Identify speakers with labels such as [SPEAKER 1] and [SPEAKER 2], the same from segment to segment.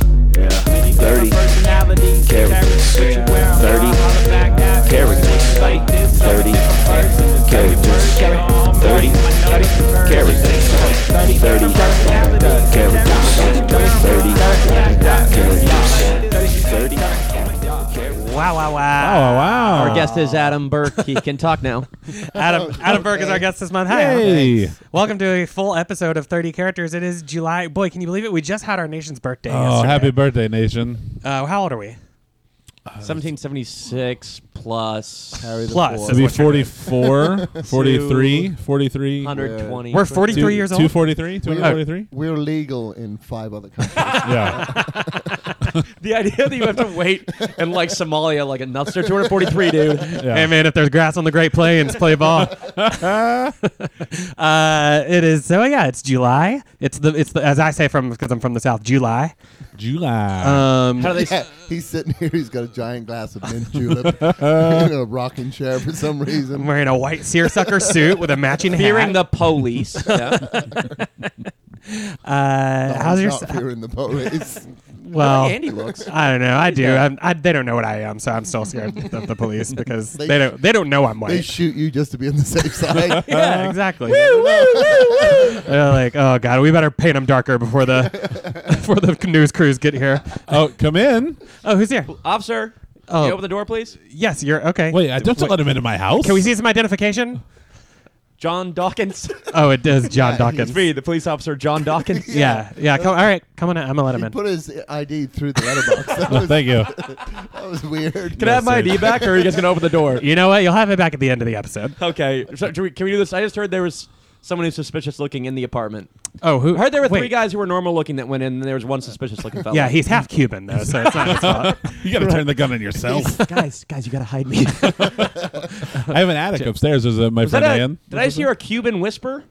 [SPEAKER 1] Thirty characters. Thirty characters. Thirty characters. Thirty characters. Thirty characters. Thirty characters. Thirty characters.
[SPEAKER 2] Wow, wow, wow.
[SPEAKER 3] Oh wow!
[SPEAKER 2] Our guest is Adam Burke. He can talk now.
[SPEAKER 4] Adam Adam Burke is our guest this month. Hi. Adam.
[SPEAKER 3] Hey.
[SPEAKER 4] Welcome to a full episode of 30 Characters. It is July. Boy, can you believe it? We just had our nation's birthday.
[SPEAKER 3] Oh,
[SPEAKER 4] yesterday.
[SPEAKER 3] happy birthday, nation!
[SPEAKER 4] Uh, how old are we?
[SPEAKER 2] 1776 Uh, plus Harry the
[SPEAKER 4] Plus.
[SPEAKER 2] Fourth,
[SPEAKER 3] To be
[SPEAKER 4] what you're doing.
[SPEAKER 3] 44, 43, 43,
[SPEAKER 2] 120.
[SPEAKER 4] We're 43
[SPEAKER 3] two-
[SPEAKER 4] years old.
[SPEAKER 3] 243, 243.
[SPEAKER 5] We're legal in five other countries.
[SPEAKER 3] yeah.
[SPEAKER 2] the idea that you have to wait and like Somalia like a nuster 243 dude.
[SPEAKER 3] yeah.
[SPEAKER 4] Hey man, if there's grass on the Great Plains, play ball. uh, it is so yeah. It's July. It's the it's the, as I say from because I'm from the South. July.
[SPEAKER 3] July.
[SPEAKER 4] Um,
[SPEAKER 2] How do they s-
[SPEAKER 5] Yeah, he's sitting here. He's got a giant glass of mint julep
[SPEAKER 3] Uh,
[SPEAKER 5] in a rocking chair for some
[SPEAKER 4] I'm
[SPEAKER 5] reason.
[SPEAKER 4] wearing a white seersucker suit with a matching
[SPEAKER 2] fearing the
[SPEAKER 4] hat.
[SPEAKER 2] police? Yeah.
[SPEAKER 4] uh,
[SPEAKER 5] No,
[SPEAKER 4] how's
[SPEAKER 5] he's
[SPEAKER 4] your
[SPEAKER 5] not fearing the police?
[SPEAKER 4] well?
[SPEAKER 2] Andy looks.
[SPEAKER 4] I don't know. I do. I'm, I, they don't know what I am, so I'm still scared of the police because they,
[SPEAKER 5] They-
[SPEAKER 4] don't. They don't know I'm
[SPEAKER 5] they Uh-huh.
[SPEAKER 4] white.
[SPEAKER 5] shoot you just to be on the safe side.
[SPEAKER 4] yeah, exactly. They're like, oh god, we better paint them darker before the before the news crews get here.
[SPEAKER 3] oh, come in.
[SPEAKER 4] Oh, who's here?
[SPEAKER 2] Officer,
[SPEAKER 4] Oh.
[SPEAKER 2] can you open the door, please?
[SPEAKER 4] Yes, you're okay.
[SPEAKER 3] Wait, I don't let him into my house.
[SPEAKER 4] Can we see some identification?
[SPEAKER 2] John Dawkins.
[SPEAKER 4] Oh, it does, John Dawkins.
[SPEAKER 2] it's me, the police officer, John Dawkins.
[SPEAKER 4] Yeah, yeah. Come, all right, come on in. I'm gonna let him
[SPEAKER 5] He
[SPEAKER 4] in.
[SPEAKER 5] put his ID through the letterbox. That was,
[SPEAKER 3] Thank you.
[SPEAKER 5] that was weird.
[SPEAKER 2] Can I have my
[SPEAKER 3] sir.
[SPEAKER 2] ID back, or are you guys gonna open the door?
[SPEAKER 4] You know what? You'll have it back at the end of the episode.
[SPEAKER 2] Okay. So, do we, can we do this? I just heard there was someone who's suspicious looking in the apartment.
[SPEAKER 4] Oh, who?
[SPEAKER 2] I heard there were three
[SPEAKER 4] wait.
[SPEAKER 2] guys who were normal looking that went in, and there was one suspicious looking fellow.
[SPEAKER 4] Yeah, he's half Cuban though, so it's not his fault.
[SPEAKER 3] You got to turn the gun on yourself.
[SPEAKER 2] guys, guys, you gotta hide me.
[SPEAKER 3] I have an attic upstairs. Is uh, my
[SPEAKER 2] Is that
[SPEAKER 3] friend
[SPEAKER 2] a-
[SPEAKER 3] Ann?
[SPEAKER 2] did I just hear a Cuban whisper?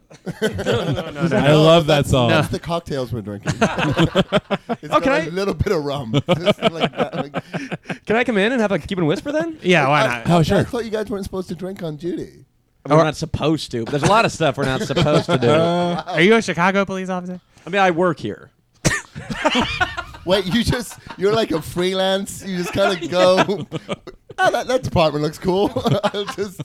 [SPEAKER 3] I love that song.
[SPEAKER 5] That's the cocktails we're drinking. It's got
[SPEAKER 2] can I-
[SPEAKER 5] a little bit of rum. Just like that, like-
[SPEAKER 2] Can I come in and have a Cuban whisper then?
[SPEAKER 4] Yeah, why not?
[SPEAKER 3] oh,
[SPEAKER 5] I
[SPEAKER 3] sure.
[SPEAKER 5] thought you guys weren't supposed to drink on duty.
[SPEAKER 2] We're not supposed to. But there's a lot of stuff we're not supposed to do. I
[SPEAKER 4] Are you a Chicago police officer?
[SPEAKER 2] mean, I work here.
[SPEAKER 5] Wait, you just you're like a freelance. You just kind of go. Oh, that, that department looks cool. I'll just.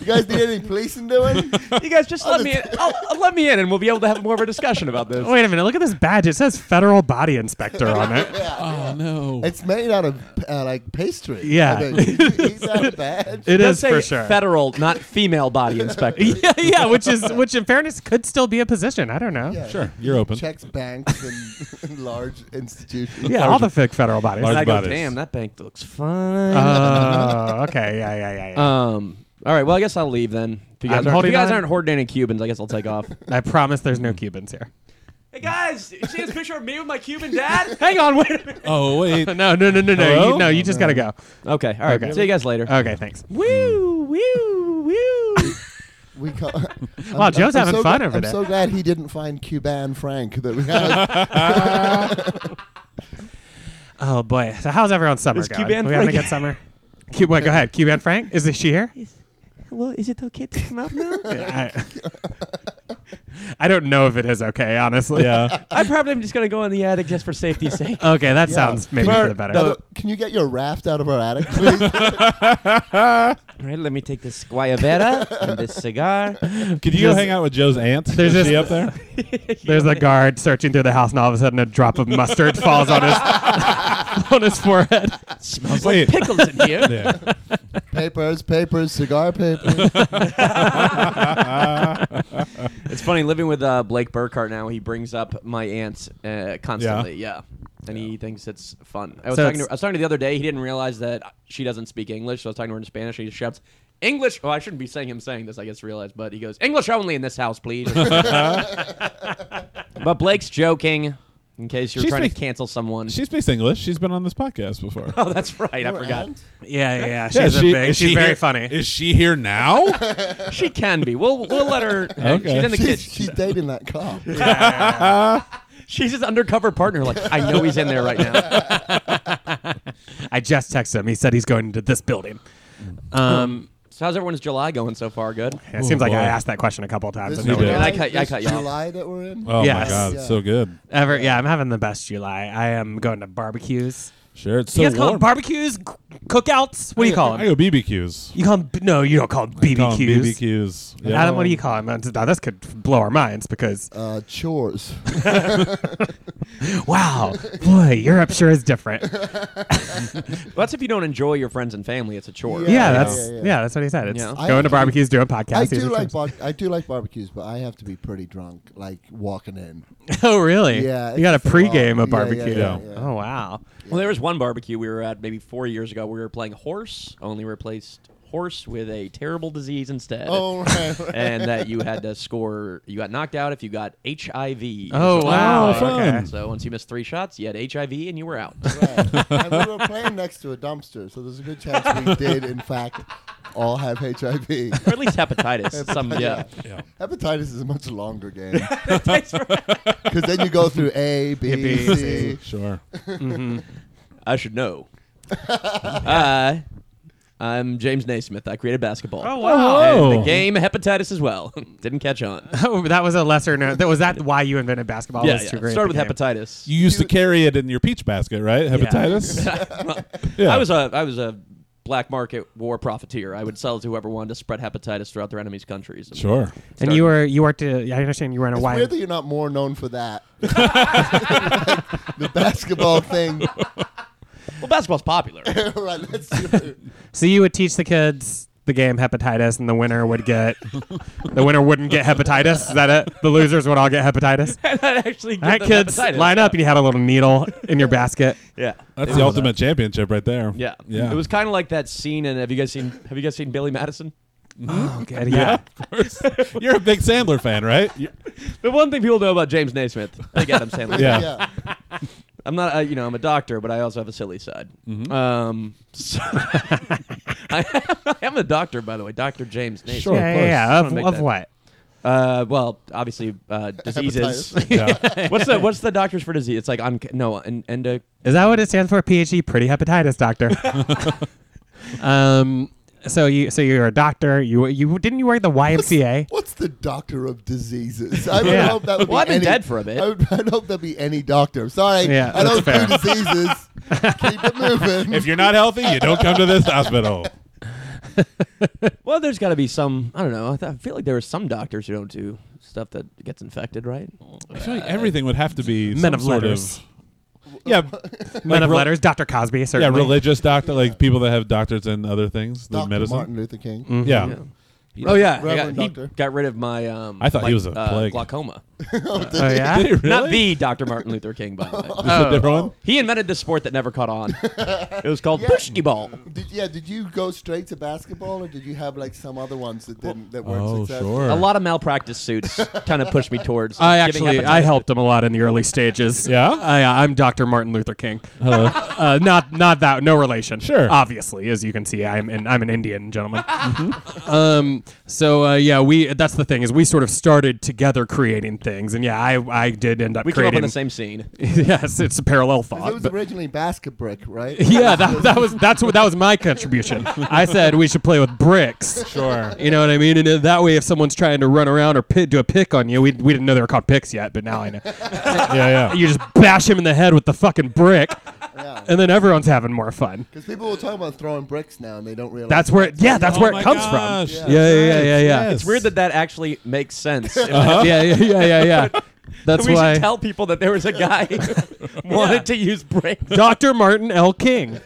[SPEAKER 5] You guys need any policing doing?
[SPEAKER 2] You guys just let me in. I'll, I'll let me in, and we'll be able to have more of a discussion about this.
[SPEAKER 4] Wait a minute. Look at this badge. It says federal body inspector on it.
[SPEAKER 3] Oh no.
[SPEAKER 5] It's made out of uh, like pastry.
[SPEAKER 4] Yeah.
[SPEAKER 5] I think. he's out of badge.
[SPEAKER 4] It
[SPEAKER 2] Does
[SPEAKER 4] is
[SPEAKER 2] say
[SPEAKER 4] for sure.
[SPEAKER 2] Federal, not female body inspector.
[SPEAKER 4] yeah, yeah, which is which in fairness could still be a position. I don't know. Yeah,
[SPEAKER 5] Yeah.
[SPEAKER 3] Sure, you're open.
[SPEAKER 5] Checks banks and, and large institutions.
[SPEAKER 4] all the fake federal bodies.
[SPEAKER 3] Large-
[SPEAKER 2] And I go,
[SPEAKER 3] bodies.
[SPEAKER 2] damn, that bank looks fine.
[SPEAKER 4] Oh, okay. Yeah, yeah, yeah. yeah.
[SPEAKER 2] um, all right. Well, I guess I'll leave then. If
[SPEAKER 4] I'm
[SPEAKER 2] you guys, aren't, if
[SPEAKER 4] holding
[SPEAKER 2] you guys
[SPEAKER 4] on.
[SPEAKER 2] aren't hoarding any Cubans, I guess I'll take off.
[SPEAKER 4] I promise there's no Cubans here.
[SPEAKER 2] hey guys, you see this picture of me with my Cuban dad?
[SPEAKER 4] Hang on, wait a minute.
[SPEAKER 3] Oh wait.
[SPEAKER 4] No, no, no, no, no.
[SPEAKER 3] Hello?
[SPEAKER 4] You, no, you just gotta go.
[SPEAKER 2] Okay. All right.
[SPEAKER 4] Okay. Uh,
[SPEAKER 2] See you guys later.
[SPEAKER 4] Okay, thanks.
[SPEAKER 2] Woo, woo, woo.
[SPEAKER 5] We call,
[SPEAKER 4] Wow, Joe's having
[SPEAKER 5] so
[SPEAKER 4] fun
[SPEAKER 5] glad,
[SPEAKER 4] over
[SPEAKER 5] I'm
[SPEAKER 4] there.
[SPEAKER 5] so glad he didn't find Cuban Frank that we had.
[SPEAKER 4] Oh boy. So how's everyone's summer
[SPEAKER 2] Is
[SPEAKER 4] going?
[SPEAKER 2] Cuban
[SPEAKER 4] we having a
[SPEAKER 2] Frank-
[SPEAKER 4] good summer. Cu- wait, go ahead. Cuban Frank, is she here?
[SPEAKER 2] well, is it okay to come out now?
[SPEAKER 4] I, I don't know if it is okay, honestly.
[SPEAKER 3] Yeah.
[SPEAKER 2] I probably am just gonna go in the attic just for safety's sake.
[SPEAKER 4] Okay, that sounds maybe for the better.
[SPEAKER 5] Although, Can you get your raft out of our attic, please?
[SPEAKER 2] All right, let me take this guayabera and this cigar.
[SPEAKER 3] Could you go hang out with Joe's aunt?
[SPEAKER 4] There's
[SPEAKER 3] There's Is she
[SPEAKER 4] this-
[SPEAKER 3] up there?
[SPEAKER 4] There's a guard searching through the house, and all of a sudden, a drop of mustard falls on his on his forehead.
[SPEAKER 2] smells
[SPEAKER 3] Wait.
[SPEAKER 2] like pickles in here.
[SPEAKER 3] Yeah.
[SPEAKER 5] papers, papers, cigar papers.
[SPEAKER 2] It's funny living with uh, Blake Burkhart now. He brings up my aunt uh, constantly. Yeah. And he thinks it's fun. I was,
[SPEAKER 4] So
[SPEAKER 2] talking to,
[SPEAKER 4] it's-
[SPEAKER 2] I was talking to the other day. He didn't realize that she doesn't speak English. So I was talking to her in Spanish. And he shouts, English. Oh, I shouldn't be saying him saying this. I guess realized. But he goes, English only in this house, please. but Blake's joking in case you're
[SPEAKER 3] She
[SPEAKER 2] trying
[SPEAKER 3] speaks-
[SPEAKER 2] to cancel someone.
[SPEAKER 3] She speaks English. She's been on this podcast before.
[SPEAKER 2] oh, that's right. I forgot.
[SPEAKER 5] And
[SPEAKER 4] Yeah, yeah, yeah.
[SPEAKER 3] Yeah,
[SPEAKER 4] She's a
[SPEAKER 3] she-
[SPEAKER 4] big.
[SPEAKER 3] is
[SPEAKER 4] She's
[SPEAKER 3] she
[SPEAKER 4] very
[SPEAKER 3] here-
[SPEAKER 4] funny.
[SPEAKER 3] Is she here now? Oh,
[SPEAKER 2] She can be. We'll, we'll let her.
[SPEAKER 3] Okay.
[SPEAKER 2] She's in the
[SPEAKER 5] She's,
[SPEAKER 2] kitchen.
[SPEAKER 5] she's dating that cop.
[SPEAKER 2] She's his undercover partner. Like, I know he's in there right now.
[SPEAKER 4] I just texted him. He said he's going to this building. Um,
[SPEAKER 2] So how's everyone's July going so far? Good.
[SPEAKER 4] It seems like
[SPEAKER 3] Oh, boy.
[SPEAKER 4] I asked that question a couple times.
[SPEAKER 5] This
[SPEAKER 4] and no
[SPEAKER 3] You
[SPEAKER 4] one
[SPEAKER 3] did.
[SPEAKER 4] did.
[SPEAKER 5] July,
[SPEAKER 2] I cut- I
[SPEAKER 5] this
[SPEAKER 2] cut you off.
[SPEAKER 5] July that we're in.
[SPEAKER 3] Oh
[SPEAKER 4] Yes.
[SPEAKER 3] my god, it's
[SPEAKER 5] Yeah.
[SPEAKER 3] so good.
[SPEAKER 4] Ever, yeah, I'm having the best July. I am going to barbecues.
[SPEAKER 3] Sure, it's so
[SPEAKER 4] you guys call
[SPEAKER 3] warm.
[SPEAKER 4] them barbecues, C- cookouts? What do you call
[SPEAKER 3] I
[SPEAKER 4] them?
[SPEAKER 3] go BBQs.
[SPEAKER 4] You call them? No, you don't call them BBQs.
[SPEAKER 3] Call 'em BBQs. Yeah.
[SPEAKER 4] Adam, what do you call them? Now this could blow our minds because
[SPEAKER 5] Uh, chores.
[SPEAKER 3] Uh,
[SPEAKER 4] wow, boy, Europe sure is different. yeah,
[SPEAKER 2] Well, that's if you don't enjoy your friends and family. It's a chore.
[SPEAKER 5] Yeah.
[SPEAKER 4] that's yeah,
[SPEAKER 5] yeah, yeah.
[SPEAKER 4] that's what he said. It's
[SPEAKER 2] Yeah.
[SPEAKER 5] I-
[SPEAKER 4] going to barbecues, doing podcasts.
[SPEAKER 5] I
[SPEAKER 4] these
[SPEAKER 5] do
[SPEAKER 4] are
[SPEAKER 5] like
[SPEAKER 4] trips.
[SPEAKER 5] bar- I do like barbecues, but I have to be pretty drunk, like walking in.
[SPEAKER 4] oh, really?
[SPEAKER 5] Yeah,
[SPEAKER 4] you got a
[SPEAKER 5] it's a
[SPEAKER 4] pregame of
[SPEAKER 5] lot. Yeah, yeah,
[SPEAKER 4] barbecue.
[SPEAKER 3] yeah,
[SPEAKER 5] yeah.
[SPEAKER 4] Oh wow.
[SPEAKER 2] Well, there was one barbecue we were at maybe four years ago. We were playing horse, only replaced horse with a terrible disease instead.
[SPEAKER 5] Oh, right, right.
[SPEAKER 2] and that you had to score. You got knocked out if you got HIV.
[SPEAKER 4] Oh,
[SPEAKER 2] So-
[SPEAKER 4] wow.
[SPEAKER 3] Oh, fun.
[SPEAKER 4] Okay.
[SPEAKER 2] So once you missed three shots, you had HIV and you were out.
[SPEAKER 5] Right. and we were playing next to a dumpster, so there's a good chance we did, in fact, all have HIV.
[SPEAKER 2] or at least hepatitis. some yeah.
[SPEAKER 3] Yeah.
[SPEAKER 5] Hepatitis is a much longer game
[SPEAKER 2] Thanks for-
[SPEAKER 5] because then you go through A, B,
[SPEAKER 4] B,
[SPEAKER 5] C.
[SPEAKER 3] Sure.
[SPEAKER 2] I should know. uh, I'm James Naismith. I created basketball.
[SPEAKER 4] Oh
[SPEAKER 3] wow.
[SPEAKER 2] And
[SPEAKER 3] Oh.
[SPEAKER 2] the game hepatitis as well. Didn't catch on.
[SPEAKER 4] that was a lesser known. That was that why you invented basketball?
[SPEAKER 2] yeah,
[SPEAKER 4] was to
[SPEAKER 2] yeah.
[SPEAKER 4] create
[SPEAKER 2] started with
[SPEAKER 4] the game.
[SPEAKER 2] hepatitis.
[SPEAKER 3] You used to carry it in your peach basket, right? Hepatitis. Yeah.
[SPEAKER 2] I was a I was a black market war profiteer. I would sell to whoever wanted to spread hepatitis throughout their enemies' countries. And
[SPEAKER 3] Sure.
[SPEAKER 4] And you were you were to. I understand you were in a
[SPEAKER 5] It's
[SPEAKER 4] wide.
[SPEAKER 5] weird that you're not more known for that. Like, the basketball thing.
[SPEAKER 2] Well, basketball's popular.
[SPEAKER 5] right, that's true.
[SPEAKER 4] So you would teach the kids the game hepatitis, and the winner would get the winner wouldn't get hepatitis. Is that it? The losers would all get hepatitis.
[SPEAKER 2] that actually
[SPEAKER 4] All right, kids, line up, and you had a little needle in your basket.
[SPEAKER 2] Yeah. uh,
[SPEAKER 3] That's the ultimate championship right there.
[SPEAKER 2] Yeah.
[SPEAKER 3] Yeah.
[SPEAKER 2] It was kind of like that scene in Have you guys seen Have you guys seen Billy Madison?
[SPEAKER 4] Oh, good, yeah.
[SPEAKER 3] Of course. You're a big Sandler fan, right?
[SPEAKER 2] The one thing people know about James Naismith, like Adam Sandler.
[SPEAKER 3] Yeah.
[SPEAKER 5] Yeah.
[SPEAKER 2] I'm not, uh, you know, I'm a doctor, but I also have a silly side.
[SPEAKER 3] Mm-hmm.
[SPEAKER 2] Um, so- I am a doctor, by the way, Doctor James Naismith.
[SPEAKER 3] Sure.
[SPEAKER 4] yeah, yeah,
[SPEAKER 3] of course.
[SPEAKER 4] yeah.
[SPEAKER 2] Just
[SPEAKER 4] Of,
[SPEAKER 2] wanna make
[SPEAKER 4] of
[SPEAKER 2] that-
[SPEAKER 4] what?
[SPEAKER 2] Uh, well, obviously, uh, diseases. what's the What's the doctors for disease? It's like on no, and endo.
[SPEAKER 4] Is that what it stands for? PhD, pretty hepatitis doctor. um. So you so you're a doctor. You you didn't you work at the YMCA?
[SPEAKER 5] What's the doctor of diseases? I would
[SPEAKER 4] Yeah.
[SPEAKER 5] hope that would
[SPEAKER 2] Well, I've
[SPEAKER 5] be
[SPEAKER 2] been
[SPEAKER 5] any,
[SPEAKER 2] dead for a bit.
[SPEAKER 5] I would I'd hope that'd be any doctor. Sorry,
[SPEAKER 4] Yeah,
[SPEAKER 5] I don't
[SPEAKER 4] that's
[SPEAKER 5] do diseases. Keep it moving.
[SPEAKER 3] If you're not healthy, you don't come to this hospital.
[SPEAKER 2] Well, there's got to be some. I don't know. I, th- I feel like there are some doctors who don't do stuff that gets infected, right?
[SPEAKER 3] I feel like everything would have to be
[SPEAKER 4] Men
[SPEAKER 3] some
[SPEAKER 4] of
[SPEAKER 3] sort
[SPEAKER 4] letters.
[SPEAKER 3] Of, yeah.
[SPEAKER 4] Men
[SPEAKER 3] like
[SPEAKER 4] of
[SPEAKER 3] rel-
[SPEAKER 4] letters, Dr. Cosby,
[SPEAKER 3] Yeah,
[SPEAKER 4] certainly.
[SPEAKER 3] religious doctor, like people that have doctors and other things than
[SPEAKER 5] Dr.
[SPEAKER 3] medicine.
[SPEAKER 5] Martin Luther King.
[SPEAKER 4] Mm.
[SPEAKER 3] Yeah.
[SPEAKER 2] Yeah. Oh yeah, I got,
[SPEAKER 5] Reverend
[SPEAKER 2] he
[SPEAKER 5] doctor.
[SPEAKER 2] got rid of my. Um,
[SPEAKER 3] I thought he
[SPEAKER 2] like,
[SPEAKER 3] was a
[SPEAKER 2] uh,
[SPEAKER 3] plague.
[SPEAKER 2] glaucoma.
[SPEAKER 4] Oh yeah.
[SPEAKER 3] Did he really? Oh.
[SPEAKER 2] Not the Dr. Martin Luther King, by the way.
[SPEAKER 3] This
[SPEAKER 4] Oh.
[SPEAKER 3] is a different one?
[SPEAKER 2] He invented this sport that never caught on. it was called
[SPEAKER 5] Yeah.
[SPEAKER 2] bushki ball.
[SPEAKER 5] Did, yeah, did you go straight to basketball, or did you have like some other ones that didn't that weren't
[SPEAKER 3] Oh,
[SPEAKER 5] successful?
[SPEAKER 3] sure.
[SPEAKER 2] A lot of malpractice suits kind of pushed me towards.
[SPEAKER 4] I
[SPEAKER 2] giving
[SPEAKER 4] actually I
[SPEAKER 2] hepatitis.
[SPEAKER 4] helped him a lot in the early stages.
[SPEAKER 3] Yeah?
[SPEAKER 4] I, I'm Dr. Martin Luther King. Hello. uh, not not that no relation.
[SPEAKER 3] Sure.
[SPEAKER 4] Obviously, as you can see, I'm an, I'm an Indian gentleman.
[SPEAKER 3] Mm-hmm.
[SPEAKER 4] um. So uh, yeah, we that's the thing is we sort of started together creating things, and yeah, I I did end up
[SPEAKER 2] We came up
[SPEAKER 4] creating.
[SPEAKER 2] on the same scene.
[SPEAKER 4] yes, it's a parallel
[SPEAKER 5] It
[SPEAKER 4] thought.
[SPEAKER 5] was
[SPEAKER 4] but-
[SPEAKER 5] originally basket brick, right?
[SPEAKER 4] yeah, that, that was that's what that was my contribution. I said we should play with bricks.
[SPEAKER 3] Sure.
[SPEAKER 4] You know what I mean? And then that way, if someone's trying to run around or pit, do a pick on you, we, we didn't know they were called picks yet, but now I know.
[SPEAKER 3] yeah, yeah.
[SPEAKER 4] you just bash him in the head with the fucking brick,
[SPEAKER 5] Because
[SPEAKER 4] and then everyone's having more fun.
[SPEAKER 5] people were talking about throwing bricks now, and they don't realize
[SPEAKER 4] That's where, it, yeah, that's
[SPEAKER 3] Oh
[SPEAKER 4] where
[SPEAKER 3] my
[SPEAKER 4] it comes
[SPEAKER 3] gosh,
[SPEAKER 4] from.
[SPEAKER 3] that's
[SPEAKER 4] Yeah, yeah, yeah,
[SPEAKER 3] right,
[SPEAKER 4] yeah, yeah.
[SPEAKER 3] yes.
[SPEAKER 2] It's weird that that actually makes sense.
[SPEAKER 4] yeah, yeah, yeah, yeah, yeah. Uh-huh. That's
[SPEAKER 2] we
[SPEAKER 4] why
[SPEAKER 2] should tell people that there was a guy who wanted to use bricks.
[SPEAKER 4] Dr. Martin L. King,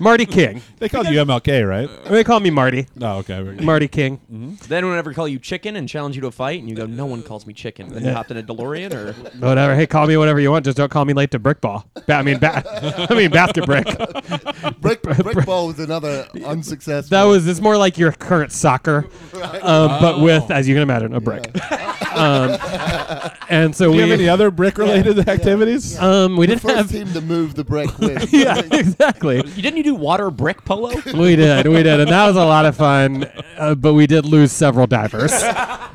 [SPEAKER 4] Marty King.
[SPEAKER 3] They called you MLK, right?
[SPEAKER 4] They call me Marty.
[SPEAKER 3] No, okay. very good.
[SPEAKER 4] Marty King.
[SPEAKER 2] Then whenever call you chicken and challenge you to a fight, and you go, "No one calls me chicken." Then you hopped in a DeLorean, or
[SPEAKER 4] Whatever. Hey, call me whatever you want. Just don't call me late to brick ball. Ba- I mean, ba- I mean basket brick.
[SPEAKER 5] brick brick ball was another unsuccessful.
[SPEAKER 4] That was. It's more like your current soccer, um, but with, as you can imagine, a brick. Um, and so
[SPEAKER 3] Do
[SPEAKER 4] we
[SPEAKER 3] you have any other brick related activities?
[SPEAKER 4] um we didn't
[SPEAKER 5] First
[SPEAKER 4] have
[SPEAKER 5] team to move the brick wins.
[SPEAKER 4] yeah exactly
[SPEAKER 2] You didn't you do water brick polo?
[SPEAKER 4] we did we did and that was a lot of fun uh, but we did lose several divers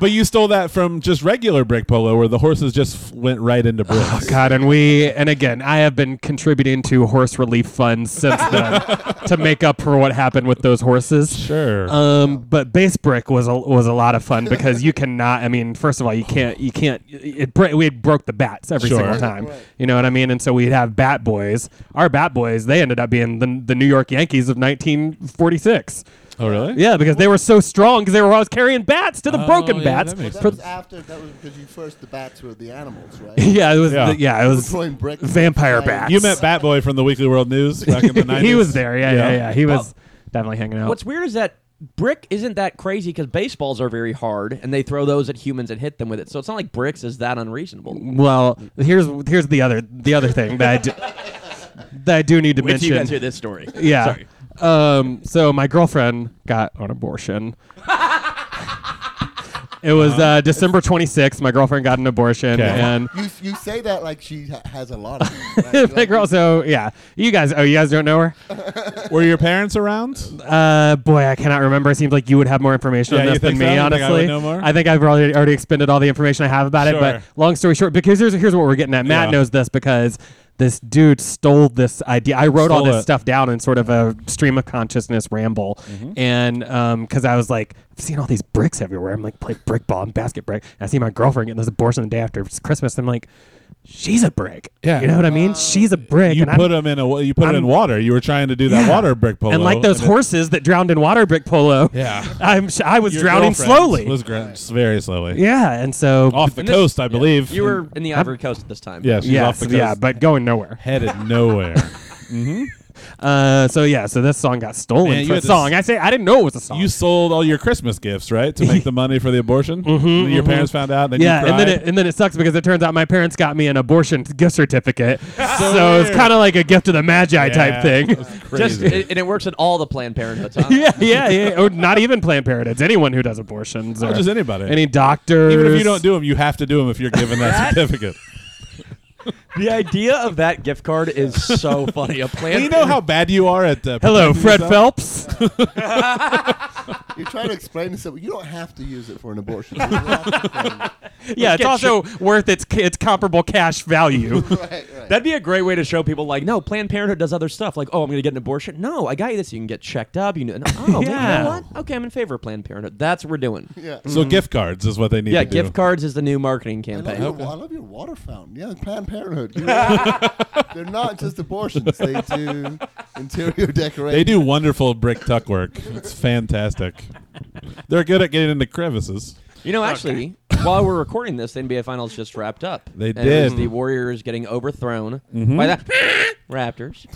[SPEAKER 3] But you stole that from just regular brick polo where the horses just f- went right into
[SPEAKER 4] Oh
[SPEAKER 3] bricks.
[SPEAKER 4] God, and we and again, I have been contributing to horse relief funds since then to make up for what happened with those horses.
[SPEAKER 3] sure.
[SPEAKER 4] Um, but base brick was a was a lot of fun because you cannot. I mean, first of all, you can't you can't. It, br we broke the bats every
[SPEAKER 3] Sure.
[SPEAKER 4] single
[SPEAKER 3] Right,
[SPEAKER 4] time. You know what I mean? And so we'd have bat boys. Our bat boys they ended up being the the New York Yankees of 1946.
[SPEAKER 3] oh really?
[SPEAKER 4] Yeah, because they were so strong because they were always carrying bats to the
[SPEAKER 3] Oh,
[SPEAKER 4] broken
[SPEAKER 3] yeah,
[SPEAKER 4] bats.
[SPEAKER 3] that makes
[SPEAKER 5] That
[SPEAKER 4] For-
[SPEAKER 5] was after. That was because you first the bats were the animals, right?
[SPEAKER 4] yeah, it was.
[SPEAKER 3] Yeah.
[SPEAKER 4] Yeah, yeah it was.
[SPEAKER 5] Throwing bricks.
[SPEAKER 4] Vampire
[SPEAKER 5] Flying-
[SPEAKER 4] bats.
[SPEAKER 3] You met Bat Boy from the Weekly World News back in the 90s.
[SPEAKER 4] he was there. Yeah, yeah, yeah. He was
[SPEAKER 2] Well,
[SPEAKER 4] definitely hanging out.
[SPEAKER 2] What's weird is that brick isn't that crazy because baseballs are very hard and they throw those at humans and hit them with it. So it's not like bricks is that unreasonable.
[SPEAKER 4] well, here's here's the other the other thing that I do, that I do need to
[SPEAKER 2] Wait till
[SPEAKER 4] mention.
[SPEAKER 2] you guys hear this story.
[SPEAKER 4] Yeah.
[SPEAKER 2] Sorry.
[SPEAKER 4] Um. So my girlfriend got an abortion. it was uh, December 26th. My girlfriend got an abortion,
[SPEAKER 3] Okay.
[SPEAKER 4] and
[SPEAKER 5] You, you say that like she ha- has a lot of. them, right?
[SPEAKER 4] my girl. So yeah, you guys. Oh, you guys don't know her.
[SPEAKER 3] Were your parents around?
[SPEAKER 4] Uh, boy, I cannot remember. It seems like you would have more information
[SPEAKER 3] Yeah,
[SPEAKER 4] on
[SPEAKER 3] you
[SPEAKER 4] this than
[SPEAKER 3] think so?
[SPEAKER 4] me,
[SPEAKER 3] You think I
[SPEAKER 4] honestly.
[SPEAKER 3] would know more?
[SPEAKER 4] I think I've already, already expended all the information I have about it. But
[SPEAKER 3] Sure.
[SPEAKER 4] long story short, because here's, here's what we're getting at. Matt
[SPEAKER 3] Yeah.
[SPEAKER 4] knows this because this dude stole this idea. I wrote all
[SPEAKER 3] Stole
[SPEAKER 4] this
[SPEAKER 3] it.
[SPEAKER 4] stuff down in sort of a stream of consciousness ramble.
[SPEAKER 3] Mm-hmm.
[SPEAKER 4] And because I was like, I've seen all these bricks everywhere. I'm like, play brick ball and basket brick. And I see my girlfriend getting this abortion the day after Christmas. I'm like, she's a brick.
[SPEAKER 3] Yeah. Uh,
[SPEAKER 4] You know what I mean? she's a brick.
[SPEAKER 3] You
[SPEAKER 4] and I'm-
[SPEAKER 3] put him in a wa- you put him
[SPEAKER 4] I'm-
[SPEAKER 3] in water. You were trying to do that
[SPEAKER 4] yeah.
[SPEAKER 3] water brick polo.
[SPEAKER 4] And like those
[SPEAKER 3] it-
[SPEAKER 4] horses that drowned in water brick polo.
[SPEAKER 3] Yeah.
[SPEAKER 4] I'm sh- I was
[SPEAKER 3] your
[SPEAKER 4] drowning
[SPEAKER 3] girlfriend
[SPEAKER 4] slowly.
[SPEAKER 3] Was gr- very slowly.
[SPEAKER 4] yeah, and so
[SPEAKER 3] Off the
[SPEAKER 2] And this-
[SPEAKER 3] coast, I believe.
[SPEAKER 2] You were in the Ivory Coast at this time.
[SPEAKER 3] Yeah, she's
[SPEAKER 4] yeah,
[SPEAKER 3] off the coast.
[SPEAKER 4] yeah, but going nowhere.
[SPEAKER 3] headed nowhere.
[SPEAKER 4] Uh, so yeah, so this song got stolen.
[SPEAKER 3] Man, you
[SPEAKER 4] from-
[SPEAKER 3] had this-
[SPEAKER 4] song. I say I didn't know it was a song.
[SPEAKER 3] you sold all your Christmas gifts, right, to make the money for the abortion. mm-hmm, your parents found out. Then
[SPEAKER 4] yeah,
[SPEAKER 3] you
[SPEAKER 4] and then
[SPEAKER 3] cried.
[SPEAKER 4] it, and then it sucks because it turns out my parents got me an abortion gift certificate. so it's
[SPEAKER 3] weird.
[SPEAKER 4] kind of like a gift of the magi
[SPEAKER 3] Yeah,
[SPEAKER 4] type thing.
[SPEAKER 3] that's
[SPEAKER 2] Just,
[SPEAKER 3] crazy.
[SPEAKER 2] it, and it works in all the Planned Parenthood. Huh?
[SPEAKER 4] yeah, yeah, yeah. Or not even Planned Parenthood. It's anyone who does abortions.
[SPEAKER 3] Oh,
[SPEAKER 4] or
[SPEAKER 3] just anybody.
[SPEAKER 4] Any doctors.
[SPEAKER 3] Even if you don't do them, you have to do them if you're given that certificate.
[SPEAKER 2] The idea of that gift card is so funny. A
[SPEAKER 3] And
[SPEAKER 2] planned.
[SPEAKER 3] you know how bad you are at. Uh,
[SPEAKER 4] Hello,
[SPEAKER 3] protecting
[SPEAKER 4] Fred
[SPEAKER 3] yourself?
[SPEAKER 4] Phelps.
[SPEAKER 5] You're trying to explain this. You don't have to use it for an abortion. You don't have to explain it.
[SPEAKER 4] yeah, it's
[SPEAKER 2] get
[SPEAKER 4] also worth its its comparable cash value.
[SPEAKER 5] right, right.
[SPEAKER 2] That'd be a great way to show people, like, no, Planned Parenthood does other stuff. Like, oh, I'm going to get an abortion. No, I got you this. You can get checked up. You know, oh,
[SPEAKER 4] Yeah.
[SPEAKER 2] you know what? Okay, I'm in favor of Planned Parenthood. That's what we're doing.
[SPEAKER 5] yeah.
[SPEAKER 3] So
[SPEAKER 4] Mm-hmm.
[SPEAKER 3] gift cards is what they need
[SPEAKER 2] Yeah,
[SPEAKER 3] to do.
[SPEAKER 2] gift cards is the new marketing
[SPEAKER 5] I love,
[SPEAKER 2] campaign.
[SPEAKER 5] your, wa- I love your water fountain. Yeah, Planned Parenthood. You know, They're not just abortions. They do interior decoration.
[SPEAKER 3] They do wonderful brick tuck work. It's fantastic. They're good at getting into crevices.
[SPEAKER 2] You know, actually, while we're recording this, the NBA Finals just wrapped up.
[SPEAKER 3] They
[SPEAKER 2] And it was
[SPEAKER 3] did.
[SPEAKER 2] the Warriors getting overthrown by the Raptors.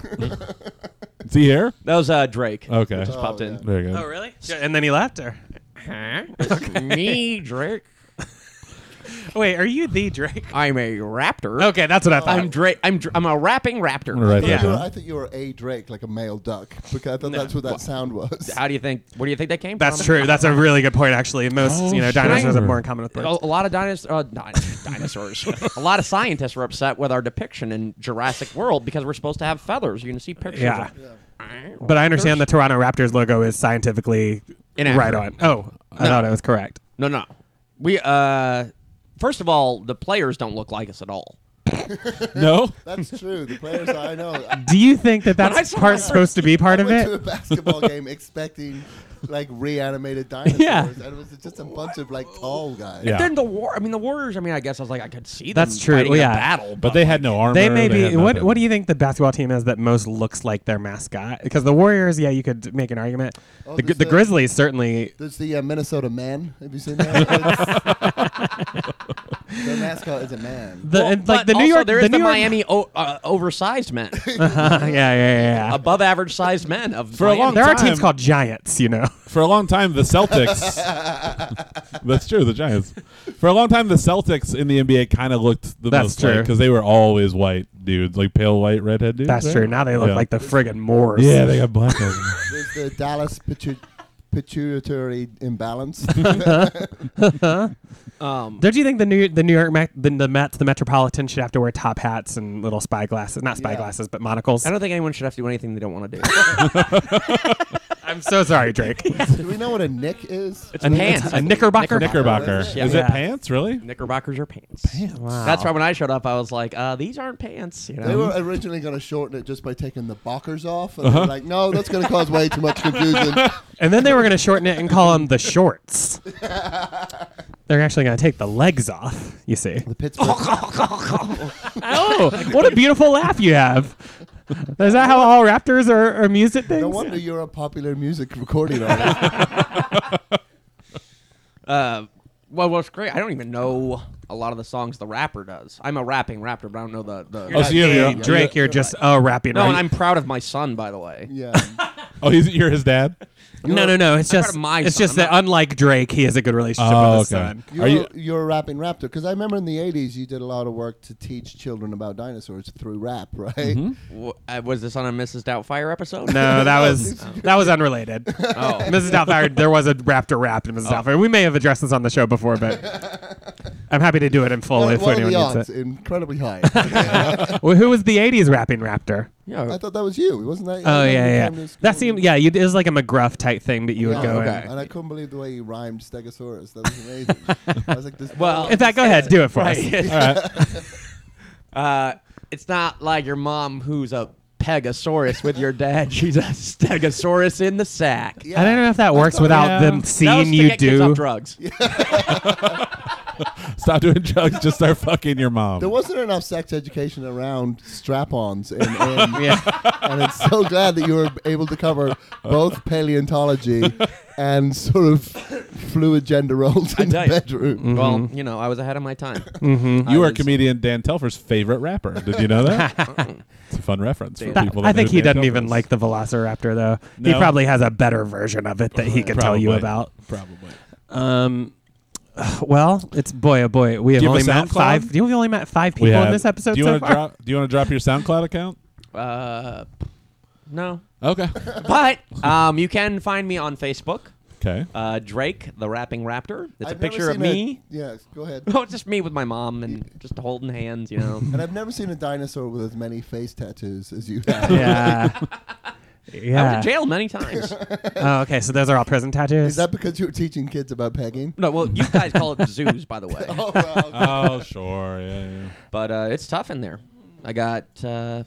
[SPEAKER 3] Is he here?
[SPEAKER 2] That was uh, Drake.
[SPEAKER 3] Okay.
[SPEAKER 2] That just popped
[SPEAKER 5] Oh,
[SPEAKER 2] in.
[SPEAKER 3] There you go.
[SPEAKER 4] really? And then he left her.
[SPEAKER 2] Me, Drake.
[SPEAKER 4] Wait, are you the Drake?
[SPEAKER 2] I'm a Raptor.
[SPEAKER 4] Okay, that's what I thought.
[SPEAKER 2] I'm Drake. I'm Dra- I'm a rapping Raptor.
[SPEAKER 3] I'm
[SPEAKER 4] Mm.
[SPEAKER 3] gonna write
[SPEAKER 5] I
[SPEAKER 3] that
[SPEAKER 5] thought you were-
[SPEAKER 3] down.
[SPEAKER 5] I thought you were a Drake, like a male duck, because I thought that's what that sound was.
[SPEAKER 2] How do you think? Where do you think that came
[SPEAKER 4] that's
[SPEAKER 2] from?
[SPEAKER 4] true. That's a really good point, actually. Most
[SPEAKER 3] Oh,
[SPEAKER 4] you know
[SPEAKER 3] sure.
[SPEAKER 4] dinosaurs have more in common with birds.
[SPEAKER 2] A, a lot of dinosaurs. Uh, di- dinosaurs. a lot of scientists were upset with our depiction in Jurassic World because we're supposed to have feathers. You can see pictures.
[SPEAKER 4] Yeah.
[SPEAKER 2] Of
[SPEAKER 4] But I understand the Toronto Raptors logo is scientifically
[SPEAKER 2] Inaccurate.
[SPEAKER 4] right on. Oh, I thought it was correct.
[SPEAKER 2] No, no. We uh, first of all, the players don't look like us at all.
[SPEAKER 3] No?
[SPEAKER 5] That's true. The players I know. I
[SPEAKER 4] Do you think that that's
[SPEAKER 2] saw
[SPEAKER 4] part
[SPEAKER 2] my
[SPEAKER 4] supposed to be part of
[SPEAKER 5] went to a
[SPEAKER 4] it?
[SPEAKER 5] basketball game expecting like reanimated dinosaurs,
[SPEAKER 4] Yeah.
[SPEAKER 5] and it was just a bunch of like tall guys.
[SPEAKER 3] Yeah.
[SPEAKER 2] Then the war. I mean, the Warriors. I mean, I guess I was like, I could see them.
[SPEAKER 4] That's true,
[SPEAKER 2] fighting
[SPEAKER 4] yeah.
[SPEAKER 2] A battle,
[SPEAKER 3] But they had no armor.
[SPEAKER 4] They may
[SPEAKER 3] had
[SPEAKER 4] be. What
[SPEAKER 3] nothing.
[SPEAKER 4] What do you think the basketball team is that most looks like their mascot? Because the Warriors, yeah, you could make an argument.
[SPEAKER 5] Oh,
[SPEAKER 4] the,
[SPEAKER 5] there's
[SPEAKER 4] the
[SPEAKER 5] the-
[SPEAKER 4] Grizzlies certainly.
[SPEAKER 5] There's the uh, Minnesota Man. Have you seen that? It's- Their mascot is a man.
[SPEAKER 4] The,
[SPEAKER 2] Well,
[SPEAKER 4] and, like
[SPEAKER 2] but
[SPEAKER 4] the New
[SPEAKER 2] also
[SPEAKER 4] York,
[SPEAKER 2] There
[SPEAKER 4] the
[SPEAKER 2] is the,
[SPEAKER 4] New York-
[SPEAKER 2] Miami o- uh, oversized men,
[SPEAKER 4] yeah, yeah, yeah. yeah.
[SPEAKER 2] above average sized men of
[SPEAKER 3] For a long
[SPEAKER 2] Miami.
[SPEAKER 4] There are
[SPEAKER 3] time-
[SPEAKER 4] teams called Giants, you know.
[SPEAKER 3] For a long time, the Celtics. that's true, the Giants. For a long time, the Celtics in the NBA kind of looked the
[SPEAKER 4] That's
[SPEAKER 3] most
[SPEAKER 4] true.
[SPEAKER 3] because they were always white dudes, like pale white redhead dudes.
[SPEAKER 4] That's
[SPEAKER 3] right?
[SPEAKER 4] true. Now they look
[SPEAKER 3] Yeah.
[SPEAKER 4] like the friggin' Moors.
[SPEAKER 3] Yeah, they got black. eyes.
[SPEAKER 5] There's the Dallas pitu- pituitary imbalance.
[SPEAKER 2] Um,
[SPEAKER 4] Don't you think the New the New York Met, the, the Mets, the Metropolitan should have to wear top hats and little spy glasses, not spy
[SPEAKER 5] Yeah.
[SPEAKER 4] glasses, but monocles?
[SPEAKER 2] I don't think anyone should have to do anything they don't want to do.
[SPEAKER 4] I'm so sorry, Drake.
[SPEAKER 5] Do we know what a nick is?
[SPEAKER 2] It's pants.
[SPEAKER 4] a knickerbocker.
[SPEAKER 3] Knickerbocker.
[SPEAKER 5] Yeah.
[SPEAKER 3] Is
[SPEAKER 4] Yeah.
[SPEAKER 3] it pants? Really?
[SPEAKER 2] Knickerbockers are pants. Pants.
[SPEAKER 4] Wow.
[SPEAKER 2] That's why when I showed up, I was like, uh, these aren't pants. You know?
[SPEAKER 5] They were originally going to shorten it just by taking the bockers off, and they're like, "No, that's going to cause way too much confusion."
[SPEAKER 4] And then they were going to shorten it and call them the shorts. They're actually going to take the legs off. You see?
[SPEAKER 5] The Pittsburgh,
[SPEAKER 4] Oh, what a beautiful laugh you have! Is that how all raptors are, are music things?
[SPEAKER 5] no wonder you're a popular music recording artist.
[SPEAKER 2] Uh, well, what's great, I don't even know a lot of the songs the rapper does. I'm a rapping rapper, but I don't know the. the
[SPEAKER 3] Oh, so you have
[SPEAKER 4] Hey,
[SPEAKER 3] your-
[SPEAKER 4] Drake, you're just uh, rapping.
[SPEAKER 2] no,
[SPEAKER 4] right?
[SPEAKER 2] and I'm proud of my son, by the way.
[SPEAKER 5] Yeah,
[SPEAKER 3] Oh, he's, you're his dad.
[SPEAKER 4] no, no, no. It's
[SPEAKER 2] I'm
[SPEAKER 4] just
[SPEAKER 2] proud of my
[SPEAKER 4] it's
[SPEAKER 2] son.
[SPEAKER 4] just that unlike Drake, he has a good relationship
[SPEAKER 3] Oh,
[SPEAKER 4] with his
[SPEAKER 3] okay.
[SPEAKER 4] son.
[SPEAKER 5] you're,
[SPEAKER 3] Are you?
[SPEAKER 5] you, are a rapping raptor because I remember in the '80s you did a lot of work to teach children about dinosaurs through rap, right?
[SPEAKER 4] Mm-hmm.
[SPEAKER 2] W- uh, was this on a Mrs. Doubtfire episode?
[SPEAKER 4] No, that was that was unrelated.
[SPEAKER 2] Oh.
[SPEAKER 4] Mrs. Doubtfire, there was a raptor rap in Mrs. Doubtfire. We may have addressed this on the show before, but I'm happy to do it in full
[SPEAKER 5] What,
[SPEAKER 4] if
[SPEAKER 5] what are
[SPEAKER 4] anyone
[SPEAKER 5] the
[SPEAKER 4] needs
[SPEAKER 5] odds?
[SPEAKER 4] it.
[SPEAKER 5] Incredibly high.
[SPEAKER 4] Well, who was the '80s rapping raptor?
[SPEAKER 2] Yeah.
[SPEAKER 5] I thought that was you, wasn't that?
[SPEAKER 4] Oh yeah, yeah.
[SPEAKER 5] you came to school?
[SPEAKER 4] That seemed yeah. You, it was like a McGruff type thing that you would
[SPEAKER 5] Yeah,
[SPEAKER 4] go
[SPEAKER 2] okay.
[SPEAKER 4] in.
[SPEAKER 5] And I couldn't believe the way you rhymed Stegosaurus. That was amazing. I was like, this.
[SPEAKER 2] Well,
[SPEAKER 4] In fact, go ahead, do it for us.
[SPEAKER 2] Uh, it's not like your mom who's a Pegasaurus with your dad. She's a Stegosaurus in the sack.
[SPEAKER 5] yeah.
[SPEAKER 4] I don't know if that works without
[SPEAKER 3] yeah.
[SPEAKER 4] them
[SPEAKER 2] That was
[SPEAKER 4] seeing
[SPEAKER 2] to
[SPEAKER 4] you
[SPEAKER 2] get kids off
[SPEAKER 4] do.
[SPEAKER 2] drugs.
[SPEAKER 3] Stop doing drugs. Just start fucking your mom.
[SPEAKER 5] There wasn't enough sex education around strap-ons, and and,
[SPEAKER 4] Yeah,
[SPEAKER 5] and it's so glad that you were able to cover both paleontology and sort of fluid gender roles in the
[SPEAKER 2] tell ya.
[SPEAKER 5] bedroom.
[SPEAKER 2] Well,
[SPEAKER 4] Mm-hmm.
[SPEAKER 2] you know, I was ahead of my time.
[SPEAKER 3] you
[SPEAKER 2] I
[SPEAKER 3] are
[SPEAKER 2] was-
[SPEAKER 3] comedian Dan Telfer's favorite rapper. Did you know that? it's a fun reference for
[SPEAKER 4] That-
[SPEAKER 3] people. that
[SPEAKER 4] I
[SPEAKER 3] know
[SPEAKER 4] think
[SPEAKER 3] who
[SPEAKER 4] he
[SPEAKER 3] Dan
[SPEAKER 4] doesn't
[SPEAKER 3] Telfer
[SPEAKER 4] even
[SPEAKER 3] is.
[SPEAKER 4] like the Velociraptor though. He
[SPEAKER 3] No.
[SPEAKER 4] probably has a better version of it that he can tell you
[SPEAKER 3] Probably.
[SPEAKER 4] about.
[SPEAKER 3] Probably.
[SPEAKER 4] Um, well, it's boy, oh boy. We have
[SPEAKER 3] Do you have
[SPEAKER 4] only
[SPEAKER 3] a
[SPEAKER 4] met
[SPEAKER 3] SoundCloud?
[SPEAKER 4] five. We've only met five people
[SPEAKER 3] We have.
[SPEAKER 4] in this episode
[SPEAKER 3] Do you
[SPEAKER 4] so
[SPEAKER 3] wanna
[SPEAKER 4] far.
[SPEAKER 3] drop? Do you want to drop your SoundCloud account?
[SPEAKER 2] Uh, no.
[SPEAKER 3] Okay.
[SPEAKER 2] But um, you can find me on Facebook,
[SPEAKER 3] okay.
[SPEAKER 2] uh, Drake the Rapping Raptor. It's
[SPEAKER 5] I've
[SPEAKER 2] a
[SPEAKER 5] never
[SPEAKER 2] picture of
[SPEAKER 5] seen
[SPEAKER 2] me.
[SPEAKER 5] yeah, go ahead.
[SPEAKER 2] Oh, just me with my mom and just holding hands, you know.
[SPEAKER 5] And I've never seen a dinosaur with as many face tattoos as you have.
[SPEAKER 4] Yeah.
[SPEAKER 2] I went to
[SPEAKER 4] yeah.
[SPEAKER 2] jail many times.
[SPEAKER 4] Oh, okay. So those are all prison tattoos.
[SPEAKER 5] Is that because you were teaching kids about pegging?
[SPEAKER 2] no, well, you guys call it zoos, by the way.
[SPEAKER 5] Oh, wow.
[SPEAKER 3] oh sure. Yeah. yeah.
[SPEAKER 2] But uh, it's tough in there. I got. Uh,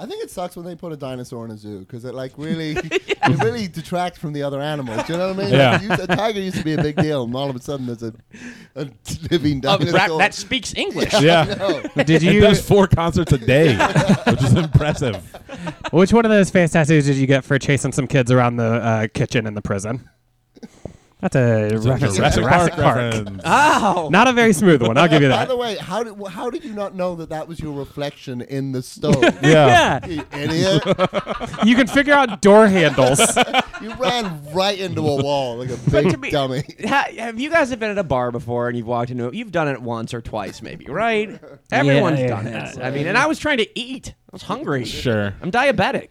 [SPEAKER 5] I think it sucks when they put a dinosaur in a zoo because it like really, it really detracts from the other animals. Do you know what I mean?
[SPEAKER 3] Yeah.
[SPEAKER 5] Like, used- a tiger used to be a big deal, and all of a sudden there's a, a living
[SPEAKER 2] a
[SPEAKER 5] dinosaur.
[SPEAKER 2] rap that speaks English.
[SPEAKER 3] Yeah.
[SPEAKER 5] No.
[SPEAKER 4] did
[SPEAKER 3] He
[SPEAKER 4] you?
[SPEAKER 3] does four concerts a day, which is impressive.
[SPEAKER 4] which one of those face tattoos did you get for chasing some kids around the uh, kitchen in the prison? That's a reference to
[SPEAKER 3] Jurassic Park. reference.
[SPEAKER 2] Ow!
[SPEAKER 4] Not a very smooth one. I'll give you
[SPEAKER 5] By
[SPEAKER 4] that.
[SPEAKER 5] the way, how did wh- how did you not know that that was your reflection in the stove?
[SPEAKER 4] Yeah.
[SPEAKER 5] you idiot!
[SPEAKER 4] you can figure out door handles.
[SPEAKER 5] You ran right into a wall like a
[SPEAKER 2] But to
[SPEAKER 5] big
[SPEAKER 2] be-
[SPEAKER 5] dummy.
[SPEAKER 2] Ha- have you guys have been at a bar before and you've walked into it? You've done it once or twice, maybe, right? Everyone's
[SPEAKER 4] yeah,
[SPEAKER 2] done
[SPEAKER 4] yeah.
[SPEAKER 2] it. I mean, and I was trying to eat. I was hungry.
[SPEAKER 3] Sure.
[SPEAKER 2] I'm diabetic.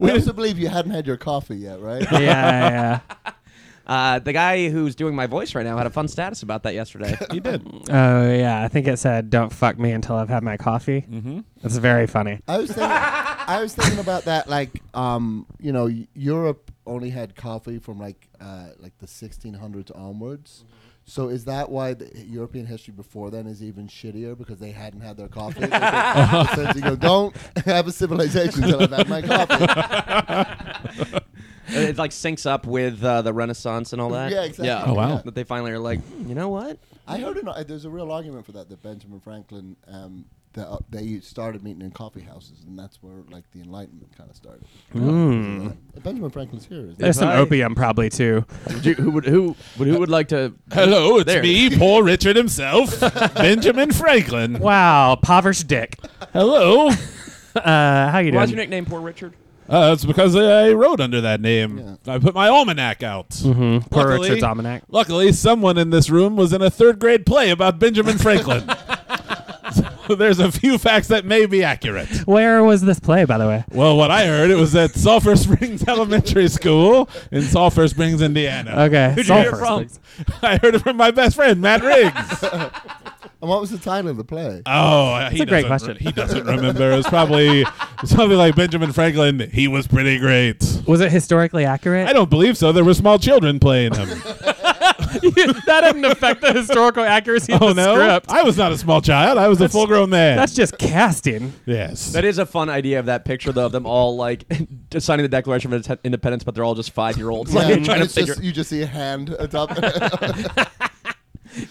[SPEAKER 5] We also believe you hadn't had your coffee yet, right?
[SPEAKER 4] yeah, yeah.
[SPEAKER 2] Uh, the guy who's doing my voice right now had a fun status about that yesterday.
[SPEAKER 3] He did.
[SPEAKER 4] Oh yeah, I think it said "Don't fuck me until I've had my coffee." Mm-hmm. That's very funny.
[SPEAKER 5] I was thinking, I was thinking about that. Like, um, you know, y- Europe only had coffee from like, uh, like the 1600s onwards. So is that why the European history before then is even shittier because they hadn't had their coffee? They said- said, you know, don't have a civilization until I've had my coffee.
[SPEAKER 2] it, like syncs up with uh, the Renaissance and all that.
[SPEAKER 5] Yeah, exactly.
[SPEAKER 2] Yeah.
[SPEAKER 5] Oh,
[SPEAKER 3] wow.
[SPEAKER 2] That they finally are like, "Hmm, you know what?
[SPEAKER 5] I heard an, uh, there's a real argument for that that Benjamin Franklin, um, that uh, they started meeting in coffee houses, and that's where like the Enlightenment kind of started.
[SPEAKER 3] Hmm.
[SPEAKER 5] Uh, Benjamin Franklin's here. Isn't he?
[SPEAKER 4] There's some
[SPEAKER 2] I-
[SPEAKER 4] opium probably too.
[SPEAKER 2] who would who would who would like to?
[SPEAKER 3] Hello, it's
[SPEAKER 2] There.
[SPEAKER 3] me, poor Richard himself, Benjamin Franklin.
[SPEAKER 4] Wow, Poverish Dick.
[SPEAKER 3] Hello.
[SPEAKER 4] Uh, how you doing?
[SPEAKER 2] Why's your nickname, Poor Richard?
[SPEAKER 3] Uh, it's because I wrote under that name.
[SPEAKER 5] Yeah.
[SPEAKER 3] I put my almanac out. Mm-hmm.
[SPEAKER 4] Poor Richard's almanac.
[SPEAKER 3] Luckily, someone in this room was in a third grade play about Benjamin Franklin. There's a few facts that may be accurate.
[SPEAKER 4] Where was this play, by the way?
[SPEAKER 3] Well, what I heard, it was at Sulphur Springs Elementary School in Sulphur Springs, Indiana.
[SPEAKER 4] Okay.
[SPEAKER 2] Who'd you hear
[SPEAKER 4] Sulphur.
[SPEAKER 2] from?
[SPEAKER 3] I heard it from my best friend, Matt Riggs.
[SPEAKER 5] And what was the title of the play?
[SPEAKER 3] Oh, he
[SPEAKER 4] a great
[SPEAKER 3] doesn't
[SPEAKER 4] question.
[SPEAKER 3] re- he doesn't remember. It's probably something like Benjamin Franklin. He was pretty great.
[SPEAKER 4] Was it historically accurate?
[SPEAKER 3] I don't believe so. There were small children playing him.
[SPEAKER 4] that didn't affect the historical accuracy of
[SPEAKER 3] oh
[SPEAKER 4] the
[SPEAKER 3] no,
[SPEAKER 4] script.
[SPEAKER 3] I was not a small child. I was a full-grown man.
[SPEAKER 4] That's just casting.
[SPEAKER 3] yes.
[SPEAKER 2] That is a fun idea of that picture, though, of them all like just signing the Declaration of Inde- Independence, but they're all just five year olds.
[SPEAKER 5] Yeah,
[SPEAKER 2] Like, trying to
[SPEAKER 5] it's
[SPEAKER 2] figure.
[SPEAKER 5] just, you just see a hand atop.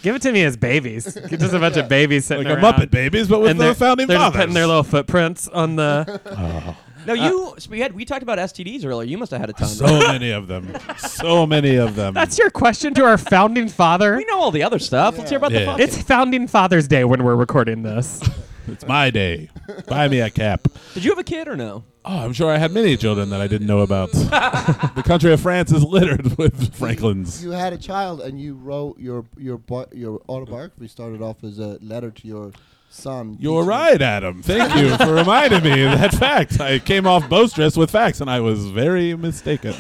[SPEAKER 4] Give it to me as babies. Just a bunch of babies sitting
[SPEAKER 3] like a
[SPEAKER 4] around.
[SPEAKER 3] Muppet Babies, but with
[SPEAKER 4] And
[SPEAKER 3] the
[SPEAKER 4] they're,
[SPEAKER 3] founding
[SPEAKER 4] they're just
[SPEAKER 3] fathers.
[SPEAKER 4] putting their little footprints on the.
[SPEAKER 2] No, you. so we had we talked about STDs earlier. You must have had a ton.
[SPEAKER 3] so many of them. So many of them.
[SPEAKER 4] That's your question to our founding father.
[SPEAKER 2] we know all the other stuff. Let's hear about
[SPEAKER 3] Yeah.
[SPEAKER 2] the fucking.
[SPEAKER 4] It's Founding Father's Day when we're recording this.
[SPEAKER 3] it's my day. Buy me a cap.
[SPEAKER 2] Did you have a kid or no?
[SPEAKER 3] Oh, I'm sure I had many children that I didn't know about. the country of France is littered with Franklins.
[SPEAKER 5] you had a child, and you wrote your your bi- your autobiography started off as a letter to your son.
[SPEAKER 3] You're
[SPEAKER 5] teaching-
[SPEAKER 3] right, Adam. Thank you for reminding me of that fact. I came off boisterous with facts, and I was very mistaken.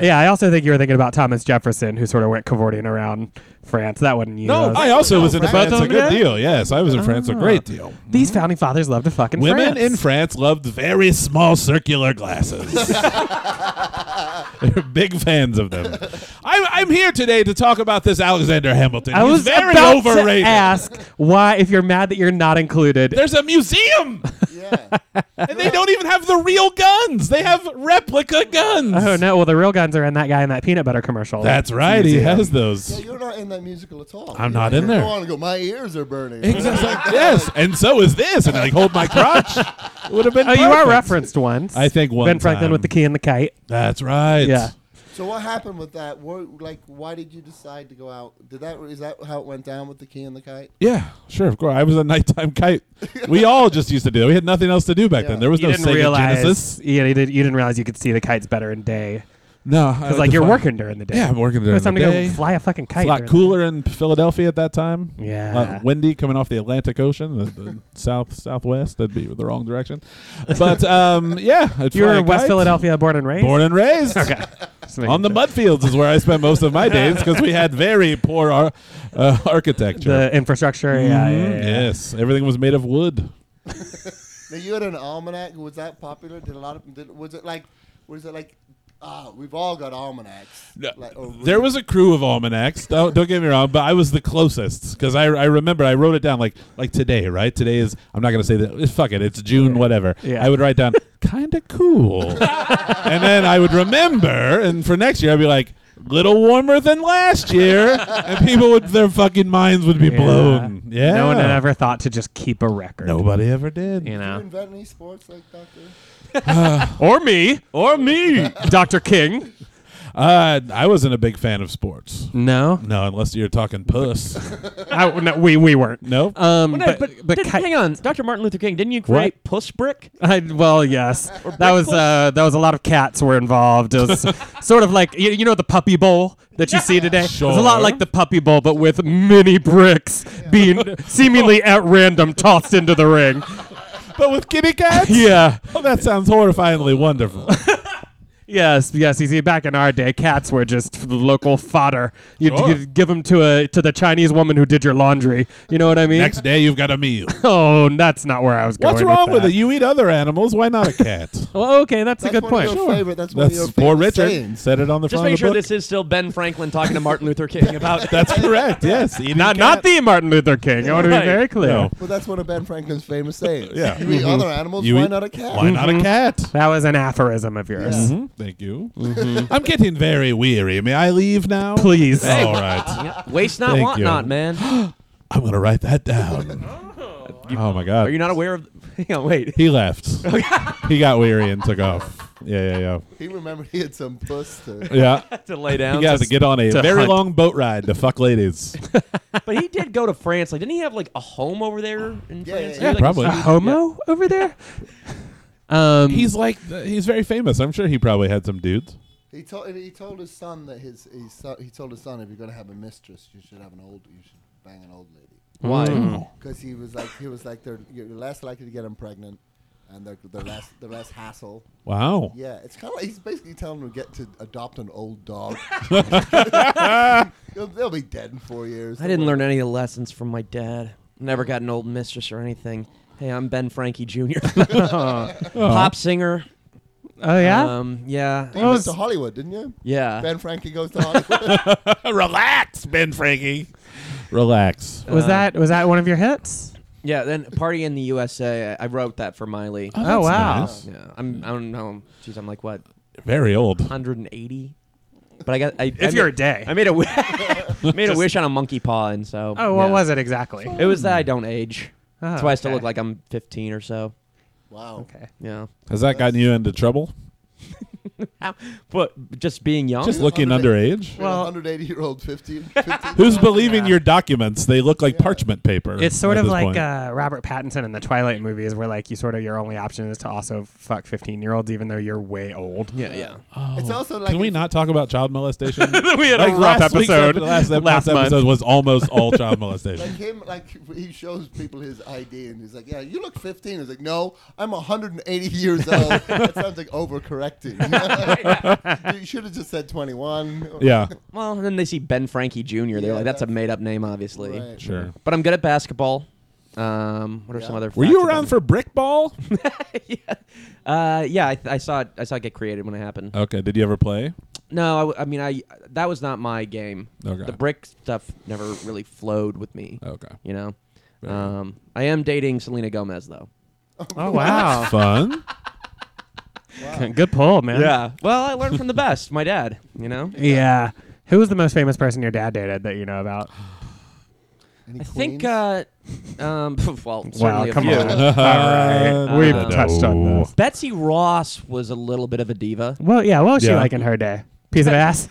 [SPEAKER 4] yeah, I also think you were thinking about Thomas Jefferson, who sort of went cavorting around France. That wasn't you. That was-
[SPEAKER 3] I also was in
[SPEAKER 5] Both
[SPEAKER 3] France
[SPEAKER 4] of
[SPEAKER 3] a
[SPEAKER 4] them
[SPEAKER 3] good
[SPEAKER 4] did?
[SPEAKER 3] deal. Yes, I was in France a great deal.
[SPEAKER 4] These founding fathers loved to fucking
[SPEAKER 3] Women
[SPEAKER 4] France.
[SPEAKER 3] in France loved very small circular glasses. They're big fans of them. I'm, I'm here today to talk about this Alexander Hamilton.
[SPEAKER 4] I
[SPEAKER 3] He's
[SPEAKER 4] was
[SPEAKER 3] very
[SPEAKER 4] about
[SPEAKER 3] overrated.
[SPEAKER 4] to ask why, if you're mad that you're not included.
[SPEAKER 3] There's a museum,
[SPEAKER 5] Yeah.
[SPEAKER 3] and they don't even have the real guns. They have replica guns.
[SPEAKER 4] oh no! Well, the real guns are in that guy in that peanut butter commercial.
[SPEAKER 3] That's right. He has those.
[SPEAKER 5] Yeah, you're not in that musical at all.
[SPEAKER 3] I'm
[SPEAKER 5] You're
[SPEAKER 3] not
[SPEAKER 5] like,
[SPEAKER 3] in there.
[SPEAKER 5] Go on and go. My ears are burning.
[SPEAKER 3] Exactly. yes, and so is this. And I like hold my crotch. It would have been.
[SPEAKER 4] Oh, you are
[SPEAKER 3] perfect.
[SPEAKER 4] referenced once.
[SPEAKER 3] I think one
[SPEAKER 4] Ben Franklin
[SPEAKER 3] time.
[SPEAKER 4] with the key and the kite.
[SPEAKER 3] That's right.
[SPEAKER 4] Yeah.
[SPEAKER 5] So what happened with that? Were, like, why did you decide to go out? Did that is that how it went down with the key and the kite?
[SPEAKER 3] Yeah, sure, of course. I was a nighttime kite. We all just used to do. it. We had nothing else to do back then.
[SPEAKER 5] Yeah.
[SPEAKER 3] There was
[SPEAKER 4] you
[SPEAKER 3] no
[SPEAKER 4] didn't
[SPEAKER 3] Sega
[SPEAKER 4] realize.
[SPEAKER 3] Genesis.
[SPEAKER 4] Yeah, you, did, you didn't realize you could see the kites better in day.
[SPEAKER 3] No,
[SPEAKER 4] Because like you're working during the day.
[SPEAKER 3] Yeah, I'm working during
[SPEAKER 4] It's time
[SPEAKER 3] the
[SPEAKER 4] to
[SPEAKER 3] day.
[SPEAKER 4] go fly a fucking
[SPEAKER 3] It's
[SPEAKER 4] kite.
[SPEAKER 3] a lot
[SPEAKER 4] during the-
[SPEAKER 3] cooler in Philadelphia at that time.
[SPEAKER 4] Yeah.
[SPEAKER 3] A lot windy coming off the Atlantic Ocean, the, the south southwest. That'd be the wrong direction. But um, yeah, I'd
[SPEAKER 4] You were
[SPEAKER 3] fly a
[SPEAKER 4] in West
[SPEAKER 3] kite.
[SPEAKER 4] Philadelphia, born and raised.
[SPEAKER 3] born and raised.
[SPEAKER 4] Okay. Just making
[SPEAKER 3] on the
[SPEAKER 4] sure.
[SPEAKER 3] mud fields is where I spent most of my days because we had very poor ar- uh, architecture. Mm-hmm.
[SPEAKER 4] The infrastructure. Yeah,
[SPEAKER 2] Mm-hmm.
[SPEAKER 4] yeah, yeah, yeah.
[SPEAKER 3] Yes, everything was made of wood.
[SPEAKER 5] Now you had an almanac. Was that popular? Did a lot of did, was it like was it like ah we've all got almanacs. Like, oh, or
[SPEAKER 3] There was a crew of almanacs. Don't, don't get me wrong, but I was the closest because I, I remember I wrote it down like like today, right? Today is I'm not gonna say that. it's- Fuck it, it's June, whatever.
[SPEAKER 4] Yeah.
[SPEAKER 3] I would write down kind of cool, and then I would remember, and for next year I'd be like little warmer than last year, and people would their fucking minds would be
[SPEAKER 4] Yeah.
[SPEAKER 3] blown. Yeah,
[SPEAKER 4] No one had ever thought to just keep a record.
[SPEAKER 3] Nobody ever did.
[SPEAKER 4] You
[SPEAKER 5] Did you
[SPEAKER 4] know.
[SPEAKER 5] invent any sports like Doctor?
[SPEAKER 4] Or me. Or me. Dr. King.
[SPEAKER 3] Uh, I wasn't a big fan of sports.
[SPEAKER 4] No.
[SPEAKER 3] No, unless you're talking puss.
[SPEAKER 4] I, no we, we weren't.
[SPEAKER 3] No.
[SPEAKER 4] Um,
[SPEAKER 2] Well, no,
[SPEAKER 4] but, but,
[SPEAKER 2] did-
[SPEAKER 4] ki-
[SPEAKER 2] hang on, Dr. Martin Luther King, didn't you create
[SPEAKER 3] What?
[SPEAKER 2] Puss Brick?
[SPEAKER 4] I, well, yes, that was uh, that was a lot of cats were involved. It was sort of like you, you know the puppy bowl that you see today. It was a
[SPEAKER 3] Sure.
[SPEAKER 4] lot like the puppy bowl, but with mini bricks being seemingly at random tossed into the ring.
[SPEAKER 3] but with kitty cats?
[SPEAKER 4] Yeah.
[SPEAKER 3] Oh, that sounds horrifyingly wonderful.
[SPEAKER 4] Yes, yes. You see, back in our day, cats were just local fodder. You'd,
[SPEAKER 3] Sure.
[SPEAKER 4] you'd give them to a to the Chinese woman who did your laundry. You know what I mean?
[SPEAKER 3] Next day, you've got a meal.
[SPEAKER 4] Oh, that's not where I was
[SPEAKER 3] What's
[SPEAKER 4] going.
[SPEAKER 3] wrong with
[SPEAKER 4] that.
[SPEAKER 3] it? You eat other animals. Why not a cat?
[SPEAKER 4] Well, okay, that's,
[SPEAKER 5] That's
[SPEAKER 4] a good
[SPEAKER 5] one
[SPEAKER 4] point.
[SPEAKER 5] Of your favorite. That's, one of your
[SPEAKER 3] That's poor
[SPEAKER 5] favorite
[SPEAKER 3] Richard.
[SPEAKER 5] sayings.
[SPEAKER 3] Said it on the
[SPEAKER 2] Just
[SPEAKER 3] front
[SPEAKER 2] make
[SPEAKER 3] of the
[SPEAKER 2] sure
[SPEAKER 3] book.
[SPEAKER 2] this is still Ben Franklin talking to Martin Luther King about.
[SPEAKER 3] That's correct. Yes. Eating
[SPEAKER 4] Not
[SPEAKER 3] cat.
[SPEAKER 4] not the Martin Luther King. I want to
[SPEAKER 2] Right.
[SPEAKER 4] be very clear.
[SPEAKER 3] No.
[SPEAKER 5] Well, that's one of Ben Franklin's famous sayings.
[SPEAKER 3] Yeah.
[SPEAKER 5] You eat other animals.
[SPEAKER 3] You
[SPEAKER 5] why
[SPEAKER 3] eat-
[SPEAKER 5] not a cat?
[SPEAKER 3] Why not a cat?
[SPEAKER 4] That was an aphorism of yours.
[SPEAKER 5] Yeah.
[SPEAKER 3] Thank you. I'm getting very weary. May I leave now?
[SPEAKER 4] Please.
[SPEAKER 3] All right.
[SPEAKER 2] Yeah, waste not,
[SPEAKER 3] Thank
[SPEAKER 2] want
[SPEAKER 3] you.
[SPEAKER 2] not, man.
[SPEAKER 3] I'm going to write that down. oh, my God.
[SPEAKER 2] Are you not aware of? Hang on, wait.
[SPEAKER 3] he left. he got weary and took off. Yeah, yeah, yeah.
[SPEAKER 5] He remembered he had some puss to.
[SPEAKER 3] Yeah.
[SPEAKER 2] to lay down.
[SPEAKER 3] You guys
[SPEAKER 2] to-
[SPEAKER 3] get on a
[SPEAKER 4] to
[SPEAKER 3] very
[SPEAKER 4] hunt.
[SPEAKER 3] long boat ride to fuck ladies.
[SPEAKER 2] but he did go to France. Like, didn't he have like a home over there in
[SPEAKER 5] Yeah,
[SPEAKER 2] France?
[SPEAKER 5] yeah, yeah.
[SPEAKER 2] Like,
[SPEAKER 3] Probably.
[SPEAKER 2] a
[SPEAKER 4] A
[SPEAKER 2] studio-
[SPEAKER 4] homo over there? Um,
[SPEAKER 3] he's like he's very famous. I'm sure he probably had some dudes.
[SPEAKER 5] He told he told his son that his, his son, he told his son if you're gonna have a mistress, you should have an old you should bang an old lady.
[SPEAKER 2] Why?
[SPEAKER 3] Mm.
[SPEAKER 5] because he was like he was like they're you're less likely to get them pregnant, and they're they're less they're less hassle.
[SPEAKER 3] Wow.
[SPEAKER 5] Yeah, it's kind of like he's basically telling them to get to adopt an old dog. they'll, they'll be dead in four years.
[SPEAKER 2] I didn't learn any of the lessons from my dad. Never got an old mistress or anything. Hey, I'm Ben Frankie Jr.
[SPEAKER 4] Uh-huh.
[SPEAKER 2] Pop singer.
[SPEAKER 4] Oh yeah.
[SPEAKER 2] Um, yeah.
[SPEAKER 5] You went to Hollywood, didn't you?
[SPEAKER 2] Yeah.
[SPEAKER 5] Ben Frankie goes to Hollywood.
[SPEAKER 3] Relax, Ben Frankie. Relax.
[SPEAKER 4] was that was that one of your hits?
[SPEAKER 2] Yeah, then Party in the USA. I I wrote that for Miley.
[SPEAKER 4] Oh, wow.
[SPEAKER 2] Yeah, I'm. I don't know. Jeez, I'm like what,
[SPEAKER 3] Very old.
[SPEAKER 2] 180? But I got. I,
[SPEAKER 4] If you're a day.
[SPEAKER 2] I made a wi- made a wish on a monkey paw, and so.
[SPEAKER 4] Oh, what
[SPEAKER 2] yeah.
[SPEAKER 4] was it exactly?
[SPEAKER 2] It was that I don't age. That's
[SPEAKER 4] Oh,
[SPEAKER 2] why I still
[SPEAKER 4] okay.
[SPEAKER 2] look like I'm 15 or so.
[SPEAKER 5] wow.
[SPEAKER 4] Okay.
[SPEAKER 2] Yeah,
[SPEAKER 3] Has that gotten you into trouble?
[SPEAKER 2] but just being young.
[SPEAKER 3] Just looking
[SPEAKER 5] under-
[SPEAKER 3] underage?
[SPEAKER 5] Well,
[SPEAKER 4] Well-
[SPEAKER 5] 180 year old 15. 15
[SPEAKER 3] Who's believing your documents? They look like parchment paper.
[SPEAKER 4] It's sort
[SPEAKER 3] at
[SPEAKER 4] of
[SPEAKER 3] this
[SPEAKER 4] like
[SPEAKER 3] point.
[SPEAKER 4] uh, Robert Pattinson in the Twilight movies, where like you sort of your only option is to also fuck fifteen year olds, even though you're way old.
[SPEAKER 2] yeah, yeah. Oh.
[SPEAKER 5] It's also like
[SPEAKER 3] Can we
[SPEAKER 5] it's-
[SPEAKER 3] not talk about child molestation?
[SPEAKER 4] we had
[SPEAKER 3] Like last week's episode- last,
[SPEAKER 4] last
[SPEAKER 3] ep- last
[SPEAKER 4] month.
[SPEAKER 3] episode was almost all child molestation.
[SPEAKER 5] Like him, like he shows people his ID and he's like, "Yeah, you look 15." He's like, "No, I'm 180 years old." that sounds like overcorrecting. you should have just said 21.
[SPEAKER 3] yeah,
[SPEAKER 2] Well, then they see Ben Frankie Jr. They're
[SPEAKER 5] Yeah,
[SPEAKER 2] like, that's, a
[SPEAKER 5] that's-
[SPEAKER 2] made up name, obviously.
[SPEAKER 5] Right.
[SPEAKER 3] sure.
[SPEAKER 2] But I'm good at basketball. Um, what are some
[SPEAKER 5] Yeah.
[SPEAKER 2] other?
[SPEAKER 3] Were
[SPEAKER 2] facts
[SPEAKER 3] you
[SPEAKER 2] about
[SPEAKER 3] around
[SPEAKER 2] me?
[SPEAKER 3] for brick ball?
[SPEAKER 2] Uh, yeah, I, th- I saw it. I saw it get created when it happened.
[SPEAKER 3] okay, did you ever play?
[SPEAKER 2] No, I w- I, mean I that was not my game.
[SPEAKER 3] Okay.
[SPEAKER 2] The brick stuff never really flowed with me.
[SPEAKER 3] Okay.
[SPEAKER 2] You know,
[SPEAKER 3] Right.
[SPEAKER 2] um, I am dating Selena Gomez though.
[SPEAKER 4] Oh wow,
[SPEAKER 3] Fun.
[SPEAKER 4] good pull, man.
[SPEAKER 2] Well, I learned from the best, my dad. You know.
[SPEAKER 4] yeah. Who was the most famous person your dad dated that you know about?
[SPEAKER 5] Any
[SPEAKER 2] I think.
[SPEAKER 5] queens?
[SPEAKER 2] Uh, um. Well,
[SPEAKER 4] Wow,
[SPEAKER 2] certainly a
[SPEAKER 4] come
[SPEAKER 2] few.
[SPEAKER 4] on. All right.
[SPEAKER 3] Uh,
[SPEAKER 4] We've
[SPEAKER 2] no.
[SPEAKER 4] touched on this.
[SPEAKER 2] Betsy Ross was a little bit of a diva.
[SPEAKER 4] Well, yeah. What was she
[SPEAKER 3] Yeah.
[SPEAKER 4] like in her day? Piece of ass.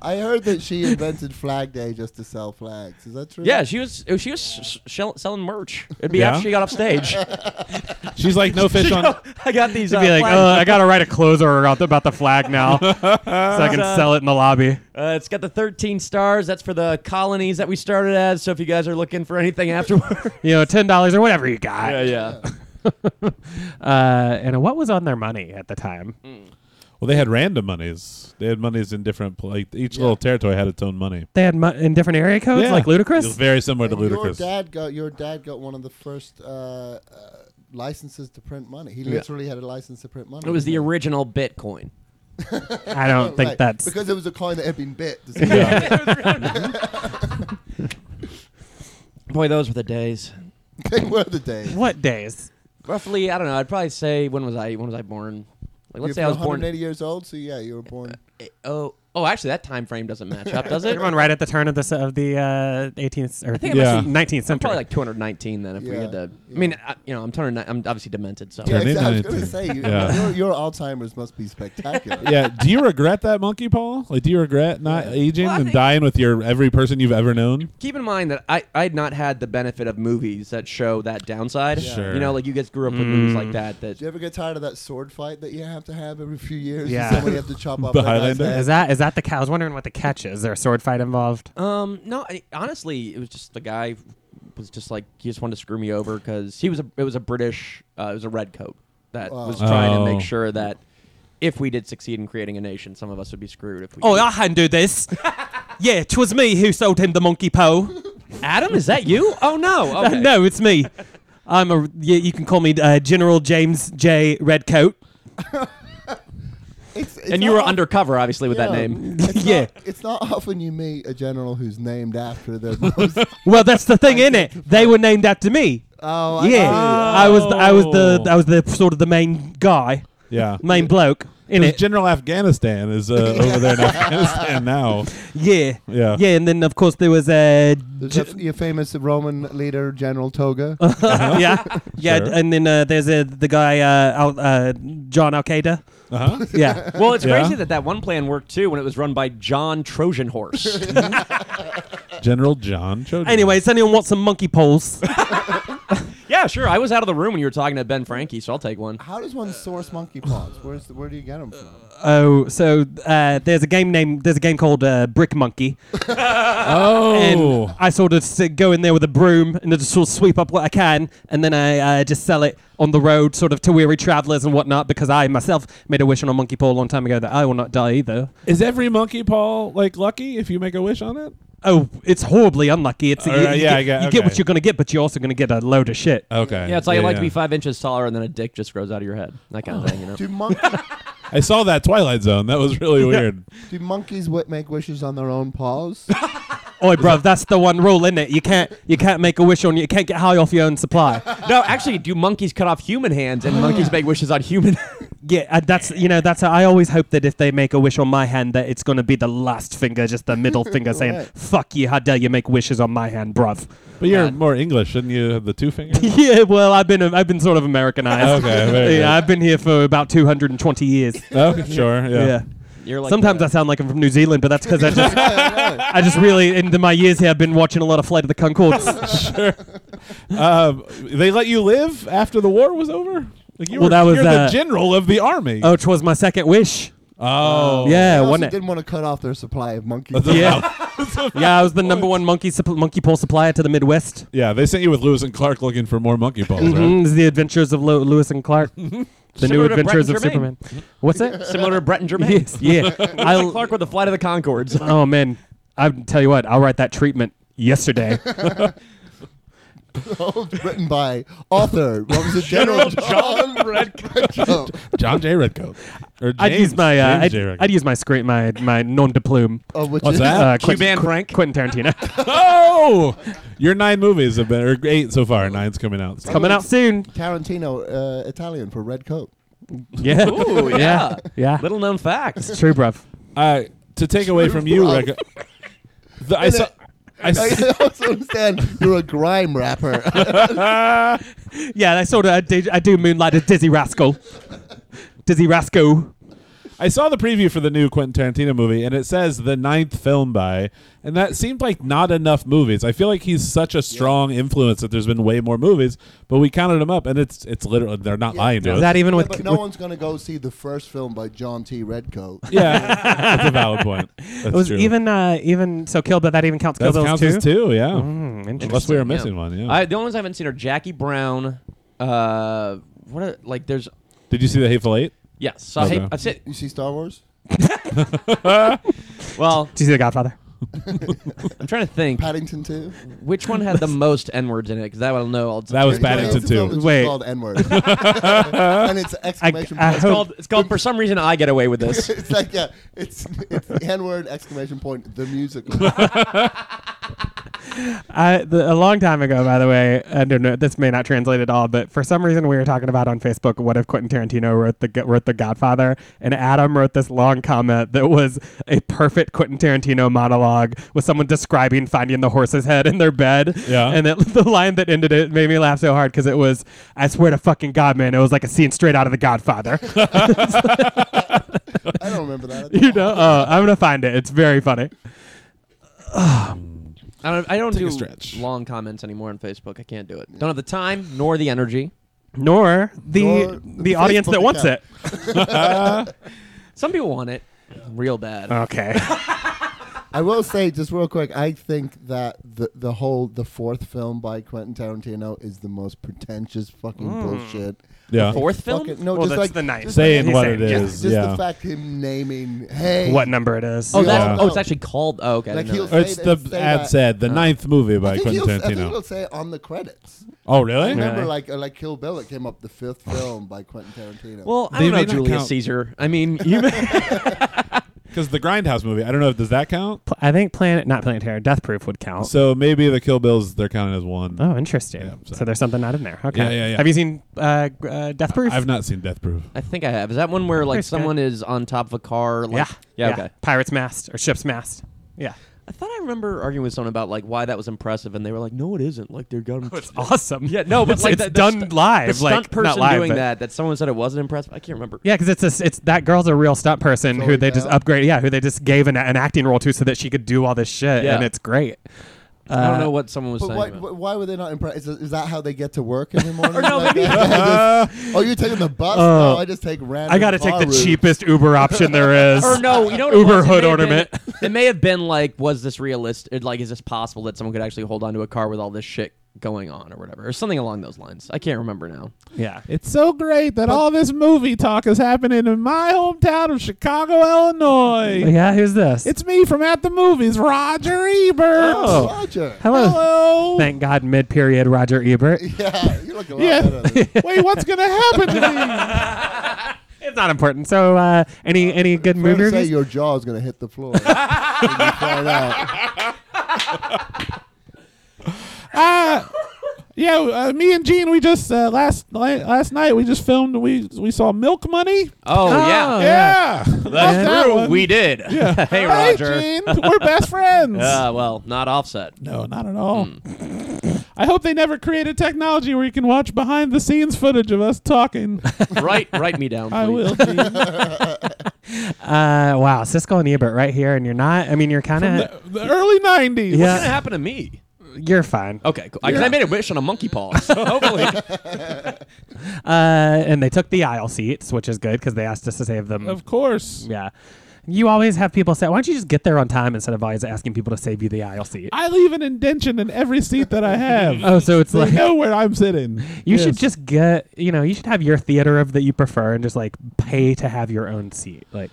[SPEAKER 5] I heard that she invented Flag Day just to sell flags. Is that true?
[SPEAKER 2] Yeah, she was she was sh- sh- selling merch. It'd be
[SPEAKER 3] Yeah?
[SPEAKER 2] after she got off stage.
[SPEAKER 3] She's like no fish on.
[SPEAKER 2] I got these.
[SPEAKER 4] She'd
[SPEAKER 2] uh,
[SPEAKER 4] be like,
[SPEAKER 2] flags.
[SPEAKER 4] oh, I gotta write a closer about the, about the flag now, so I can
[SPEAKER 2] Uh,
[SPEAKER 4] sell it in the lobby.
[SPEAKER 2] Uh, it's got the 13 stars. That's for the colonies that we started as. So if you guys are looking for anything afterward,
[SPEAKER 4] You know, ten dollars or whatever you got.
[SPEAKER 2] yeah.
[SPEAKER 4] Uh, and what was on their money at the time?
[SPEAKER 3] Well, they had random monies. They had monies in different. Pl- like each little territory had its own money.
[SPEAKER 4] They had mo- in different area codes, like
[SPEAKER 3] It was
[SPEAKER 4] ludicrous.
[SPEAKER 3] very similar to
[SPEAKER 5] And Your
[SPEAKER 3] ludicrous.
[SPEAKER 5] dad got your dad got one of the first uh, uh, licenses to print money. He literally had a license to print money.
[SPEAKER 2] It was the
[SPEAKER 5] didn't he?
[SPEAKER 2] original Bitcoin.
[SPEAKER 4] I don't think
[SPEAKER 5] Right,
[SPEAKER 4] that's
[SPEAKER 5] because it was a coin that had been bit.
[SPEAKER 3] Yeah.
[SPEAKER 2] Boy, those were the days.
[SPEAKER 5] they were the days.
[SPEAKER 4] what days.
[SPEAKER 2] Roughly, I don't know. I'd probably say when was I? When was I born? Like, let's say
[SPEAKER 5] You're
[SPEAKER 2] I was born.
[SPEAKER 5] 180 years old, so yeah, you were born.
[SPEAKER 2] Oh, oh, actually, that time frame doesn't match up, does it?
[SPEAKER 4] Everyone right at the turn of the s- of the uh, 18th or
[SPEAKER 2] think
[SPEAKER 3] it must be-
[SPEAKER 4] 19th
[SPEAKER 2] I'm
[SPEAKER 4] century.
[SPEAKER 2] probably like 219 then. If we
[SPEAKER 5] Yeah,
[SPEAKER 2] had to, I
[SPEAKER 5] yeah.
[SPEAKER 2] mean, I, you know, I'm 209. I'm obviously demented, so.
[SPEAKER 5] Yeah,
[SPEAKER 3] Turn in
[SPEAKER 5] exactly. I was gonna
[SPEAKER 3] 19.
[SPEAKER 5] say you,
[SPEAKER 3] Yeah.
[SPEAKER 5] your, your Alzheimer's must be spectacular.
[SPEAKER 3] yeah. Do you regret that monkey paw? Like, do you regret not aging
[SPEAKER 2] Well, I
[SPEAKER 3] and
[SPEAKER 2] think-
[SPEAKER 3] dying with your every person you've ever known?
[SPEAKER 2] keep in mind that I I had not had the benefit of movies that show that downside.
[SPEAKER 3] Sure.
[SPEAKER 2] You know, like you guys grew up with movies like that. That
[SPEAKER 5] Do you ever get tired of that sword fight that you have to have every few years?
[SPEAKER 4] Yeah.
[SPEAKER 5] Somebody have to chop off
[SPEAKER 3] The
[SPEAKER 5] that guy's
[SPEAKER 3] Highlander?
[SPEAKER 5] head?
[SPEAKER 4] is that is that the cow? I was wondering what the catch is. Is there a sword fight involved?
[SPEAKER 2] Um, no, I, honestly, it was just the guy was just like he just wanted to screw me over because he was a it was a British uh, it was a redcoat that was
[SPEAKER 5] Oh.
[SPEAKER 2] trying to make
[SPEAKER 3] Oh.
[SPEAKER 2] sure that if we did succeed in creating a nation, some of us would be screwed. If we
[SPEAKER 4] Oh,
[SPEAKER 2] didn't.
[SPEAKER 4] I can do this. yeah, 'twas me who sold him the monkey paw.
[SPEAKER 2] Adam, is that you? Oh no, okay.
[SPEAKER 4] no, it's me. I'm a. You, you can call me uh, General James J. Redcoat.
[SPEAKER 5] It's- it's
[SPEAKER 2] And you were
[SPEAKER 5] not-
[SPEAKER 2] undercover, obviously, with that
[SPEAKER 5] yeah.
[SPEAKER 2] name.
[SPEAKER 5] It's
[SPEAKER 4] Yeah.
[SPEAKER 5] Not, it's not often you meet a general who's named after their most.
[SPEAKER 4] Well, that's the thing, in it. They were named after me.
[SPEAKER 5] Oh, I
[SPEAKER 4] yeah,
[SPEAKER 5] see.
[SPEAKER 4] I was. The, I was the.
[SPEAKER 3] Oh.
[SPEAKER 4] I was the sort of the main guy,
[SPEAKER 3] Yeah.
[SPEAKER 4] main bloke in
[SPEAKER 3] Because
[SPEAKER 4] it.
[SPEAKER 3] General Afghanistan is uh, over there in Afghanistan now.
[SPEAKER 4] yeah,
[SPEAKER 3] Yeah.
[SPEAKER 4] yeah. And then of course there was uh, a.
[SPEAKER 5] There's a f- your famous Roman leader, General Toga.
[SPEAKER 2] Uh.
[SPEAKER 4] yeah, yeah.
[SPEAKER 3] Sure.
[SPEAKER 4] And then uh, there's a, the guy uh, Al, uh, John Al Qaeda.
[SPEAKER 3] Uh-huh.
[SPEAKER 4] Yeah.
[SPEAKER 2] Well, it's
[SPEAKER 3] Yeah.
[SPEAKER 2] crazy that that one plan worked too when it was run by John Trojan Horse.
[SPEAKER 3] General John Choden.
[SPEAKER 4] Anyways, anyone want some monkey poles?
[SPEAKER 2] yeah, Yeah, sure. I was out of the room when you were talking to Ben Frankie, so I'll take one.
[SPEAKER 5] How does one source monkeypox? Where's the, where do you get them from?
[SPEAKER 4] Oh, so uh, there's a game named there's a game called uh, Brick Monkey,
[SPEAKER 3] Oh.
[SPEAKER 2] uh,
[SPEAKER 4] and I sort of s- go in there with a broom and I just sort of sweep up what I can, and then I uh, just sell it on the road, sort of to weary travelers and whatnot, because I myself made a wish on a monkey paw a long time ago that I will not die either.
[SPEAKER 3] is every monkey paw like lucky if you make a wish on it?
[SPEAKER 4] Oh, it's horribly unlucky. It's you,
[SPEAKER 3] Alright,
[SPEAKER 4] you
[SPEAKER 3] Uh,
[SPEAKER 4] get,
[SPEAKER 3] yeah, I get-
[SPEAKER 4] you get
[SPEAKER 3] okay.
[SPEAKER 4] what you're gonna get, but you're also gonna get a load of shit.
[SPEAKER 3] Okay.
[SPEAKER 2] Yeah, it's like I like to be five inches taller, and then a dick just grows out of your head. That kind of thing, you know.
[SPEAKER 5] Do monkey
[SPEAKER 3] I saw that Twilight Zone. That was really weird.
[SPEAKER 5] do monkeys wi- make wishes on their own paws?
[SPEAKER 4] Oi, bruv, that's the one rule, is it? You can't you can't make a wish on you can't get high off your own supply.
[SPEAKER 2] No, actually, do monkeys cut off human hands and monkeys make wishes on human?
[SPEAKER 4] Yeah, uh, that's you know that's I always hope that if they make a wish on my hand that it's gonna be the last finger, just the middle finger saying
[SPEAKER 5] Right.
[SPEAKER 4] "fuck you, how dare you make wishes on my hand, bruv."
[SPEAKER 3] But you're more English, shouldn't you have the two fingers?
[SPEAKER 4] yeah, well, I've been I've been sort of Americanized.
[SPEAKER 3] Okay, very good.
[SPEAKER 4] yeah, I've been here for about 220 years.
[SPEAKER 3] oh, sure.
[SPEAKER 4] Yeah.
[SPEAKER 3] Yeah.
[SPEAKER 2] You're like
[SPEAKER 4] Sometimes
[SPEAKER 2] the-
[SPEAKER 3] uh,
[SPEAKER 4] I sound like I'm from New Zealand, but that's because I just
[SPEAKER 5] Yeah, right.
[SPEAKER 4] I just really into my years here I've been watching a lot of Flight of the Concords.
[SPEAKER 3] Sure. Um, they let you live after the war was over. Like you
[SPEAKER 4] Well,
[SPEAKER 3] were,
[SPEAKER 4] that was,
[SPEAKER 3] you're
[SPEAKER 4] uh,
[SPEAKER 3] the general of the army.
[SPEAKER 4] oh, it was my second wish.
[SPEAKER 3] Oh.
[SPEAKER 5] They
[SPEAKER 4] yeah,
[SPEAKER 5] also
[SPEAKER 4] one. e-
[SPEAKER 5] didn't want to cut off their supply of monkeys.
[SPEAKER 3] That's a-
[SPEAKER 4] Yeah. yeah, I was the number one monkey supp- monkey pole supplier to the Midwest.
[SPEAKER 3] Yeah, they sent you with Lewis and Clark looking for more monkey balls, right?
[SPEAKER 4] Mhm, it's the Adventures of Lo- Lewis and Clark. The New
[SPEAKER 2] Similar to Brett
[SPEAKER 4] Adventures
[SPEAKER 2] and
[SPEAKER 4] of Superman.
[SPEAKER 2] Jermaine.
[SPEAKER 4] What's it?
[SPEAKER 2] similar to Brett and Jermaine.
[SPEAKER 4] yes, yeah.
[SPEAKER 2] Like
[SPEAKER 4] I'll,
[SPEAKER 2] Clark with the flight of the Concords.
[SPEAKER 4] oh man, I tell you what, I'll write that treatment yesterday.
[SPEAKER 5] written by author. What was it? General John Redcoat.
[SPEAKER 3] John J. Redcoat. Or
[SPEAKER 4] I'd
[SPEAKER 3] James-
[SPEAKER 4] use my uh,
[SPEAKER 3] James
[SPEAKER 4] I'd,
[SPEAKER 3] J. Redcoat.
[SPEAKER 4] I'd use my screen my my non de plume.
[SPEAKER 5] Oh, which
[SPEAKER 3] What's
[SPEAKER 5] is
[SPEAKER 3] that?
[SPEAKER 4] Uh,
[SPEAKER 2] Cuban
[SPEAKER 4] Qu-
[SPEAKER 2] Frank.
[SPEAKER 4] Quentin Tarantino
[SPEAKER 3] Oh, your nine movies have been, or eight so far. Nine's coming out. soon.
[SPEAKER 4] coming out soon.
[SPEAKER 5] Tarantino, uh, Italian for red coat.
[SPEAKER 4] Yeah,
[SPEAKER 2] Ooh, yeah.
[SPEAKER 4] yeah.
[SPEAKER 2] Little known fact.
[SPEAKER 4] It's true, bruv.
[SPEAKER 3] Uh, to take away from you,
[SPEAKER 5] Rob.
[SPEAKER 3] Rick, the, I saw. I
[SPEAKER 5] I
[SPEAKER 3] s-
[SPEAKER 5] also understand you're a grime rapper.
[SPEAKER 4] Yeah, I sort of I do, I do moonlight as Dizzy Rascal. Dizzy Rascal.
[SPEAKER 3] I saw the preview for the new Quentin Tarantino movie, and it says the ninth film by, and that seemed like not enough movies. I feel like he's such a strong influence that there's been way more movies, but we counted them up, and it's it's literally they're not lying to
[SPEAKER 4] Is
[SPEAKER 3] us.
[SPEAKER 4] that even
[SPEAKER 5] Yeah,
[SPEAKER 4] with
[SPEAKER 5] but no one's going to go see the first film by John T. Redcoat.
[SPEAKER 3] yeah, that's a valid point. That's
[SPEAKER 4] it was
[SPEAKER 3] true.
[SPEAKER 4] even uh, even so Kill Bill that even counts Kill
[SPEAKER 3] that
[SPEAKER 4] Bill
[SPEAKER 3] counts
[SPEAKER 4] too.
[SPEAKER 3] as two, yeah.
[SPEAKER 4] Hmm, interesting.
[SPEAKER 3] Unless we were
[SPEAKER 2] Yeah.
[SPEAKER 3] missing one, yeah.
[SPEAKER 2] I, the only ones I haven't seen are Jackie Brown. Uh, what are, like there's
[SPEAKER 3] Did you see the Hateful Eight?
[SPEAKER 2] yes. So I
[SPEAKER 3] Okay.
[SPEAKER 2] hate, that's it.
[SPEAKER 5] You see Star Wars?
[SPEAKER 2] Well,
[SPEAKER 4] Do you see The Godfather?
[SPEAKER 2] I'm trying to think
[SPEAKER 5] Paddington 2?
[SPEAKER 2] which one had the most n words in it because that I'll know. I'll
[SPEAKER 3] That was
[SPEAKER 5] It's
[SPEAKER 3] Paddington
[SPEAKER 5] a film
[SPEAKER 3] Two.
[SPEAKER 5] that's
[SPEAKER 4] Wait.
[SPEAKER 5] just called N-word. and it's
[SPEAKER 4] I,
[SPEAKER 5] exclamation
[SPEAKER 4] I
[SPEAKER 5] point.
[SPEAKER 2] It's called.
[SPEAKER 4] hope.
[SPEAKER 2] It's called. For some reason, I get away with this.
[SPEAKER 5] it's like, yeah, it's, it's the N-word, exclamation point, the musical.
[SPEAKER 4] I, the, a long time ago, by the way, I don't know. This may not translate at all, but for some reason, we were talking about on Facebook what if Quentin Tarantino wrote the wrote the Godfather, and Adam wrote this long comment that was a perfect Quentin Tarantino monologue with someone describing finding the horse's head in their bed.
[SPEAKER 3] Yeah.
[SPEAKER 4] And it, the line that ended it made me laugh so hard because it was, I swear to fucking God, man, it was like a scene straight out of the Godfather.
[SPEAKER 5] I don't remember that. at
[SPEAKER 4] you
[SPEAKER 5] all.
[SPEAKER 4] know, uh, I'm gonna find it. It's very funny.
[SPEAKER 2] I don't. I don't
[SPEAKER 3] Take a
[SPEAKER 2] do
[SPEAKER 3] stretch.
[SPEAKER 2] long comments anymore on Facebook. I can't do it. Don't have the time nor the energy.
[SPEAKER 4] Nor the
[SPEAKER 5] Nor
[SPEAKER 4] the,
[SPEAKER 5] the
[SPEAKER 4] audience that
[SPEAKER 5] Facebook
[SPEAKER 4] wants
[SPEAKER 5] account.
[SPEAKER 4] it.
[SPEAKER 2] Some people want it real bad.
[SPEAKER 4] Okay.
[SPEAKER 5] I will say just real quick, I think that the the whole the fourth film by Quentin Tarantino is the most pretentious fucking
[SPEAKER 4] Hmm.
[SPEAKER 5] bullshit.
[SPEAKER 3] Yeah.
[SPEAKER 2] Fourth film.
[SPEAKER 5] Fucking, no,
[SPEAKER 4] Well,
[SPEAKER 5] just
[SPEAKER 4] that's
[SPEAKER 5] like
[SPEAKER 4] the ninth.
[SPEAKER 5] just
[SPEAKER 3] Saying
[SPEAKER 4] He's
[SPEAKER 3] what
[SPEAKER 4] saying,
[SPEAKER 3] it
[SPEAKER 4] yeah.
[SPEAKER 3] is,
[SPEAKER 5] Just
[SPEAKER 3] yeah.
[SPEAKER 5] the fact him naming hey
[SPEAKER 4] what number it is.
[SPEAKER 2] Oh, that's,
[SPEAKER 3] Yeah.
[SPEAKER 2] oh, it's actually called. Oh, okay. I
[SPEAKER 5] Like
[SPEAKER 2] didn't know that.
[SPEAKER 5] he'll
[SPEAKER 3] Or it's
[SPEAKER 5] Say
[SPEAKER 3] the
[SPEAKER 5] that- say
[SPEAKER 3] ad
[SPEAKER 5] that.
[SPEAKER 3] said the ninth movie by
[SPEAKER 5] I think,
[SPEAKER 3] Quentin
[SPEAKER 5] he'll, I think
[SPEAKER 3] Tarantino.
[SPEAKER 5] he'll say on the credits.
[SPEAKER 3] Oh, really?
[SPEAKER 5] Remember,
[SPEAKER 4] Really?
[SPEAKER 5] like uh, like Kill Bill, it came up the fifth film by Quentin Tarantino.
[SPEAKER 2] Well, I
[SPEAKER 3] They
[SPEAKER 2] don't know
[SPEAKER 3] may not
[SPEAKER 2] Julius
[SPEAKER 3] count.
[SPEAKER 2] Caesar. I mean, you,
[SPEAKER 3] Because the Grindhouse movie, I don't know if does that count.
[SPEAKER 4] Pl- I think Planet, not Planet Terror, Death Proof would count.
[SPEAKER 3] So maybe the Kill Bills they're counting as one.
[SPEAKER 4] oh, interesting.
[SPEAKER 3] Yeah,
[SPEAKER 4] so.
[SPEAKER 3] so-
[SPEAKER 4] there's something not in there. Okay.
[SPEAKER 3] Yeah, yeah, yeah.
[SPEAKER 4] Have you seen uh, g- uh, Death Proof?
[SPEAKER 3] I've not seen Death Proof.
[SPEAKER 2] I think I have. Is that one where like
[SPEAKER 4] Chris,
[SPEAKER 2] someone is on top of a car?
[SPEAKER 4] yeah.
[SPEAKER 2] Like, yeah. Okay.
[SPEAKER 4] Pirates Mast or Ship's Mast. Yeah.
[SPEAKER 2] I thought I remember arguing with someone about like why that was impressive, and they were like, "No, it isn't. Like they're gonna."
[SPEAKER 4] It's awesome.
[SPEAKER 2] Yeah, no, but
[SPEAKER 4] it's,
[SPEAKER 2] like
[SPEAKER 4] it's
[SPEAKER 2] that- the
[SPEAKER 4] done
[SPEAKER 2] stu-
[SPEAKER 4] live.
[SPEAKER 2] the stunt
[SPEAKER 4] like,
[SPEAKER 2] person
[SPEAKER 4] not live,
[SPEAKER 2] doing
[SPEAKER 4] but-
[SPEAKER 2] that that someone said it wasn't impressive. I can't remember.
[SPEAKER 4] Yeah, because it's a, s- it's that girl's a real stunt person who
[SPEAKER 5] Zoe
[SPEAKER 4] they just
[SPEAKER 5] Bell.
[SPEAKER 4] upgrade. Yeah, who they just gave an, an acting role to so that she could do all this shit,
[SPEAKER 2] Yeah.
[SPEAKER 4] and it's great.
[SPEAKER 2] I don't know what someone was
[SPEAKER 5] But
[SPEAKER 2] saying.
[SPEAKER 5] why,
[SPEAKER 2] about-
[SPEAKER 5] wh- why were they not impressed? Is, is that how they get to work in the morning?
[SPEAKER 2] no,
[SPEAKER 5] like
[SPEAKER 2] maybe-
[SPEAKER 5] that? Just- oh, you're taking the bus?
[SPEAKER 4] Oh.
[SPEAKER 5] no, I just take random.
[SPEAKER 4] I got to take
[SPEAKER 5] car
[SPEAKER 4] the
[SPEAKER 5] routes.
[SPEAKER 4] cheapest Uber option there is.
[SPEAKER 2] or no, you know what it
[SPEAKER 4] Uber
[SPEAKER 2] was? It
[SPEAKER 4] hood
[SPEAKER 2] may have been-
[SPEAKER 4] ornament.
[SPEAKER 2] it may have been like, was this realistic? Like, is this possible that someone could actually hold onto a car with all this shit going on, or whatever, or something along those lines? I can't remember now.
[SPEAKER 4] yeah.
[SPEAKER 3] It's so great that all this movie talk is happening in my hometown of Chicago, Illinois.
[SPEAKER 4] Yeah, who's this?
[SPEAKER 3] It's me from At the Movies, Roger Ebert.
[SPEAKER 4] Oh.
[SPEAKER 5] Roger.
[SPEAKER 4] Hello.
[SPEAKER 3] Hello.
[SPEAKER 4] Thank God, mid period, Roger Ebert.
[SPEAKER 5] Yeah, you look a lot better.
[SPEAKER 3] yeah.
[SPEAKER 5] Than
[SPEAKER 3] Wait, what's gonna happen to me?
[SPEAKER 4] It's not important. So, uh, any any good
[SPEAKER 5] I'm
[SPEAKER 4] movie
[SPEAKER 5] gonna say
[SPEAKER 4] reviews?
[SPEAKER 5] your jaw's gonna hit the floor. when you find out.
[SPEAKER 3] Uh, yeah, uh, me and Gene, we just uh, last la- last night we just filmed. We we saw Milk Money.
[SPEAKER 2] Oh,
[SPEAKER 4] Oh,
[SPEAKER 2] yeah.
[SPEAKER 3] yeah, Love Ah, that one.
[SPEAKER 2] did. hey,
[SPEAKER 3] Hey,
[SPEAKER 2] Roger.
[SPEAKER 3] Gene, we're best friends.
[SPEAKER 2] Uh, well, not offset.
[SPEAKER 3] No, not at all. I hope they never created technology where you can watch behind the scenes footage of us talking.
[SPEAKER 2] Write write me down. Please.
[SPEAKER 3] I will. Gene.
[SPEAKER 4] Uh, wow, Cisco and Ebert right here, and you're not. I mean, you're kind of.
[SPEAKER 3] the, the early '90s.
[SPEAKER 4] Yeah.
[SPEAKER 2] What's gonna happen to me?
[SPEAKER 4] You're fine.
[SPEAKER 3] Oh.
[SPEAKER 2] Okay, cool. I, 'cause I made a wish on a monkey paw. So hopefully,
[SPEAKER 4] Uh, and they took the aisle seats, which is good because they asked us to save them.
[SPEAKER 3] of course.
[SPEAKER 4] yeah. You always have people say, "Why don't you just get there on time instead of always asking people to save you the aisle seat?"
[SPEAKER 3] I leave an indention in every seat that I have.
[SPEAKER 4] oh, so it's
[SPEAKER 3] They
[SPEAKER 4] like
[SPEAKER 3] know where I'm sitting.
[SPEAKER 4] you
[SPEAKER 3] Yes.
[SPEAKER 4] should just get, you know, you should have your theater of that you prefer and just like pay to have your own seat. Like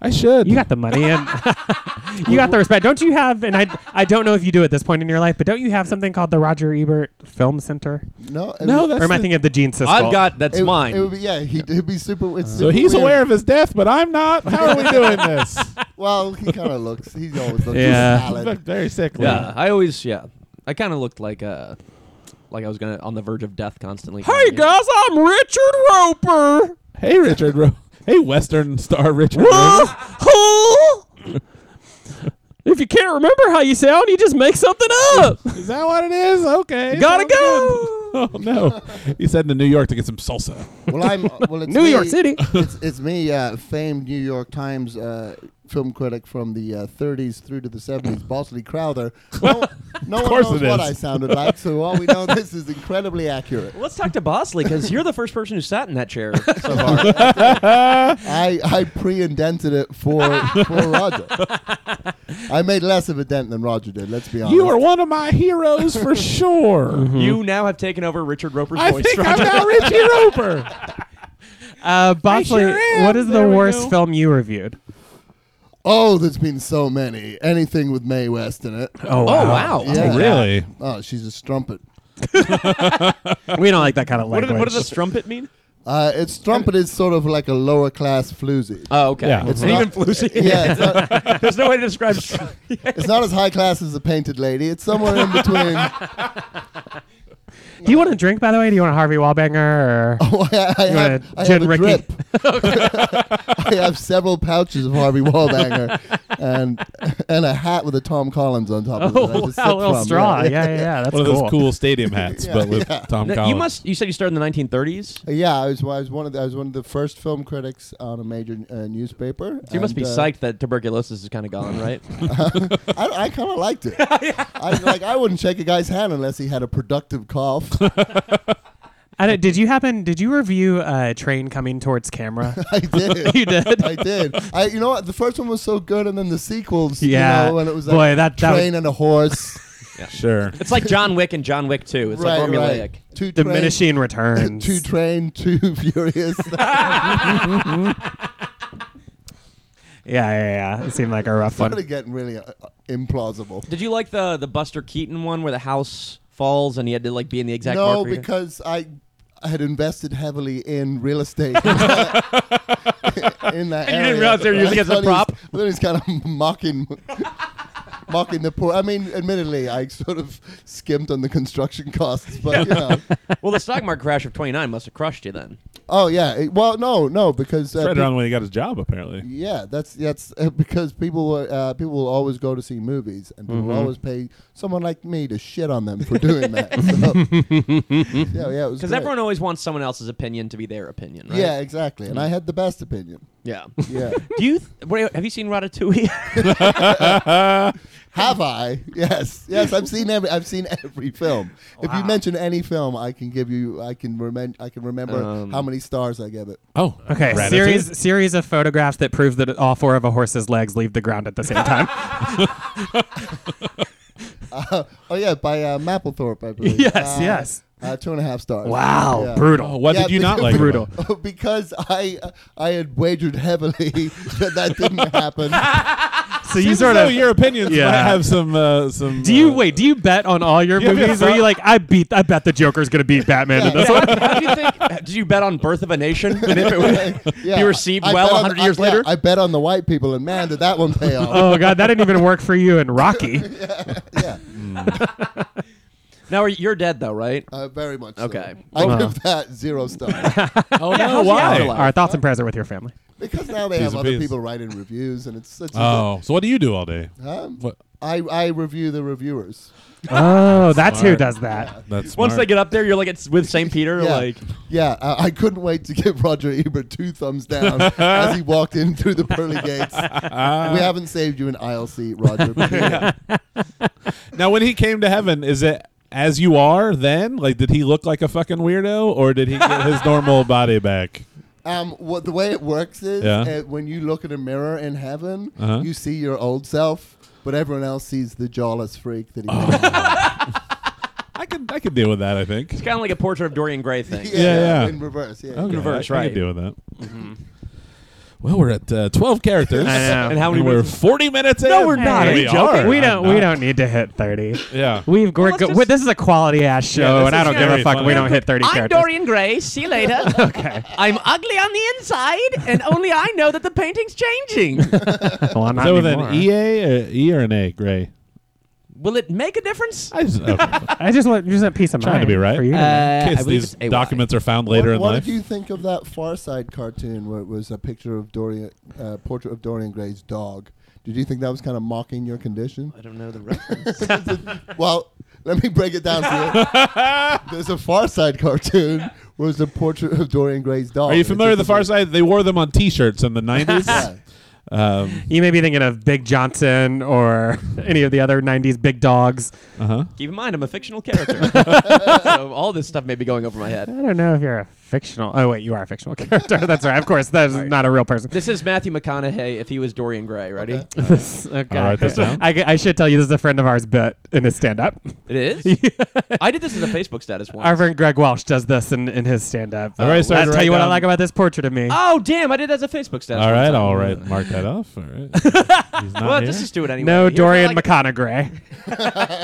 [SPEAKER 3] I should.
[SPEAKER 4] you got the money and you got the respect. Don't you have? And I, I don't know if you do at this point in your life, but don't you have something called the Roger Ebert Film Center?
[SPEAKER 5] No, it
[SPEAKER 3] no,
[SPEAKER 5] would-
[SPEAKER 3] that's
[SPEAKER 4] or am I
[SPEAKER 3] the-
[SPEAKER 4] thinking of the Gene Siskel?
[SPEAKER 2] I've got that's
[SPEAKER 5] it, would-
[SPEAKER 2] mine.
[SPEAKER 5] It would be, yeah, he, would be super. It's
[SPEAKER 3] Uh-huh. So
[SPEAKER 5] super
[SPEAKER 3] he's
[SPEAKER 5] weird.
[SPEAKER 3] aware of his death, but I'm not. How are we doing this?
[SPEAKER 5] Well, he kind of looks. He always looks
[SPEAKER 4] Yeah.
[SPEAKER 3] Look
[SPEAKER 5] salad.
[SPEAKER 3] very sickly.
[SPEAKER 2] yeah, I always yeah. I kind of looked like uh like I was gonna on the verge of death constantly.
[SPEAKER 4] Hey guys, I'm Richard Roper.
[SPEAKER 3] Hey, Richard. Ro- hey, Western star Richard. Ro-
[SPEAKER 4] if you can't remember how you sound, you just make something up.
[SPEAKER 3] Is that what it is? Okay.
[SPEAKER 4] Gotta
[SPEAKER 3] sounds
[SPEAKER 4] go.
[SPEAKER 3] good. Oh no. He said to New York to get some salsa.
[SPEAKER 5] Well, I'm. Well, it's
[SPEAKER 4] New
[SPEAKER 5] me-
[SPEAKER 4] York City.
[SPEAKER 5] It's, it's me, uh, famed New York Times uh, film critic from the uh, 30s through to the 70s, Bosley Crowther. No, no one
[SPEAKER 3] course
[SPEAKER 5] knows
[SPEAKER 3] it
[SPEAKER 5] what
[SPEAKER 3] is.
[SPEAKER 5] I sounded like, so all we know this is incredibly accurate.
[SPEAKER 2] Let's talk to Bosley because you're the first person who sat in that chair so far.
[SPEAKER 5] I, I pre-indented it for for Roger. I made less of a dent than Roger did. Let's be honest.
[SPEAKER 3] You are one of my heroes for sure.
[SPEAKER 2] You now have taken over Richard Roper's
[SPEAKER 3] Mm-hmm. I
[SPEAKER 2] voice.
[SPEAKER 3] think I'm
[SPEAKER 2] Roger.
[SPEAKER 3] now Richie Roper.
[SPEAKER 4] Uh, Bosley,
[SPEAKER 3] sure am.
[SPEAKER 4] what is the
[SPEAKER 3] There we
[SPEAKER 4] worst
[SPEAKER 3] go.
[SPEAKER 4] film you reviewed?
[SPEAKER 5] oh, there's been so many. Anything with Mae West in it.
[SPEAKER 4] Oh
[SPEAKER 2] wow. wow.
[SPEAKER 5] Yeah.
[SPEAKER 3] really?
[SPEAKER 5] Oh, she's a strumpet.
[SPEAKER 4] we don't like that kind of
[SPEAKER 2] What, did,
[SPEAKER 4] language.
[SPEAKER 2] what does the strumpet mean?
[SPEAKER 5] Uh, it's strumpet is sort of like a lower class floozy.
[SPEAKER 2] Oh, okay.
[SPEAKER 3] Yeah. It's
[SPEAKER 2] It's not,
[SPEAKER 5] not-
[SPEAKER 2] even floozy.
[SPEAKER 5] yeah, it's not,
[SPEAKER 2] There's no way to describe.
[SPEAKER 5] It's not as high class as the painted lady. It's somewhere in between.
[SPEAKER 4] Do you want a drink, by the way? Do you want a Harvey Wallbanger? Or?
[SPEAKER 5] Oh, I, I
[SPEAKER 4] wanna
[SPEAKER 5] have, I
[SPEAKER 4] gin
[SPEAKER 5] have a
[SPEAKER 4] Ricky?
[SPEAKER 5] drip. I have several pouches of Harvey Wallbanger and and a hat with a Tom Collins on top of it. that I
[SPEAKER 4] Oh,
[SPEAKER 5] just
[SPEAKER 4] wow, a
[SPEAKER 5] sip
[SPEAKER 4] little
[SPEAKER 5] from.
[SPEAKER 4] straw. Yeah,
[SPEAKER 5] Yeah.
[SPEAKER 4] yeah, yeah. That's
[SPEAKER 3] one of
[SPEAKER 4] cool.
[SPEAKER 3] those cool stadium hats, but with Tom
[SPEAKER 2] No,
[SPEAKER 3] Collins.
[SPEAKER 2] you must. You said you started in the 1930s. So
[SPEAKER 5] Yeah, I was, I was one of the, I was one of the first film critics on a major uh, newspaper.
[SPEAKER 2] you must be
[SPEAKER 5] and, uh,
[SPEAKER 2] psyched that tuberculosis is kind of gone, right?
[SPEAKER 5] I, I kind of liked it. I, like I wouldn't shake a guy's hand unless he had a productive cough.
[SPEAKER 4] I don't- uh, did you happen? Did you review uh, Train Coming Towards Camera?
[SPEAKER 5] I did.
[SPEAKER 4] you did.
[SPEAKER 5] I did. I, you know what? The first one was so good, and then the sequels.
[SPEAKER 4] Yeah.
[SPEAKER 5] You know, when it was like
[SPEAKER 4] Boy, that- that
[SPEAKER 5] train and a horse.
[SPEAKER 3] Sure.
[SPEAKER 2] it's like John Wick and John Wick 2. It's like formulaic.
[SPEAKER 5] Two train-
[SPEAKER 4] Diminishing returns.
[SPEAKER 5] Two train, two furious.
[SPEAKER 4] yeah, yeah, yeah. It seemed like a rough
[SPEAKER 5] Started
[SPEAKER 4] one.
[SPEAKER 5] getting really uh, uh, implausible.
[SPEAKER 2] Did you like the the Buster Keaton one where the house falls and he had to like be in the exact
[SPEAKER 5] no,
[SPEAKER 2] marker?
[SPEAKER 5] because I I had invested heavily in real estate. in that
[SPEAKER 2] didn't
[SPEAKER 5] area.
[SPEAKER 2] realize they were using
[SPEAKER 5] I
[SPEAKER 2] it as a
[SPEAKER 5] thought he
[SPEAKER 2] prop?
[SPEAKER 5] was- I thought he's kind of mocking. Mocking the poor. I mean, admittedly, I sort of skimped on the construction costs, but you know.
[SPEAKER 2] well, the stock market crash of 29 must have crushed you then.
[SPEAKER 5] Oh yeah. It- well, no, no, because uh,
[SPEAKER 3] Right
[SPEAKER 5] peop-
[SPEAKER 3] around when he got his job, apparently.
[SPEAKER 5] Yeah, that's that's uh, because people were, uh, people will always go to see movies, and people will always pay someone like me to shit on them for doing that. So, yeah, yeah, it was
[SPEAKER 2] Because
[SPEAKER 5] great.
[SPEAKER 2] everyone always wants someone else's opinion to be their opinion, right?
[SPEAKER 5] Yeah, exactly, and I had the best opinion.
[SPEAKER 2] Yeah.
[SPEAKER 5] Yeah,
[SPEAKER 2] Do you th- wait, have you seen Ratatouille?
[SPEAKER 5] Have I? Yes, yes. I've seen every. I've seen every film.
[SPEAKER 4] Oh,
[SPEAKER 5] If you mention any film, I can give you. I can remember. I can remember how many stars I give it.
[SPEAKER 3] Oh,
[SPEAKER 4] Okay,
[SPEAKER 3] Ratatouille?
[SPEAKER 4] series series of photographs that prove that all four of a horse's legs leave the ground at the same time.
[SPEAKER 5] Oh yeah, by uh, Mapplethorpe, I believe.
[SPEAKER 4] yes,
[SPEAKER 5] Uh,
[SPEAKER 4] yes.
[SPEAKER 5] Uh, two and a half stars.
[SPEAKER 4] Wow,
[SPEAKER 5] Yeah.
[SPEAKER 4] brutal.
[SPEAKER 3] Oh, what
[SPEAKER 5] Yeah,
[SPEAKER 3] did you not
[SPEAKER 5] because-
[SPEAKER 3] like? about
[SPEAKER 4] Brutal.
[SPEAKER 3] it?
[SPEAKER 5] because I I had wagered heavily that that didn't happen.
[SPEAKER 4] So you
[SPEAKER 3] Seems
[SPEAKER 4] sort
[SPEAKER 3] as though
[SPEAKER 4] of
[SPEAKER 3] your opinions
[SPEAKER 4] Yeah.
[SPEAKER 3] might have some uh, some.
[SPEAKER 4] do you
[SPEAKER 3] uh,
[SPEAKER 4] wait? Do you bet on all your
[SPEAKER 3] Yeah,
[SPEAKER 4] movies?
[SPEAKER 3] yeah.
[SPEAKER 4] Or are you like I beat? I bet the Joker's gonna beat Batman in
[SPEAKER 5] Yeah.
[SPEAKER 4] this
[SPEAKER 2] So
[SPEAKER 4] one.
[SPEAKER 2] how, how do you think? Did you bet on Birth of a Nation? And if it would
[SPEAKER 5] Yeah,
[SPEAKER 2] be received
[SPEAKER 5] I- I
[SPEAKER 2] well
[SPEAKER 5] bet on-
[SPEAKER 2] 100 years
[SPEAKER 5] I, yeah,
[SPEAKER 2] later?
[SPEAKER 5] I bet on the white people, and man, did that one pay off.
[SPEAKER 4] Oh god, that didn't even work for you in Rocky.
[SPEAKER 5] yeah,
[SPEAKER 2] now are- you're dead though, right?
[SPEAKER 5] uh, very much.
[SPEAKER 2] Okay.
[SPEAKER 5] so. I
[SPEAKER 4] Wow.
[SPEAKER 5] give that zero stars.
[SPEAKER 3] Oh no!
[SPEAKER 2] Yeah, how's the
[SPEAKER 3] Why?
[SPEAKER 2] afterlife?
[SPEAKER 4] Our thoughts and prayers are with your family.
[SPEAKER 5] Because now they
[SPEAKER 3] Piece
[SPEAKER 5] have
[SPEAKER 3] of
[SPEAKER 5] other
[SPEAKER 3] piece.
[SPEAKER 5] people writing reviews, and it's such.
[SPEAKER 3] Oh, so what do you do all day?
[SPEAKER 5] A, um,
[SPEAKER 3] What?
[SPEAKER 5] I I review the reviewers.
[SPEAKER 4] Oh, that's who
[SPEAKER 3] Smart.
[SPEAKER 4] does that.
[SPEAKER 3] That's
[SPEAKER 2] Once they
[SPEAKER 3] smart.
[SPEAKER 2] get up there, you're like it's with St. Peter,
[SPEAKER 5] Yeah,
[SPEAKER 2] like
[SPEAKER 5] yeah. Uh, I couldn't wait to give Roger Ebert two thumbs down as he walked in through the pearly gates. we haven't saved you an aisle seat, Roger. but here you go.
[SPEAKER 3] now, when he came to heaven, is it as you are then? Like, did he look like a fucking weirdo, or did he get his normal body back?
[SPEAKER 5] Um, what the way it works is
[SPEAKER 3] Yeah.
[SPEAKER 5] uh, when you look at a mirror in heaven,
[SPEAKER 3] Uh-huh.
[SPEAKER 5] you see your old self, but everyone else sees the jawless freak that he.
[SPEAKER 3] Oh.
[SPEAKER 5] made.
[SPEAKER 3] I could I could deal with that. I think.
[SPEAKER 2] it's kind of like a portrait of Dorian Gray thing.
[SPEAKER 3] Yeah, yeah.
[SPEAKER 5] in reverse. Yeah,
[SPEAKER 3] Okay,
[SPEAKER 2] Reverse,
[SPEAKER 3] I, I
[SPEAKER 2] right.
[SPEAKER 3] could deal with that.
[SPEAKER 2] Mm-hmm.
[SPEAKER 3] Well, we're at uh, twelve characters.
[SPEAKER 4] I know.
[SPEAKER 2] And how many
[SPEAKER 3] And we're
[SPEAKER 2] minutes?
[SPEAKER 3] forty minutes in.
[SPEAKER 2] we're not.
[SPEAKER 4] Hey,
[SPEAKER 2] Are
[SPEAKER 3] We
[SPEAKER 2] you joking?
[SPEAKER 3] are.
[SPEAKER 4] We
[SPEAKER 3] I'm
[SPEAKER 4] don't.
[SPEAKER 3] not.
[SPEAKER 4] We don't need to hit thirty.
[SPEAKER 3] Yeah.
[SPEAKER 4] We've we're,
[SPEAKER 2] let's
[SPEAKER 4] go-
[SPEAKER 2] just-
[SPEAKER 4] this is a quality ass show,
[SPEAKER 3] this
[SPEAKER 4] and I
[SPEAKER 3] is
[SPEAKER 4] don't give
[SPEAKER 3] very
[SPEAKER 4] a fuck.
[SPEAKER 3] funny.
[SPEAKER 4] We don't hit thirty characters.
[SPEAKER 2] Gray. See you later. okay. I'm ugly on the inside, and only I know that the painting's changing.
[SPEAKER 4] Well, I'm not
[SPEAKER 3] So with an
[SPEAKER 4] anymore.
[SPEAKER 3] EA, or E or an A, Gray.
[SPEAKER 2] Will it make a difference?
[SPEAKER 3] I just, okay.
[SPEAKER 4] I just want just a piece of
[SPEAKER 3] Trying
[SPEAKER 4] mind
[SPEAKER 3] to be right.
[SPEAKER 4] For you to know.
[SPEAKER 2] Uh, I
[SPEAKER 3] in case
[SPEAKER 2] believe
[SPEAKER 3] these
[SPEAKER 2] it's AY.
[SPEAKER 3] documents are found later
[SPEAKER 5] what,
[SPEAKER 3] in
[SPEAKER 5] what
[SPEAKER 3] life.
[SPEAKER 5] did you think of that Far Side cartoon where it was a picture of Dorian, uh, portrait of Dorian Gray's dog? Did you think that was kind of mocking your condition?
[SPEAKER 2] I don't know the reference.
[SPEAKER 5] Well, let me break it down for you. There's a Far Side cartoon where it's a portrait of Dorian Gray's dog.
[SPEAKER 3] Are you
[SPEAKER 5] It's
[SPEAKER 3] familiar with the
[SPEAKER 5] just
[SPEAKER 3] Far
[SPEAKER 5] like-
[SPEAKER 3] Side? They wore them on T-shirts in the nineties.
[SPEAKER 5] Yeah.
[SPEAKER 3] um,
[SPEAKER 4] You may be thinking of Big Johnson or any of the other '90s big dogs.
[SPEAKER 3] uh-huh.
[SPEAKER 2] Keep in mind, I'm a fictional character, so all this stuff may be going over my head.
[SPEAKER 4] I don't know if you're a fictional. Oh wait, you are a fictional character. That's right. Of course, that is not a real person.
[SPEAKER 2] This is Matthew McConaughey if he was Dorian Gray. Ready?
[SPEAKER 4] This- okay.
[SPEAKER 3] I'll write this down.
[SPEAKER 4] I, I should tell you, this is a friend of ours, but in his stand-up,
[SPEAKER 2] It is. I did this as a Facebook status once.
[SPEAKER 4] our friend Greg Walsh does this in, in his stand-up.
[SPEAKER 3] I've already started
[SPEAKER 4] I'll
[SPEAKER 3] to
[SPEAKER 4] tell you
[SPEAKER 3] write
[SPEAKER 4] what I
[SPEAKER 3] down-
[SPEAKER 4] like about this portrait of me.
[SPEAKER 2] Oh damn! I did that as a Facebook status.
[SPEAKER 3] All
[SPEAKER 2] one
[SPEAKER 3] right,
[SPEAKER 2] time.
[SPEAKER 3] all right. Mark that off. All right. He's not
[SPEAKER 2] Well,
[SPEAKER 3] here.
[SPEAKER 2] let's just do it anyway.
[SPEAKER 4] no
[SPEAKER 2] Here's
[SPEAKER 4] Dorian
[SPEAKER 2] like-
[SPEAKER 4] McConaughey.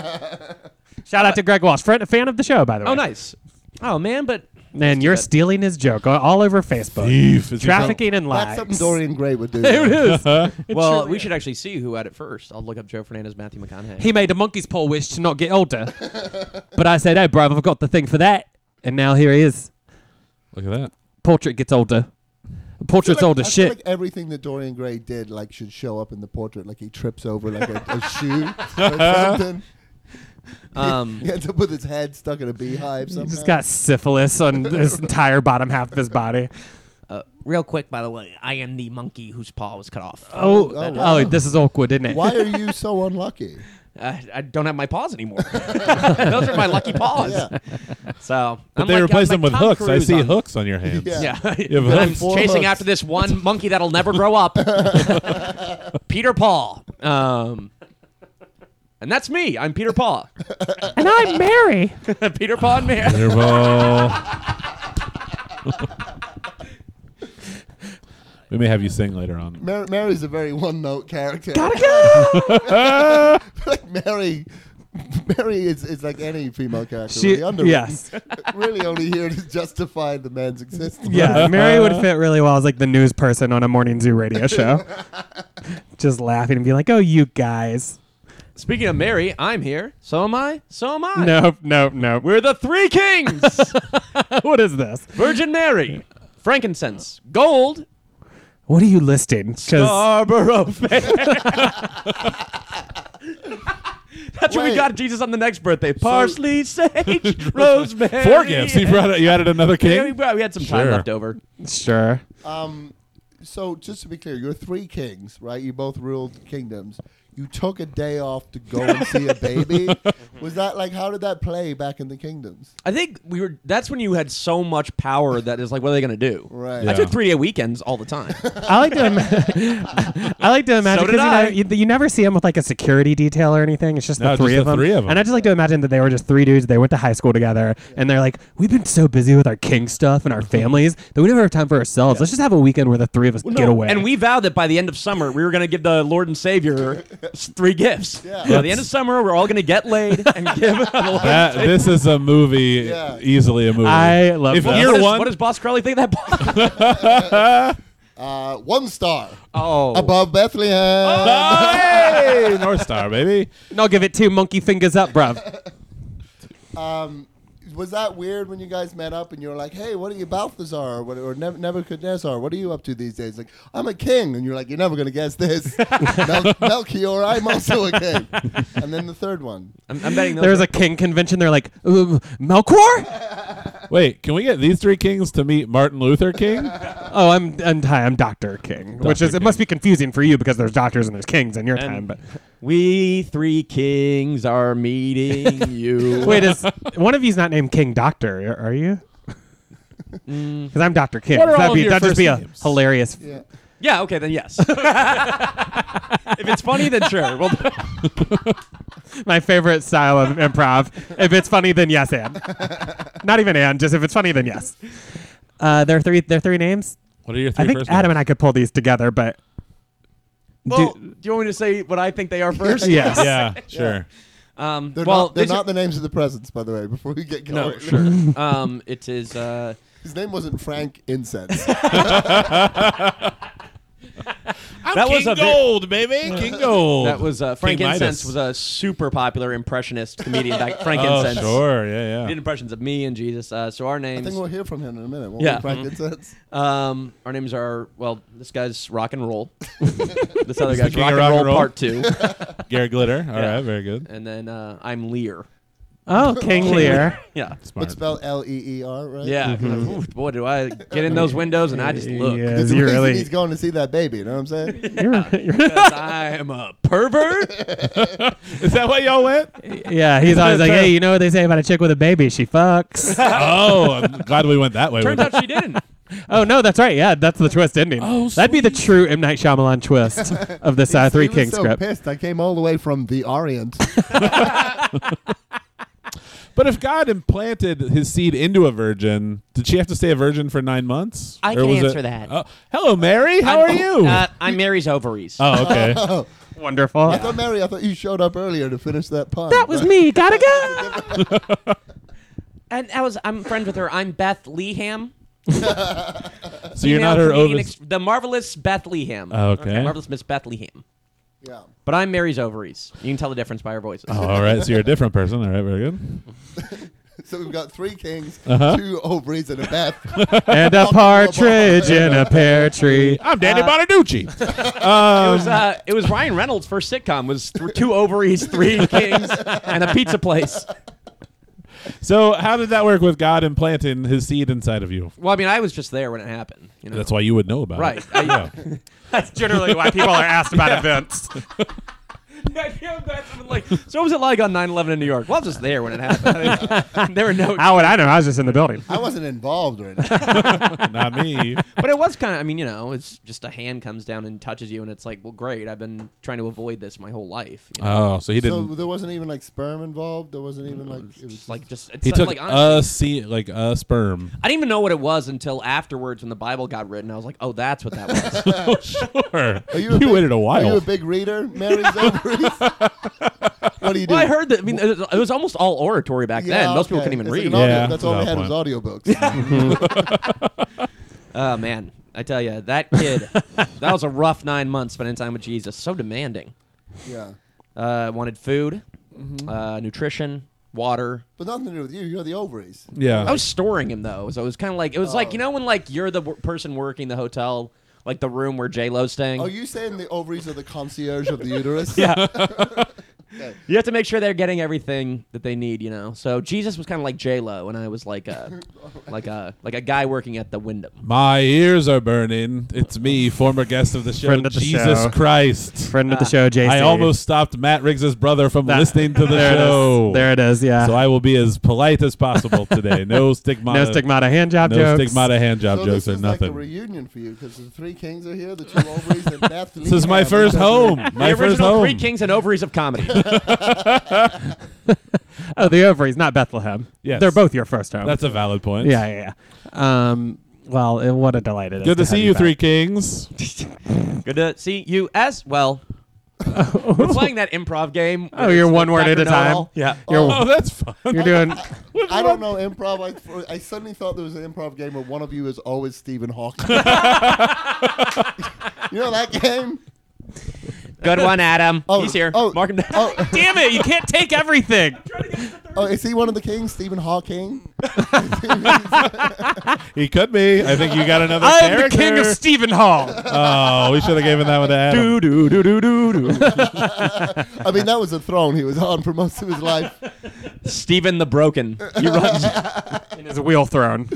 [SPEAKER 4] Shout out to Greg Walsh, friend, fan of the show, by the way.
[SPEAKER 2] Oh, nice. Oh man, but
[SPEAKER 4] And you're stealing his joke all- all over Facebook.
[SPEAKER 3] Thief. Is he
[SPEAKER 4] Trafficking and lies.
[SPEAKER 5] That's something Dorian Gray would do.
[SPEAKER 4] There it is.
[SPEAKER 2] well, we should actually see who had it first. I'll look up Joe Fernandez, Matthew McConaughey.
[SPEAKER 4] He made a monkey's paw wish to not get older. but I said, hey, bro, I've got the thing for that. And now here he is.
[SPEAKER 3] some- Look at that.
[SPEAKER 4] Portrait gets older.
[SPEAKER 5] feel
[SPEAKER 4] Portrait's
[SPEAKER 5] like-
[SPEAKER 4] older
[SPEAKER 5] I feel
[SPEAKER 4] shit.
[SPEAKER 5] like everything that Dorian Gray did, like, should show up in the portrait. Like he trips over like a, a shoe or something.
[SPEAKER 2] Um,
[SPEAKER 5] He ends up with his head stuck in a beehive.
[SPEAKER 4] He's
[SPEAKER 5] Somehow.
[SPEAKER 4] just got syphilis on his entire bottom half of his body.
[SPEAKER 2] uh, real quick, by the way, I am the monkey whose paw was cut off.
[SPEAKER 4] Oh,
[SPEAKER 5] Oh,
[SPEAKER 4] oh,
[SPEAKER 5] wow.
[SPEAKER 4] this is awkward, isn't it?
[SPEAKER 5] Why are you so unlucky?
[SPEAKER 2] Uh, I don't have my paws anymore. Those are my lucky paws.
[SPEAKER 5] Yeah.
[SPEAKER 2] So,
[SPEAKER 3] But
[SPEAKER 2] I'm
[SPEAKER 3] they
[SPEAKER 2] like-
[SPEAKER 3] replaced
[SPEAKER 2] I'm
[SPEAKER 3] them with
[SPEAKER 2] like Tom
[SPEAKER 3] hooks. I
[SPEAKER 2] Cruise
[SPEAKER 3] see
[SPEAKER 2] on-
[SPEAKER 3] hooks on your hands.
[SPEAKER 5] Yeah.
[SPEAKER 2] Yeah,
[SPEAKER 3] have
[SPEAKER 2] But I'm
[SPEAKER 3] hooks.
[SPEAKER 5] Four
[SPEAKER 2] chasing
[SPEAKER 5] hooks.
[SPEAKER 2] after this one monkey that'll never grow up, Peter Paul. Um, and that's me. I'm Peter Paul.
[SPEAKER 4] And I'm Mary.
[SPEAKER 2] Peter Paul and Mary.
[SPEAKER 3] They're all- we may have you sing later on.
[SPEAKER 5] Mar- Mary's a very one-note character. like Mary, Mary is, is like any female character.
[SPEAKER 4] She-
[SPEAKER 5] really underrated.
[SPEAKER 4] yes.
[SPEAKER 5] really only here to justify the man's existence.
[SPEAKER 4] Yeah, Mary would fit really well as like the news person on a morning zoo radio show. Just laughing and be like, oh, you guys.
[SPEAKER 2] Speaking of Mary, I'm here. So am I. So am I.
[SPEAKER 4] Nope, nope, nope.
[SPEAKER 2] We're the three kings
[SPEAKER 4] what is this?
[SPEAKER 2] Virgin Mary, frankincense, gold,
[SPEAKER 4] What are you listing? 'Cause-
[SPEAKER 2] Scarborough Fair. That's what we
[SPEAKER 5] Wait.
[SPEAKER 2] got Jesus on the next birthday. Parsley, sage, rosemary.
[SPEAKER 3] Four gifts. You brought. You added another
[SPEAKER 2] Yeah, we,
[SPEAKER 3] king.
[SPEAKER 2] brought- we had some time
[SPEAKER 3] Sure.
[SPEAKER 2] left over.
[SPEAKER 4] Sure.
[SPEAKER 5] Um, so just to be clear, you're three kings, right? You both ruled kingdoms. you took a day off to go and see a baby.
[SPEAKER 2] Mm-hmm.
[SPEAKER 5] Was that like how did that play back in the kingdoms?
[SPEAKER 2] I think we were. That's when you had so much power that it's like, what are they going to do?
[SPEAKER 5] Right.
[SPEAKER 2] I
[SPEAKER 3] Yeah.
[SPEAKER 2] took three day weekends all the time.
[SPEAKER 4] I like to. Im- I like to imagine
[SPEAKER 2] did
[SPEAKER 4] because
[SPEAKER 2] I.
[SPEAKER 4] you, know, you, you never see them with like a security detail or anything. It's just
[SPEAKER 3] No,
[SPEAKER 4] the
[SPEAKER 3] just
[SPEAKER 4] three
[SPEAKER 3] the
[SPEAKER 4] of them.
[SPEAKER 3] three of 'em.
[SPEAKER 4] And I just like to imagine that they were just three dudes. They went to high school together, and they're like, "We've been so busy with our king stuff and our families that we never have time for ourselves. Let's just have a weekend where the three of us get away."
[SPEAKER 2] And we vowed that by the end of summer, we were going to give the Lord and Savior s- three gifts.
[SPEAKER 5] Yeah.
[SPEAKER 2] By the end of summer, we're all going to get laid and give. the Lord-
[SPEAKER 3] That this is a movie,
[SPEAKER 5] Yeah.
[SPEAKER 3] easily a movie.
[SPEAKER 4] I love
[SPEAKER 3] if
[SPEAKER 4] that.
[SPEAKER 3] year
[SPEAKER 2] what, does,
[SPEAKER 3] one.
[SPEAKER 2] what does Boss Crowley think of that?
[SPEAKER 5] Uh, one star
[SPEAKER 2] oh.
[SPEAKER 5] above Bethlehem.
[SPEAKER 3] Oh, hey! North Star, baby.
[SPEAKER 4] and I'll give it two monkey fingers up, bruv.
[SPEAKER 5] Was that weird when you guys met up and you were like, "Hey, what are you Balthazar or, what, or Neb- Nebuchadnezzar? What are you up to these days?" Like, I'm a king, and you're like, "You're never gonna guess this." Mel- Melchior, I'm also a king. And then the third one,
[SPEAKER 2] I'm, I'm betting those
[SPEAKER 4] There was
[SPEAKER 2] are-
[SPEAKER 4] a king convention. They're like, "Ooh, "Melkor?
[SPEAKER 3] Wait, can we get these three kings to meet Martin Luther King?
[SPEAKER 4] Oh, I'm I'm Ty. I'm Doctor King, which
[SPEAKER 3] Dr.
[SPEAKER 4] is it must be confusing for you because there's doctors and there's kings in your time,
[SPEAKER 2] And-
[SPEAKER 4] but.
[SPEAKER 2] We three kings are meeting you.
[SPEAKER 4] Wait, is one of you's not named King Doctor? Are you? Because I'm Doctor King.
[SPEAKER 3] Mm. What are all
[SPEAKER 4] That'd,
[SPEAKER 3] of
[SPEAKER 4] be,
[SPEAKER 3] your
[SPEAKER 4] that'd just
[SPEAKER 3] first
[SPEAKER 4] be a
[SPEAKER 3] names?
[SPEAKER 4] hilarious.
[SPEAKER 5] yeah.
[SPEAKER 2] Yeah, okay, then yes. if it's funny, then sure. Well,
[SPEAKER 4] My favorite style of improv. if it's funny, then yes, and. not even and. Just if it's funny, then yes. Uh, there are three. There are three names.
[SPEAKER 3] What are your
[SPEAKER 4] I
[SPEAKER 3] three
[SPEAKER 4] think
[SPEAKER 3] first
[SPEAKER 4] Adam
[SPEAKER 3] names?
[SPEAKER 4] and I could pull these together, but
[SPEAKER 2] well, do you want me to say what I think they are first?
[SPEAKER 4] yes.
[SPEAKER 3] Yeah, sure.
[SPEAKER 2] Um,
[SPEAKER 5] They're
[SPEAKER 2] well,
[SPEAKER 5] not, they're
[SPEAKER 2] these are-
[SPEAKER 5] not the names of the presidents, by the way. Before we get going,
[SPEAKER 2] No, sure. um, it is. Uh,
[SPEAKER 5] his name wasn't Frank Incense.
[SPEAKER 2] that was a bit-
[SPEAKER 3] Gold, baby. King Gold.
[SPEAKER 2] That was uh, Frank
[SPEAKER 3] King
[SPEAKER 2] Incense
[SPEAKER 3] Midas.
[SPEAKER 2] was a super popular impressionist comedian back. Frank
[SPEAKER 3] Oh,
[SPEAKER 2] Incense
[SPEAKER 3] sure. Yeah,
[SPEAKER 2] did
[SPEAKER 3] yeah.
[SPEAKER 2] impressions of me and Jesus. Uh, so our
[SPEAKER 5] I
[SPEAKER 2] names,
[SPEAKER 5] think we'll hear from him in a minute. Won't
[SPEAKER 2] Yeah. Mm-hmm.
[SPEAKER 5] we, Frank Incense.
[SPEAKER 2] um, our names are well. This guy's rock and roll. this other
[SPEAKER 3] He's the
[SPEAKER 2] guy's
[SPEAKER 3] king of
[SPEAKER 2] rock and
[SPEAKER 3] rock
[SPEAKER 2] roll,
[SPEAKER 3] and roll.
[SPEAKER 2] part two,
[SPEAKER 3] Garrett Glitter. All right,
[SPEAKER 2] Yeah.
[SPEAKER 3] very good.
[SPEAKER 2] and then uh, I'm Lear.
[SPEAKER 4] Oh, King Lear.
[SPEAKER 2] Yeah.
[SPEAKER 3] Smart.
[SPEAKER 5] It's spelled L E E R, right?
[SPEAKER 4] Mm-hmm.
[SPEAKER 2] Yeah, 'cause,
[SPEAKER 3] Mm-hmm.
[SPEAKER 2] ooh, boy, do I get in those windows and I just look.
[SPEAKER 4] Yeah,
[SPEAKER 5] It's the
[SPEAKER 4] you
[SPEAKER 5] reason
[SPEAKER 4] really-
[SPEAKER 5] he's going to see that baby. You know what I'm saying?
[SPEAKER 4] You're- you're-
[SPEAKER 2] 'Cause I am a pervert.
[SPEAKER 3] Is that what y'all went?
[SPEAKER 4] yeah, he's always like, hey, you know what they say about a chick with a baby? She fucks.
[SPEAKER 3] oh, I'm glad we went that way.
[SPEAKER 2] Turns
[SPEAKER 3] with
[SPEAKER 2] out
[SPEAKER 3] it.
[SPEAKER 2] she didn't.
[SPEAKER 4] Oh no, that's right. Yeah, that's the twist ending.
[SPEAKER 3] Oh,
[SPEAKER 4] That'd be the true M Night Shyamalan twist of this uh, Three
[SPEAKER 5] He was
[SPEAKER 4] Kings
[SPEAKER 5] so
[SPEAKER 4] script.
[SPEAKER 5] pissed. I came all the way from the Orient.
[SPEAKER 3] But if God implanted his seed into a virgin, did she have to stay a virgin for nine months?
[SPEAKER 6] I
[SPEAKER 3] Or
[SPEAKER 6] can
[SPEAKER 3] was it-
[SPEAKER 6] answer that.
[SPEAKER 3] Oh, hello, Mary. How are you?
[SPEAKER 6] Uh, I'm Mary's ovaries.
[SPEAKER 3] oh, okay.
[SPEAKER 4] Wonderful.
[SPEAKER 5] I thought Mary, I thought you showed up earlier to finish that pun.
[SPEAKER 4] That was me. Gotta go.
[SPEAKER 6] and I was I'm friends with her. I'm Beth Leham.
[SPEAKER 3] so you're
[SPEAKER 6] female
[SPEAKER 3] not her
[SPEAKER 6] comedian
[SPEAKER 3] ovaries.
[SPEAKER 6] ex- the marvelous Beth Leham.
[SPEAKER 3] Oh, okay.
[SPEAKER 6] Marvelous Miss Beth Leham.
[SPEAKER 5] Yeah.
[SPEAKER 6] But I'm Mary's ovaries. You can tell the difference by her voices.
[SPEAKER 3] Oh, all right. So you're a different person. All right, very good.
[SPEAKER 5] So we've got three kings,
[SPEAKER 4] Uh-huh.
[SPEAKER 5] two ovaries, and a Beth.
[SPEAKER 4] and a partridge in a pear tree.
[SPEAKER 3] I'm Danny Bonaducci. Um,
[SPEAKER 2] It was, uh, it was Ryan Reynolds' first sitcom. Was th- two ovaries, three kings, and a pizza place.
[SPEAKER 3] so how did that work with God implanting his seed inside of you?
[SPEAKER 2] Well, I mean, I was just there when it happened. You know,
[SPEAKER 3] That's why you would know about
[SPEAKER 2] Right.
[SPEAKER 3] it.
[SPEAKER 2] I-
[SPEAKER 3] Yeah.
[SPEAKER 4] That's generally why people are asked about events.
[SPEAKER 2] Yeah, that's what, like, so what was it like on 9-11 in New York? Well, I was just there when it happened. I mean, there were no,
[SPEAKER 4] How would I know? I was just in the building.
[SPEAKER 5] I wasn't involved or anything.
[SPEAKER 3] Not me.
[SPEAKER 2] but it was kind of. I mean, you know, it's just a hand comes down and touches you, and it's like, well, great. I've been trying to avoid this my whole life. You know?
[SPEAKER 3] Oh, so he
[SPEAKER 5] so
[SPEAKER 3] didn't.
[SPEAKER 5] there wasn't even like sperm involved. There wasn't even like it was
[SPEAKER 2] It's like just it's
[SPEAKER 3] he
[SPEAKER 2] not-
[SPEAKER 3] took
[SPEAKER 2] like honestly,
[SPEAKER 3] a seed, like a sperm.
[SPEAKER 2] I didn't even know what it was until afterwards when the Bible got written. I was like, oh, that's what that was.
[SPEAKER 3] oh, sure.
[SPEAKER 5] Are
[SPEAKER 3] You,
[SPEAKER 5] big-
[SPEAKER 3] waited a while.
[SPEAKER 5] Are you a big reader, Mary's ovaries? what do you do?
[SPEAKER 2] well, I heard that. I mean, it was- it was almost all oratory back
[SPEAKER 5] Yeah,
[SPEAKER 2] then. Most people
[SPEAKER 5] okay.
[SPEAKER 2] couldn't even read.
[SPEAKER 5] It's like an audio-
[SPEAKER 3] Yeah,
[SPEAKER 5] that's all we
[SPEAKER 3] that's
[SPEAKER 5] had
[SPEAKER 3] a
[SPEAKER 5] was
[SPEAKER 3] point.
[SPEAKER 5] audiobooks.
[SPEAKER 2] Oh man, I tell you, that kid, that was a rough nine months spending time with Jesus. So demanding.
[SPEAKER 5] yeah.
[SPEAKER 2] Uh, wanted food,
[SPEAKER 5] Mm-hmm.
[SPEAKER 2] uh, nutrition, water.
[SPEAKER 5] But nothing to do with you. You're the ovaries.
[SPEAKER 3] yeah.
[SPEAKER 2] I
[SPEAKER 4] Oh,
[SPEAKER 2] was storing him though, so it was kind of like it was like you
[SPEAKER 5] Oh.
[SPEAKER 2] know when like you're the w- person working the hotel, like the
[SPEAKER 5] Oh,
[SPEAKER 2] room where J Lo's staying.
[SPEAKER 5] Are you saying the ovaries are the concierge of the uterus? Yeah. okay.
[SPEAKER 2] you have to make sure they're getting everything that they need, you know. So Jesus was kind of like J Lo, and I was like a, like a, like a guy working at the Wyndham.
[SPEAKER 3] My ears are burning. It's me, former guest of the show,
[SPEAKER 4] Friend of the
[SPEAKER 3] Jesus
[SPEAKER 4] show.
[SPEAKER 3] Christ.
[SPEAKER 4] Friend of the show, JC.
[SPEAKER 3] Ah, I almost stopped Matt Riggs' brother from
[SPEAKER 4] That-
[SPEAKER 3] listening to the
[SPEAKER 4] there It
[SPEAKER 3] show.
[SPEAKER 4] is. There it is. Yeah.
[SPEAKER 3] So I will be as polite as possible today. No stigmata.
[SPEAKER 4] no stigmata hand job
[SPEAKER 3] No
[SPEAKER 4] jokes.
[SPEAKER 3] stigmata hand job
[SPEAKER 5] so
[SPEAKER 3] jokes
[SPEAKER 5] this
[SPEAKER 3] or
[SPEAKER 5] is
[SPEAKER 3] nothing.
[SPEAKER 5] like a reunion for you because the three kings are here, the two ovaries, and Beth.
[SPEAKER 3] this is my first home. My
[SPEAKER 2] the
[SPEAKER 3] first
[SPEAKER 2] original
[SPEAKER 3] home.
[SPEAKER 2] three kings and ovaries of comedy.
[SPEAKER 4] Oh, the ovaries, not Bethlehem.
[SPEAKER 3] Yes.
[SPEAKER 4] They're both your first home.
[SPEAKER 3] That's a valid point.
[SPEAKER 4] yeah, yeah, yeah. Um, well, eh, what a delight it is.
[SPEAKER 3] Good to
[SPEAKER 4] have
[SPEAKER 3] see you,
[SPEAKER 4] back.
[SPEAKER 3] three kings.
[SPEAKER 2] Good to see you as well. We're playing that improv game.
[SPEAKER 4] Oh, you're one word at a time.
[SPEAKER 2] Yeah.
[SPEAKER 4] You're,
[SPEAKER 3] Oh, that's fun.
[SPEAKER 4] you're doing.
[SPEAKER 5] I don't know improv. I, I suddenly thought there was an improv game where one of you is always Stephen Hawking. you know that game?
[SPEAKER 2] Good one, Adam. He's here.
[SPEAKER 5] oh,
[SPEAKER 2] Mark him down.
[SPEAKER 5] Oh,
[SPEAKER 4] Damn it! You can't take everything.
[SPEAKER 5] oh, is he one of the kings? Stephen Hawking?
[SPEAKER 3] He could be. I think you got another
[SPEAKER 4] I'm the
[SPEAKER 3] character.
[SPEAKER 4] king of Stephen Hall.
[SPEAKER 3] oh, we should have given that one to Adam.
[SPEAKER 4] do do do do do do.
[SPEAKER 5] I mean, that was a throne he was on for most of his life.
[SPEAKER 2] Stephen the Broken. He runs.
[SPEAKER 4] And his wheel thrown.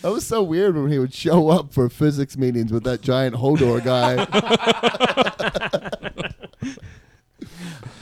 [SPEAKER 5] That was so weird when he would show up for physics meetings with that giant Hodor guy.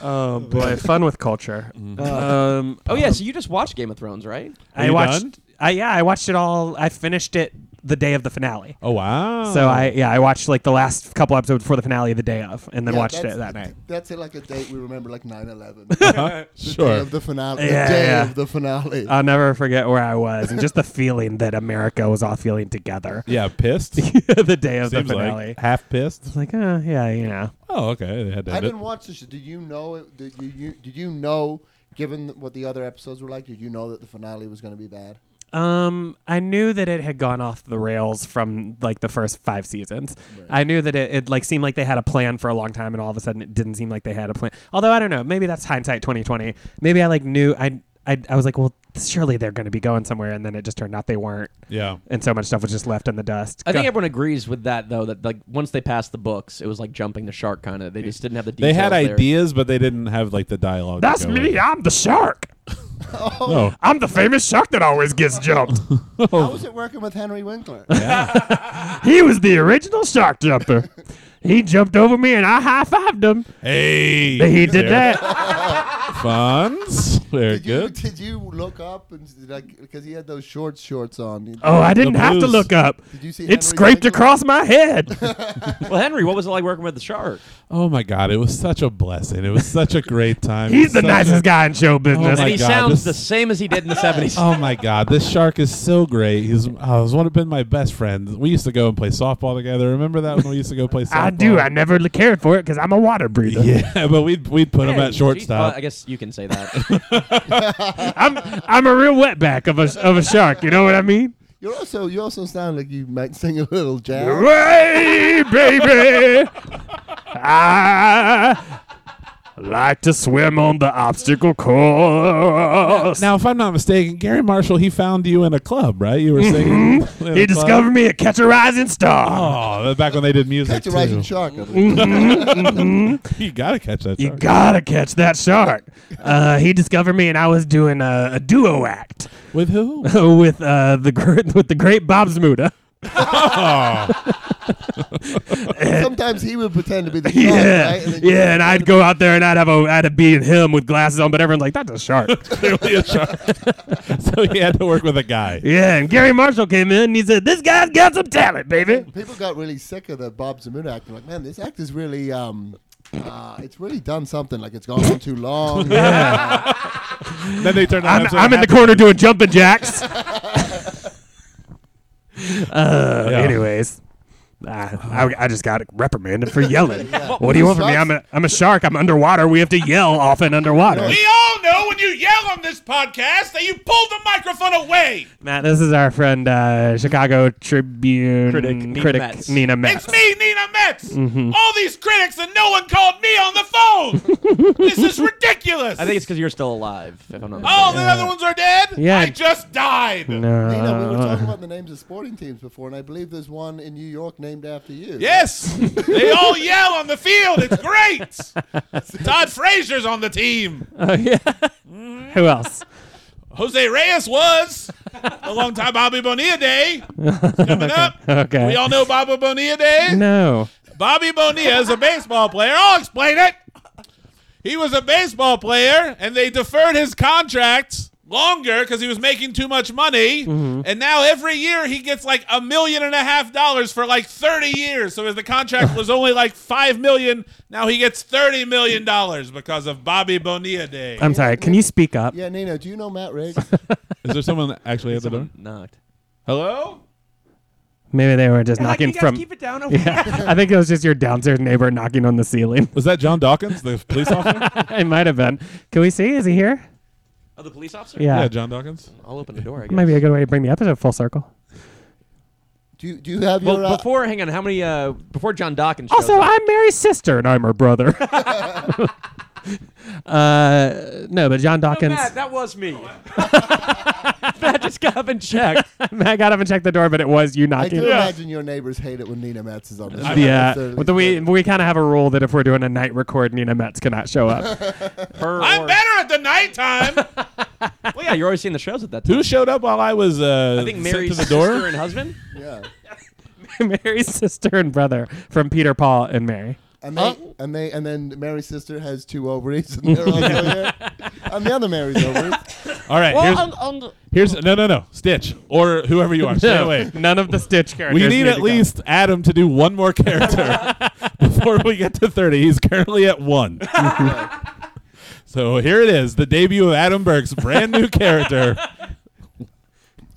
[SPEAKER 4] Oh boy, fun with culture. Um,
[SPEAKER 2] oh yeah, so you just watched Game of Thrones, right?
[SPEAKER 4] I
[SPEAKER 3] Mm-hmm. Uh, you
[SPEAKER 4] watched.
[SPEAKER 3] done?
[SPEAKER 4] I yeah, I watched it all. I finished it the day of the finale.
[SPEAKER 3] Oh wow.
[SPEAKER 4] So I yeah, I watched like the last couple episodes before the finale the day of, and then
[SPEAKER 5] Yeah,
[SPEAKER 4] watched it
[SPEAKER 5] that's-
[SPEAKER 4] that night.
[SPEAKER 5] That's it, like a date we remember, like 9 11. The
[SPEAKER 3] Huh?
[SPEAKER 5] day
[SPEAKER 3] sure.
[SPEAKER 5] of the finale.
[SPEAKER 4] Yeah,
[SPEAKER 5] the day
[SPEAKER 4] yeah.
[SPEAKER 5] of the finale.
[SPEAKER 4] I'll never forget where I was and just the feeling that America was all feeling together
[SPEAKER 3] Yeah, pissed.
[SPEAKER 4] the day of
[SPEAKER 3] Seems
[SPEAKER 4] the finale.
[SPEAKER 3] like half pissed.
[SPEAKER 4] It's like, uh, yeah, you know.
[SPEAKER 3] Oh, okay. They had to
[SPEAKER 5] I
[SPEAKER 3] end it.
[SPEAKER 5] didn't watch this. Did you know? It, did you, you did you know? Given th- what the other episodes were like, did you know that the finale was going to be bad?
[SPEAKER 4] Um, I knew that it had gone off the rails from like the first five seasons. I knew that it, it like seemed like they had a plan for a long time, and all of a sudden it didn't seem like they had a plan. Although I don't know, maybe that's hindsight twenty twenty. Maybe I like knew I, I I was like, well, surely they're going to be going somewhere, and then it just turned out they weren't,
[SPEAKER 3] Yeah.
[SPEAKER 4] and so much stuff was just left in the dust.
[SPEAKER 2] I think
[SPEAKER 4] Go-
[SPEAKER 2] everyone agrees with that though. That like once they passed the books, it was like jumping the shark kind of. They just didn't have the.
[SPEAKER 3] They had
[SPEAKER 2] details there.
[SPEAKER 3] ideas, but they didn't have like the dialogue. to
[SPEAKER 4] that's
[SPEAKER 3] go
[SPEAKER 4] me.
[SPEAKER 3] with.
[SPEAKER 4] I'm the shark.
[SPEAKER 3] Oh,
[SPEAKER 4] I'm the famous shark that always gets jumped. Oh.
[SPEAKER 5] How was it working with Henry Winkler?
[SPEAKER 4] he was the original shark jumper. He jumped over me, and I high fived him.
[SPEAKER 3] hey,
[SPEAKER 4] He did
[SPEAKER 3] Very
[SPEAKER 4] that.
[SPEAKER 3] Funds, very
[SPEAKER 5] did, you,
[SPEAKER 3] good.
[SPEAKER 5] did you look up and s- like because he had those short shorts on? Did-
[SPEAKER 4] Oh, I didn't have to
[SPEAKER 3] blues.
[SPEAKER 4] look up.
[SPEAKER 5] Did you see Henry
[SPEAKER 4] It scraped
[SPEAKER 5] Winkler?
[SPEAKER 4] across my head.
[SPEAKER 2] Well, Henry, what was it like working with the shark?
[SPEAKER 3] Oh my God, it was such a blessing. It was such a great time. It
[SPEAKER 4] He's
[SPEAKER 3] was
[SPEAKER 4] the
[SPEAKER 3] such
[SPEAKER 4] nicest
[SPEAKER 3] a-
[SPEAKER 4] guy in show business.
[SPEAKER 3] Oh
[SPEAKER 2] and
[SPEAKER 3] my
[SPEAKER 2] he
[SPEAKER 3] God,
[SPEAKER 2] sounds the
[SPEAKER 3] this-
[SPEAKER 2] same as he did in the seventies.
[SPEAKER 3] Oh my God, this shark is so great. He's oh, he's one of been my best friends. We used to go and play softball together. Remember that when we used to go play softball?
[SPEAKER 4] I do. I never l- cared for it because I'm a water breather.
[SPEAKER 3] yeah, but we'd we'd put him at shortstop.
[SPEAKER 2] I guess you can say that.
[SPEAKER 4] I'm I'm a real wetback of a of a shark. You know what I mean?
[SPEAKER 5] You're also you also sound like you might sing a little jazz.
[SPEAKER 4] Way, baby. I like to swim on the obstacle course.
[SPEAKER 3] Now, if I'm not mistaken, Gary Marshall he found you in a club, right? You were singing. in a
[SPEAKER 4] Hmm? Mm-hmm. he
[SPEAKER 3] club?
[SPEAKER 4] discovered me at Catch a Rising Star.
[SPEAKER 3] Oh, back when they did music.
[SPEAKER 5] Catch a rising
[SPEAKER 3] too.
[SPEAKER 5] shark.
[SPEAKER 4] Mm-hmm.
[SPEAKER 5] I believe.
[SPEAKER 3] You gotta catch that.
[SPEAKER 4] You
[SPEAKER 3] shark.
[SPEAKER 4] gotta catch that shark. Uh, he discovered me, and I was doing a, a duo act.
[SPEAKER 3] With who?
[SPEAKER 4] with uh, the gr- with the great Bob Zmuda.
[SPEAKER 5] Sometimes he would pretend to be the shark,
[SPEAKER 4] Yeah,
[SPEAKER 5] Oh, right? And then you-
[SPEAKER 4] yeah, and I'd go out there and I'd have a I'd be in him with glasses on, but everyone's like, "That's a shark."
[SPEAKER 3] Clearly a shark. so he had to work with a guy.
[SPEAKER 4] yeah, and Gary Marshall came in and he said, "This guy's got some talent, baby."
[SPEAKER 5] People got really sick of the Bob Zamunda act. They're like, man, this act is really, um, uh, it's really done something. Like it's gone on too long.
[SPEAKER 3] Then they turned.
[SPEAKER 4] I'm,
[SPEAKER 3] out
[SPEAKER 4] I'm in the corner doing jumping jacks. uh,
[SPEAKER 3] Yeah.
[SPEAKER 4] Anyways. I, I, I just got reprimanded for yelling. What do you want from me?
[SPEAKER 5] Sharks-
[SPEAKER 4] I'm a, I'm a shark. I'm underwater. We have to yell often underwater.
[SPEAKER 7] all know when you yell on this podcast that you pull the microphone away.
[SPEAKER 4] Matt, this is our friend uh, Chicago Tribune
[SPEAKER 2] Critic Nina
[SPEAKER 4] critic
[SPEAKER 2] Metz.
[SPEAKER 4] Nina Metz.
[SPEAKER 7] me, Nina Metz. All these critics, and no one called me on the phone. this is ridiculous. ridiculous.
[SPEAKER 2] I think it's because you're still alive. If I'm not
[SPEAKER 7] oh,
[SPEAKER 2] mistaken.
[SPEAKER 7] the other ones are dead.
[SPEAKER 4] Yeah.
[SPEAKER 7] I just died.
[SPEAKER 4] No.
[SPEAKER 5] Nina, we were
[SPEAKER 4] Uh.
[SPEAKER 5] talking about the names of sporting teams before, and I believe there's one in New York named after you.
[SPEAKER 7] Yes, they all yell on the field. It's great. Todd Frazier's on the team.
[SPEAKER 4] Oh, yeah. Who else?
[SPEAKER 7] Jose Reyes was a long time Bobby Bonilla Day coming up.
[SPEAKER 4] Okay.
[SPEAKER 7] We all know Bobby Bonilla Day.
[SPEAKER 4] No.
[SPEAKER 7] Bobby Bonilla is a baseball player. I'll explain it. He was a baseball player, and they deferred his contract longer because he was making too much money. And now every year he gets like a million and a half dollars for like 30 years. So as the contract was only like five million, now he gets 30 million dollars because of Bobby Bonilla Day.
[SPEAKER 3] Um,
[SPEAKER 4] I'm sorry. Can you speak up?
[SPEAKER 5] Yeah, Nino, do you know Matt Riggs?
[SPEAKER 3] Is there someone actually at the door?
[SPEAKER 2] knocked.
[SPEAKER 7] Hello?
[SPEAKER 4] Maybe they were just knocking from.
[SPEAKER 6] it down
[SPEAKER 4] yeah, I think it was just your downstairs neighbor knocking on the ceiling.
[SPEAKER 3] Was that John Dawkins, the police officer?
[SPEAKER 4] it might have been. Can we see? Is he here?
[SPEAKER 2] Oh, the police officer.
[SPEAKER 4] Yeah.
[SPEAKER 3] yeah, John Dawkins.
[SPEAKER 2] I'll open the door. I guess.
[SPEAKER 4] Might be a good way to bring the episode full circle.
[SPEAKER 5] do, you, do you have your.
[SPEAKER 2] Well,
[SPEAKER 5] uh,
[SPEAKER 2] before, hang on. How many? Uh, before John Dawkins. shows
[SPEAKER 4] Also,
[SPEAKER 2] up-
[SPEAKER 4] I'm Mary's sister and I'm her brother. uh, no, but John
[SPEAKER 2] Oh,
[SPEAKER 4] Dawkins.
[SPEAKER 2] Matt, that was me. Matt just got up and checked.
[SPEAKER 4] Matt got up and checked the door, but it was you
[SPEAKER 5] I
[SPEAKER 4] knocking.
[SPEAKER 5] can imagine your neighbors hate it when Nina Matz is on the show.
[SPEAKER 4] Yeah,
[SPEAKER 5] It's
[SPEAKER 4] but the, we we kind of have a rule that if we're doing a night record, Nina Metz cannot show up.
[SPEAKER 2] Her
[SPEAKER 7] I'm
[SPEAKER 2] or-
[SPEAKER 7] better at the nighttime.
[SPEAKER 2] Well, yeah, you're always seeing the shows at that time.
[SPEAKER 3] Who showed up while I was uh,
[SPEAKER 2] I think
[SPEAKER 3] sent
[SPEAKER 2] Mary's
[SPEAKER 3] to the door?
[SPEAKER 2] sister and husband.
[SPEAKER 5] Yeah.
[SPEAKER 4] Mary's sister and brother from Peter, Paul, and Mary.
[SPEAKER 5] And they, and they and then Mary's sister has two ovaries, and they're also here. And the other Mary's ovaries.
[SPEAKER 3] All right, here's, here's no, no, no, Stitch or whoever you are. Stay away.
[SPEAKER 4] None of the Stitch characters.
[SPEAKER 3] We need
[SPEAKER 4] to
[SPEAKER 3] at
[SPEAKER 4] go.
[SPEAKER 3] least Adam to do one more character before we get to 30. He's currently at one. so here it is the debut of Adam Burke's brand new character.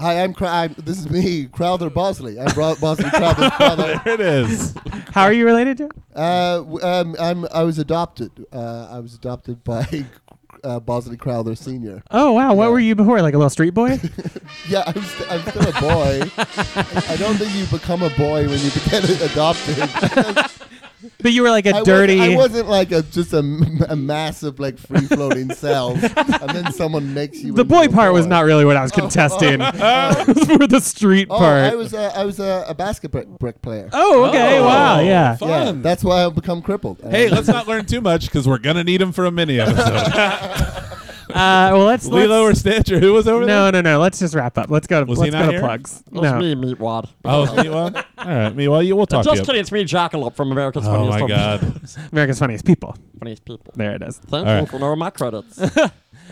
[SPEAKER 5] Hi, I'm, Crow- I'm this is me, Crowther Bosley. I'm Bro- Bosley Crowther. Crowther.
[SPEAKER 3] There it is.
[SPEAKER 4] How are you related to?
[SPEAKER 5] Uh, w- um, I'm I was adopted. Uh, I was adopted by uh, Bosley Crowther Senior.
[SPEAKER 4] Oh wow, what were you before? Like a little street boy?
[SPEAKER 5] Yeah, I'm, st- I'm still a boy. I don't think you become a boy when you get adopted.
[SPEAKER 4] but you were like a
[SPEAKER 5] I
[SPEAKER 4] dirty.
[SPEAKER 5] Wasn't, I wasn't like a just a, m- a massive like free floating cell, and then someone makes you
[SPEAKER 4] the
[SPEAKER 5] into
[SPEAKER 4] boy
[SPEAKER 5] a
[SPEAKER 4] part was
[SPEAKER 5] boy.
[SPEAKER 4] not really what I was contesting. It was for the street
[SPEAKER 5] Oh,
[SPEAKER 4] part.
[SPEAKER 5] I was a, I was a, a basketball brick player.
[SPEAKER 4] oh okay, wow, yeah.
[SPEAKER 5] yeah,
[SPEAKER 3] Fun.
[SPEAKER 5] that's why I've become crippled.
[SPEAKER 3] hey, let's not learn too much because we're going to need him for a mini episode.
[SPEAKER 4] Uh, well, let's.
[SPEAKER 3] Lilo or
[SPEAKER 4] let's
[SPEAKER 3] Stitch or who was over there?
[SPEAKER 4] no, no, no. Let's just wrap up. Let's go to
[SPEAKER 3] Was he
[SPEAKER 4] let's
[SPEAKER 3] not
[SPEAKER 4] go to
[SPEAKER 3] here?
[SPEAKER 4] plugs. No.
[SPEAKER 2] meatwad.
[SPEAKER 3] Oh, it's Meatwad? All right, Meatwad, you- we'll talk
[SPEAKER 2] Just
[SPEAKER 3] to
[SPEAKER 2] kidding.
[SPEAKER 3] you.
[SPEAKER 2] It's me, Jackalope from America's
[SPEAKER 3] Oh,
[SPEAKER 2] Funniest
[SPEAKER 3] my
[SPEAKER 2] Home-
[SPEAKER 3] God.
[SPEAKER 4] America's Funniest People.
[SPEAKER 2] Funniest People.
[SPEAKER 4] There it is.
[SPEAKER 2] Thank
[SPEAKER 3] All
[SPEAKER 2] you
[SPEAKER 3] right.
[SPEAKER 2] for knowing my credits.
[SPEAKER 4] Boy,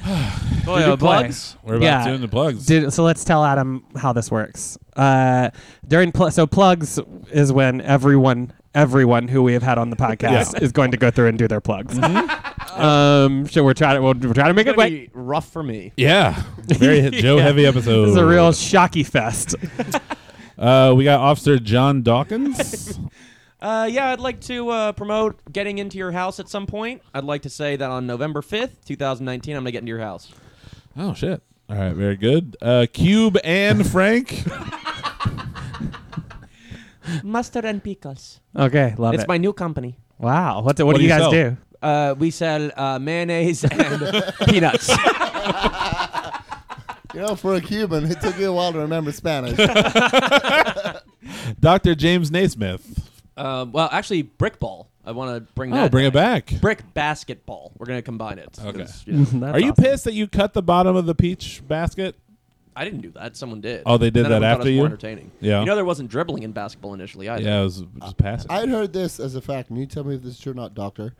[SPEAKER 2] oh, boy. plugs?
[SPEAKER 3] We're about
[SPEAKER 4] Yeah.
[SPEAKER 3] doing the plugs.
[SPEAKER 4] Did, so let's tell Adam how this works. Uh, during pl- so plugs is when everyone everyone who we have had on the podcast
[SPEAKER 3] Yeah. Mm-hmm.
[SPEAKER 4] is going to go through and do their plugs. um, so we're trying to we'll, we're trying to make it
[SPEAKER 2] It's gonna
[SPEAKER 4] quick.
[SPEAKER 2] be rough for me.
[SPEAKER 3] yeah. Very Joe
[SPEAKER 4] Yeah.
[SPEAKER 3] heavy episode.
[SPEAKER 4] This is a real shocky fest.
[SPEAKER 3] Uh, we got Officer John Dawkins.
[SPEAKER 2] Uh, yeah, I'd like to uh, promote getting into your house at some point. I'd like to say that on November 5th, 2019, I'm going to get into your house.
[SPEAKER 3] Oh shit! All right, very good. Uh, Cube and Frank.
[SPEAKER 6] Mustard and pickles.
[SPEAKER 4] okay, love
[SPEAKER 2] It's
[SPEAKER 4] it.
[SPEAKER 2] my new company.
[SPEAKER 4] wow, what do, what,
[SPEAKER 3] What
[SPEAKER 4] do
[SPEAKER 3] do
[SPEAKER 4] you
[SPEAKER 3] you
[SPEAKER 4] guys
[SPEAKER 3] sell?
[SPEAKER 4] do?
[SPEAKER 2] Uh, we sell uh, mayonnaise and peanuts.
[SPEAKER 5] you know, for a Cuban, it took you a while to remember Spanish.
[SPEAKER 3] Dr. James Naismith.
[SPEAKER 2] Um, well, actually, brick ball. I want to bring that.
[SPEAKER 3] Oh, bring it back.
[SPEAKER 2] Brick basketball. We're going to combine it.
[SPEAKER 3] Okay.
[SPEAKER 2] 'Cause, you know,
[SPEAKER 4] That's
[SPEAKER 3] Are you
[SPEAKER 4] awesome.
[SPEAKER 3] pissed that you cut the bottom of the peach basket?
[SPEAKER 2] I didn't do that. Someone did.
[SPEAKER 3] Oh, they did
[SPEAKER 2] And then
[SPEAKER 3] that
[SPEAKER 2] everyone thought
[SPEAKER 3] after
[SPEAKER 2] it was More
[SPEAKER 3] you?
[SPEAKER 2] entertaining.
[SPEAKER 3] Yeah.
[SPEAKER 2] You know there wasn't dribbling in basketball initially either.
[SPEAKER 3] Yeah, it was just passing.
[SPEAKER 5] I'd heard this as a fact, and you tell me if this is true or not, Doctor.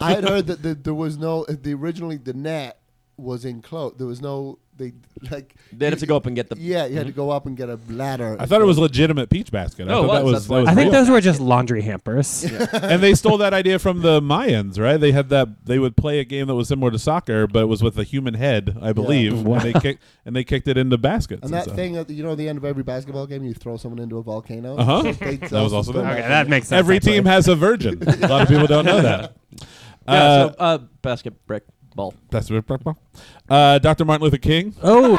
[SPEAKER 5] I had heard that, that there was no the originally the net was enclosed. There was no they like
[SPEAKER 2] They had to go up and get the. Mhm.
[SPEAKER 5] Yeah, you had to go up and get a ladder.
[SPEAKER 3] I thought it was legitimate peach basket.
[SPEAKER 2] No,
[SPEAKER 3] I
[SPEAKER 2] it
[SPEAKER 3] thought that
[SPEAKER 2] was.
[SPEAKER 3] was.
[SPEAKER 2] That's
[SPEAKER 3] That
[SPEAKER 2] why-
[SPEAKER 3] was
[SPEAKER 4] I think
[SPEAKER 3] real.
[SPEAKER 4] those were just laundry hampers.
[SPEAKER 3] and they stole that idea from the Mayans, right? They had that. They would play a game that was similar to soccer, but it was with a human head, I believe. And they kicked and they kicked it into baskets.
[SPEAKER 5] and that
[SPEAKER 3] stuff.
[SPEAKER 5] thing that you know, at the end of every basketball game, you throw someone into a volcano.
[SPEAKER 3] Uh-huh.
[SPEAKER 5] They
[SPEAKER 3] That
[SPEAKER 5] also
[SPEAKER 3] was also
[SPEAKER 5] stole
[SPEAKER 3] there.
[SPEAKER 4] Okay, that makes sense.
[SPEAKER 3] Every
[SPEAKER 4] actually.
[SPEAKER 3] team has a virgin. a lot of people don't know that.
[SPEAKER 2] Yeah,
[SPEAKER 3] Uh,
[SPEAKER 2] so, uh, basket brick ball.
[SPEAKER 3] That's uh, Dr. Martin Luther King.
[SPEAKER 4] Oh,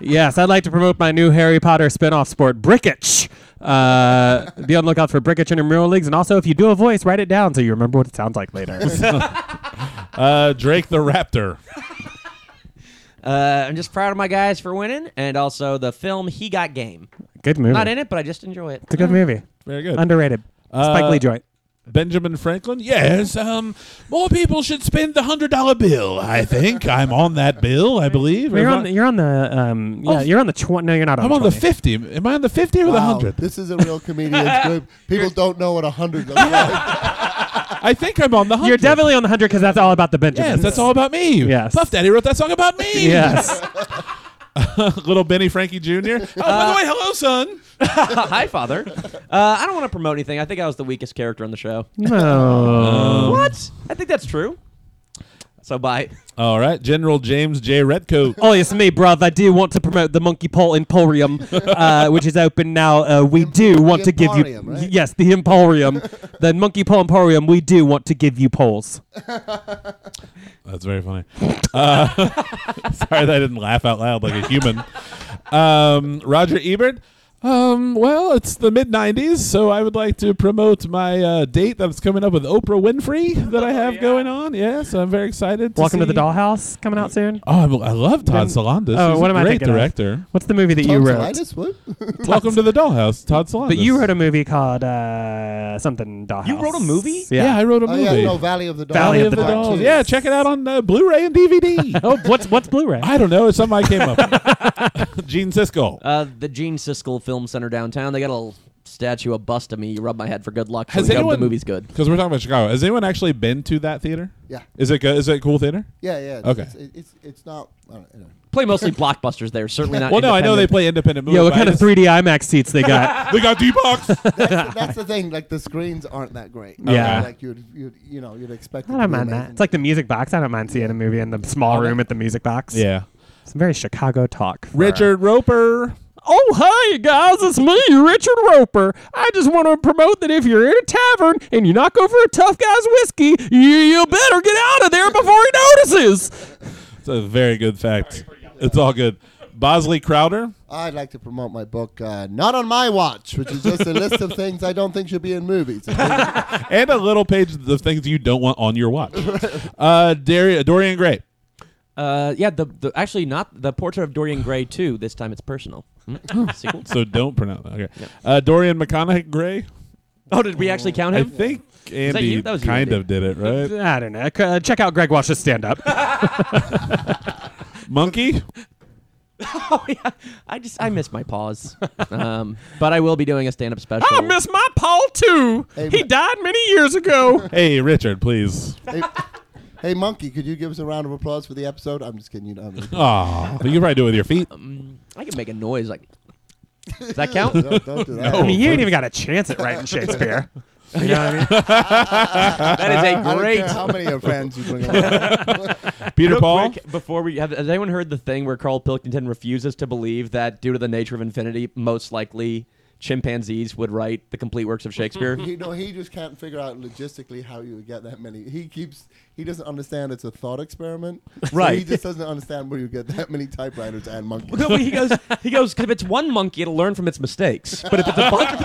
[SPEAKER 4] yes. I'd like to promote my new Harry Potter spin-off sport, Brickage. Uh, be on the lookout for Brick at your intramural leagues. And also, if you do a voice, write it down so you remember what it sounds like later.
[SPEAKER 3] Uh, Drake the Raptor.
[SPEAKER 2] Uh, I'm just proud of my guys for winning, and also the film He Got Game.
[SPEAKER 4] good movie.
[SPEAKER 2] Not in it, Mm. but I just enjoy it.
[SPEAKER 4] It's a good movie.
[SPEAKER 3] Very good.
[SPEAKER 4] Underrated.
[SPEAKER 3] Uh,
[SPEAKER 4] Spike Lee joint.
[SPEAKER 3] Benjamin Franklin. Yes, um, more people should spend the hundred dollar bill. I think I'm on that bill. I believe.
[SPEAKER 4] You're
[SPEAKER 3] Am
[SPEAKER 4] on.
[SPEAKER 3] I-
[SPEAKER 4] The, you're on the. Um, yeah,
[SPEAKER 3] Oh,
[SPEAKER 4] you're on the twenty. No, you're not on.
[SPEAKER 3] I'm on the
[SPEAKER 4] 20.
[SPEAKER 3] fifty. Am I on the fifty or the
[SPEAKER 5] Wow,
[SPEAKER 3] hundred?
[SPEAKER 5] This is a real comedian's group. People don't know what a hundred looks like.
[SPEAKER 3] I think I'm on the hundred.
[SPEAKER 4] You're definitely on the hundred because that's all about the Benjamins.
[SPEAKER 3] Yes, that's all about me.
[SPEAKER 4] Yes.
[SPEAKER 3] Puff Daddy wrote that song about me.
[SPEAKER 4] Yes.
[SPEAKER 3] Little Benny Frankie Jr. Oh,
[SPEAKER 4] Uh,
[SPEAKER 3] by the way, hello, son.
[SPEAKER 2] Hi, Father. Uh, I don't want to promote anything. I think I was the weakest character on the show.
[SPEAKER 3] Uh,
[SPEAKER 4] no.
[SPEAKER 2] What? I think that's true. So bye.
[SPEAKER 3] All right, General James J. Redcoat.
[SPEAKER 4] Oh, it's me, bruv. I do want to promote the Monkey Paw Emporium, uh, which is open now. Uh, we do want to give you,
[SPEAKER 5] Emporium, right?
[SPEAKER 4] yes, the Emporium, the Monkey Paw Emporium. We do want to give you polls.
[SPEAKER 3] That's very funny. Uh, sorry that I didn't laugh out loud like a human. Um, Roger Ebert. Um, well, it's the mid 90s, so I would like to promote my uh, date that's coming up with Oprah Winfrey that I have going on. Yeah, so I'm very excited. To
[SPEAKER 4] Welcome to the
[SPEAKER 3] see-
[SPEAKER 4] dollhouse coming out soon.
[SPEAKER 3] Oh, I'm- I love Todd Salandas.
[SPEAKER 4] oh,
[SPEAKER 3] He's
[SPEAKER 4] what
[SPEAKER 3] a
[SPEAKER 4] am I
[SPEAKER 3] great
[SPEAKER 4] thinking of?
[SPEAKER 3] director.
[SPEAKER 4] What's the movie that you
[SPEAKER 5] Tom
[SPEAKER 4] wrote?
[SPEAKER 5] Salinas, what?
[SPEAKER 3] Welcome to the Dollhouse, Todd Salandas.
[SPEAKER 4] But you wrote a movie called uh, something Dollhouse.
[SPEAKER 2] You wrote a movie?
[SPEAKER 3] yeah.
[SPEAKER 4] Yeah.
[SPEAKER 3] I wrote a
[SPEAKER 5] Oh
[SPEAKER 3] movie.
[SPEAKER 5] yeah, no, Valley of the Dolls.
[SPEAKER 4] Valley
[SPEAKER 3] Valley
[SPEAKER 4] of the Dolls.
[SPEAKER 5] Cartoons.
[SPEAKER 3] Yeah, check it out on uh, Blu-ray and DVD.
[SPEAKER 4] oh, what's what's Blu-ray?
[SPEAKER 3] I don't know. It's something I came up. with. Gene Siskel.
[SPEAKER 2] Uh, the Gene Siskel Film Center downtown. They got a little statue, a bust of me. You rub my head for good luck. so
[SPEAKER 3] Has
[SPEAKER 2] we hope
[SPEAKER 3] anyone-
[SPEAKER 2] the movie's good?
[SPEAKER 3] Because we're talking about Chicago. Has anyone actually been to that theater?
[SPEAKER 5] Yeah.
[SPEAKER 3] Is it good? Is it a cool theater?
[SPEAKER 5] Yeah, yeah. it's-
[SPEAKER 3] Okay.
[SPEAKER 5] It's, it's, it's not. I don't- I don't know.
[SPEAKER 2] Play mostly blockbusters there. Certainly not.
[SPEAKER 3] Well, no, I know they
[SPEAKER 2] Uh, independent.
[SPEAKER 3] play independent movies.
[SPEAKER 4] Yo, what
[SPEAKER 3] but I
[SPEAKER 4] kind of
[SPEAKER 3] just-
[SPEAKER 4] 3D IMAX seats they got?
[SPEAKER 3] They got D box.
[SPEAKER 5] That's, that's the thing. Like the screens aren't that great.
[SPEAKER 4] Yeah.
[SPEAKER 5] Like you'd, you'd you know you'd expect. it
[SPEAKER 4] I
[SPEAKER 5] to
[SPEAKER 4] don't
[SPEAKER 5] be
[SPEAKER 4] mind that.
[SPEAKER 5] amazing.
[SPEAKER 4] It's like the music box. I don't mind seeing a movie in the small room at the music box.
[SPEAKER 3] yeah.
[SPEAKER 4] Some very Chicago talk. for-
[SPEAKER 3] Richard Roper.
[SPEAKER 4] Oh, hey, guys, it's me, Richard Roper. I just want to promote that if you're in a tavern and you knock over a tough guy's whiskey, you, you better get out of there before he notices.
[SPEAKER 3] It's a very good fact. It's all good. Bosley Crowder.
[SPEAKER 5] I'd like to promote my book, uh, Not on My Watch, which is just a list of things I don't think should be in movies.
[SPEAKER 3] and a little page of the things you don't want on your watch. Uh, Dari- Dorian Gray.
[SPEAKER 2] Uh, yeah, the, the actually not the Portrait of Dorian Gray too. This time it's personal. Mm, sequel.
[SPEAKER 3] So don't pronounce that. Okay. Uh, Dorian McConaughey Gray.
[SPEAKER 2] Oh, did we actually count
[SPEAKER 3] I
[SPEAKER 2] him?
[SPEAKER 3] think Andy
[SPEAKER 2] you? That was you,
[SPEAKER 3] kind
[SPEAKER 2] Andy.
[SPEAKER 3] of did it, right?
[SPEAKER 4] I don't know. C- Uh, check out Greg Walsh's stand up.
[SPEAKER 3] Monkey.
[SPEAKER 2] Oh, yeah. I just I miss my pause. Um, but I will be doing a stand up special.
[SPEAKER 3] Ah,
[SPEAKER 4] I miss my Paul, too. He
[SPEAKER 5] Amen.
[SPEAKER 4] died many years ago.
[SPEAKER 3] Hey, Richard, please.
[SPEAKER 5] hey, hey, Monkey, could you give us a round of applause for the episode? I'm just kidding. You don't. Have
[SPEAKER 3] Oh, you can probably do it with your feet.
[SPEAKER 2] I can make a noise like Does that count?
[SPEAKER 5] to. don't, don't do that.
[SPEAKER 4] I mean, you ain't even got a chance at writing Shakespeare. Oh, You know what I mean?
[SPEAKER 2] that is
[SPEAKER 5] I
[SPEAKER 2] a
[SPEAKER 5] don't
[SPEAKER 2] great
[SPEAKER 5] care how many of your friends you bring along.
[SPEAKER 3] Peter
[SPEAKER 2] Real
[SPEAKER 3] Paul.
[SPEAKER 2] quick, before we have, has anyone heard the thing where Carl Pilkington refuses to believe that due to the nature of infinity, most likely chimpanzees would write the complete works of Shakespeare?
[SPEAKER 5] You know, he just can't figure out logistically how you would get that many. He keeps, he doesn't understand it's a thought experiment. So he
[SPEAKER 2] Right.
[SPEAKER 5] just doesn't understand where you get that many typewriters and monkeys.
[SPEAKER 2] No, but he goes, he goes, 'cause if it's one monkey, it'll learn from its mistakes. But if it's a bunch, of,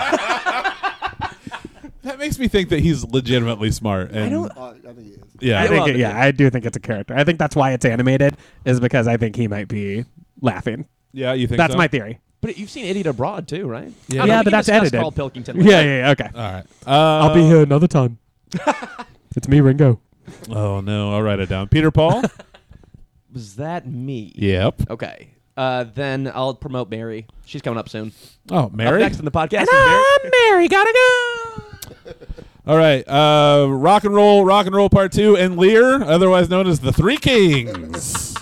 [SPEAKER 3] That makes me think that he's legitimately smart. And
[SPEAKER 5] Uh, I think he is.
[SPEAKER 3] Yeah.
[SPEAKER 4] I think,
[SPEAKER 2] love
[SPEAKER 4] it-
[SPEAKER 2] it.
[SPEAKER 4] yeah, I do think it's a character. I think that's why it's animated, is because I think he might be laughing.
[SPEAKER 3] yeah, you think
[SPEAKER 4] That's
[SPEAKER 3] so?
[SPEAKER 4] my theory.
[SPEAKER 2] but you've seen Idiot Abroad too, right? Yeah,
[SPEAKER 4] Yeah, but that's edited.
[SPEAKER 2] Carl Pilkington.
[SPEAKER 4] Yeah, yeah, yeah, okay.
[SPEAKER 3] All right. Uh,
[SPEAKER 4] I'll be here another time. it's me, Ringo.
[SPEAKER 3] oh no, I'll write it down. Peter Paul.
[SPEAKER 2] Was that me?
[SPEAKER 3] yep.
[SPEAKER 2] Okay. Uh, then I'll promote Mary. She's coming up soon.
[SPEAKER 3] Oh,
[SPEAKER 2] Up
[SPEAKER 3] Mary.
[SPEAKER 2] next in the podcast. is Mary.
[SPEAKER 4] I'm Mary, gotta go.
[SPEAKER 3] All right. Uh, rock and roll, rock and roll part two, and Lear, otherwise known as the Three Kings.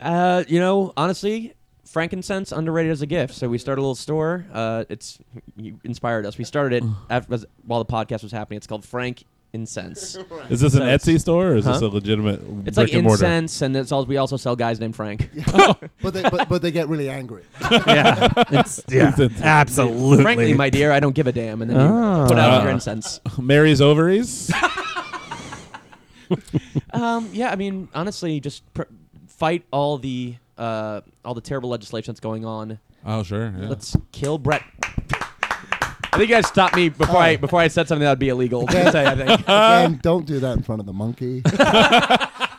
[SPEAKER 2] Uh, you know, honestly, frankincense underrated as a gift. So we started a little store. Uh, it's you inspired us. We started it after, as, while the podcast was happening. It's called Frank Incense.
[SPEAKER 3] Is this an Etsy store or is this
[SPEAKER 2] Huh?
[SPEAKER 3] a legitimate
[SPEAKER 2] It's
[SPEAKER 3] brick
[SPEAKER 2] like
[SPEAKER 3] and mortar?
[SPEAKER 2] incense, and it's all, we also sell guys named Frank.
[SPEAKER 5] But they, but, but they get really angry.
[SPEAKER 4] Yeah, it's, yeah
[SPEAKER 3] It's-
[SPEAKER 4] absolutely.
[SPEAKER 2] Frankly, my dear, I don't give a damn. And then
[SPEAKER 4] Ah.
[SPEAKER 2] you put out
[SPEAKER 3] Ah.
[SPEAKER 2] your incense.
[SPEAKER 3] Mary's ovaries.
[SPEAKER 2] Um, yeah, I mean, honestly, just pr- fight all the uh, all the terrible legislation that's going on.
[SPEAKER 3] oh sure. yeah.
[SPEAKER 2] Let's kill Brett. Oh. think you guys stopped me before I before I said something that would be illegal to say. I think.
[SPEAKER 5] Again, don't do that in front of the monkey.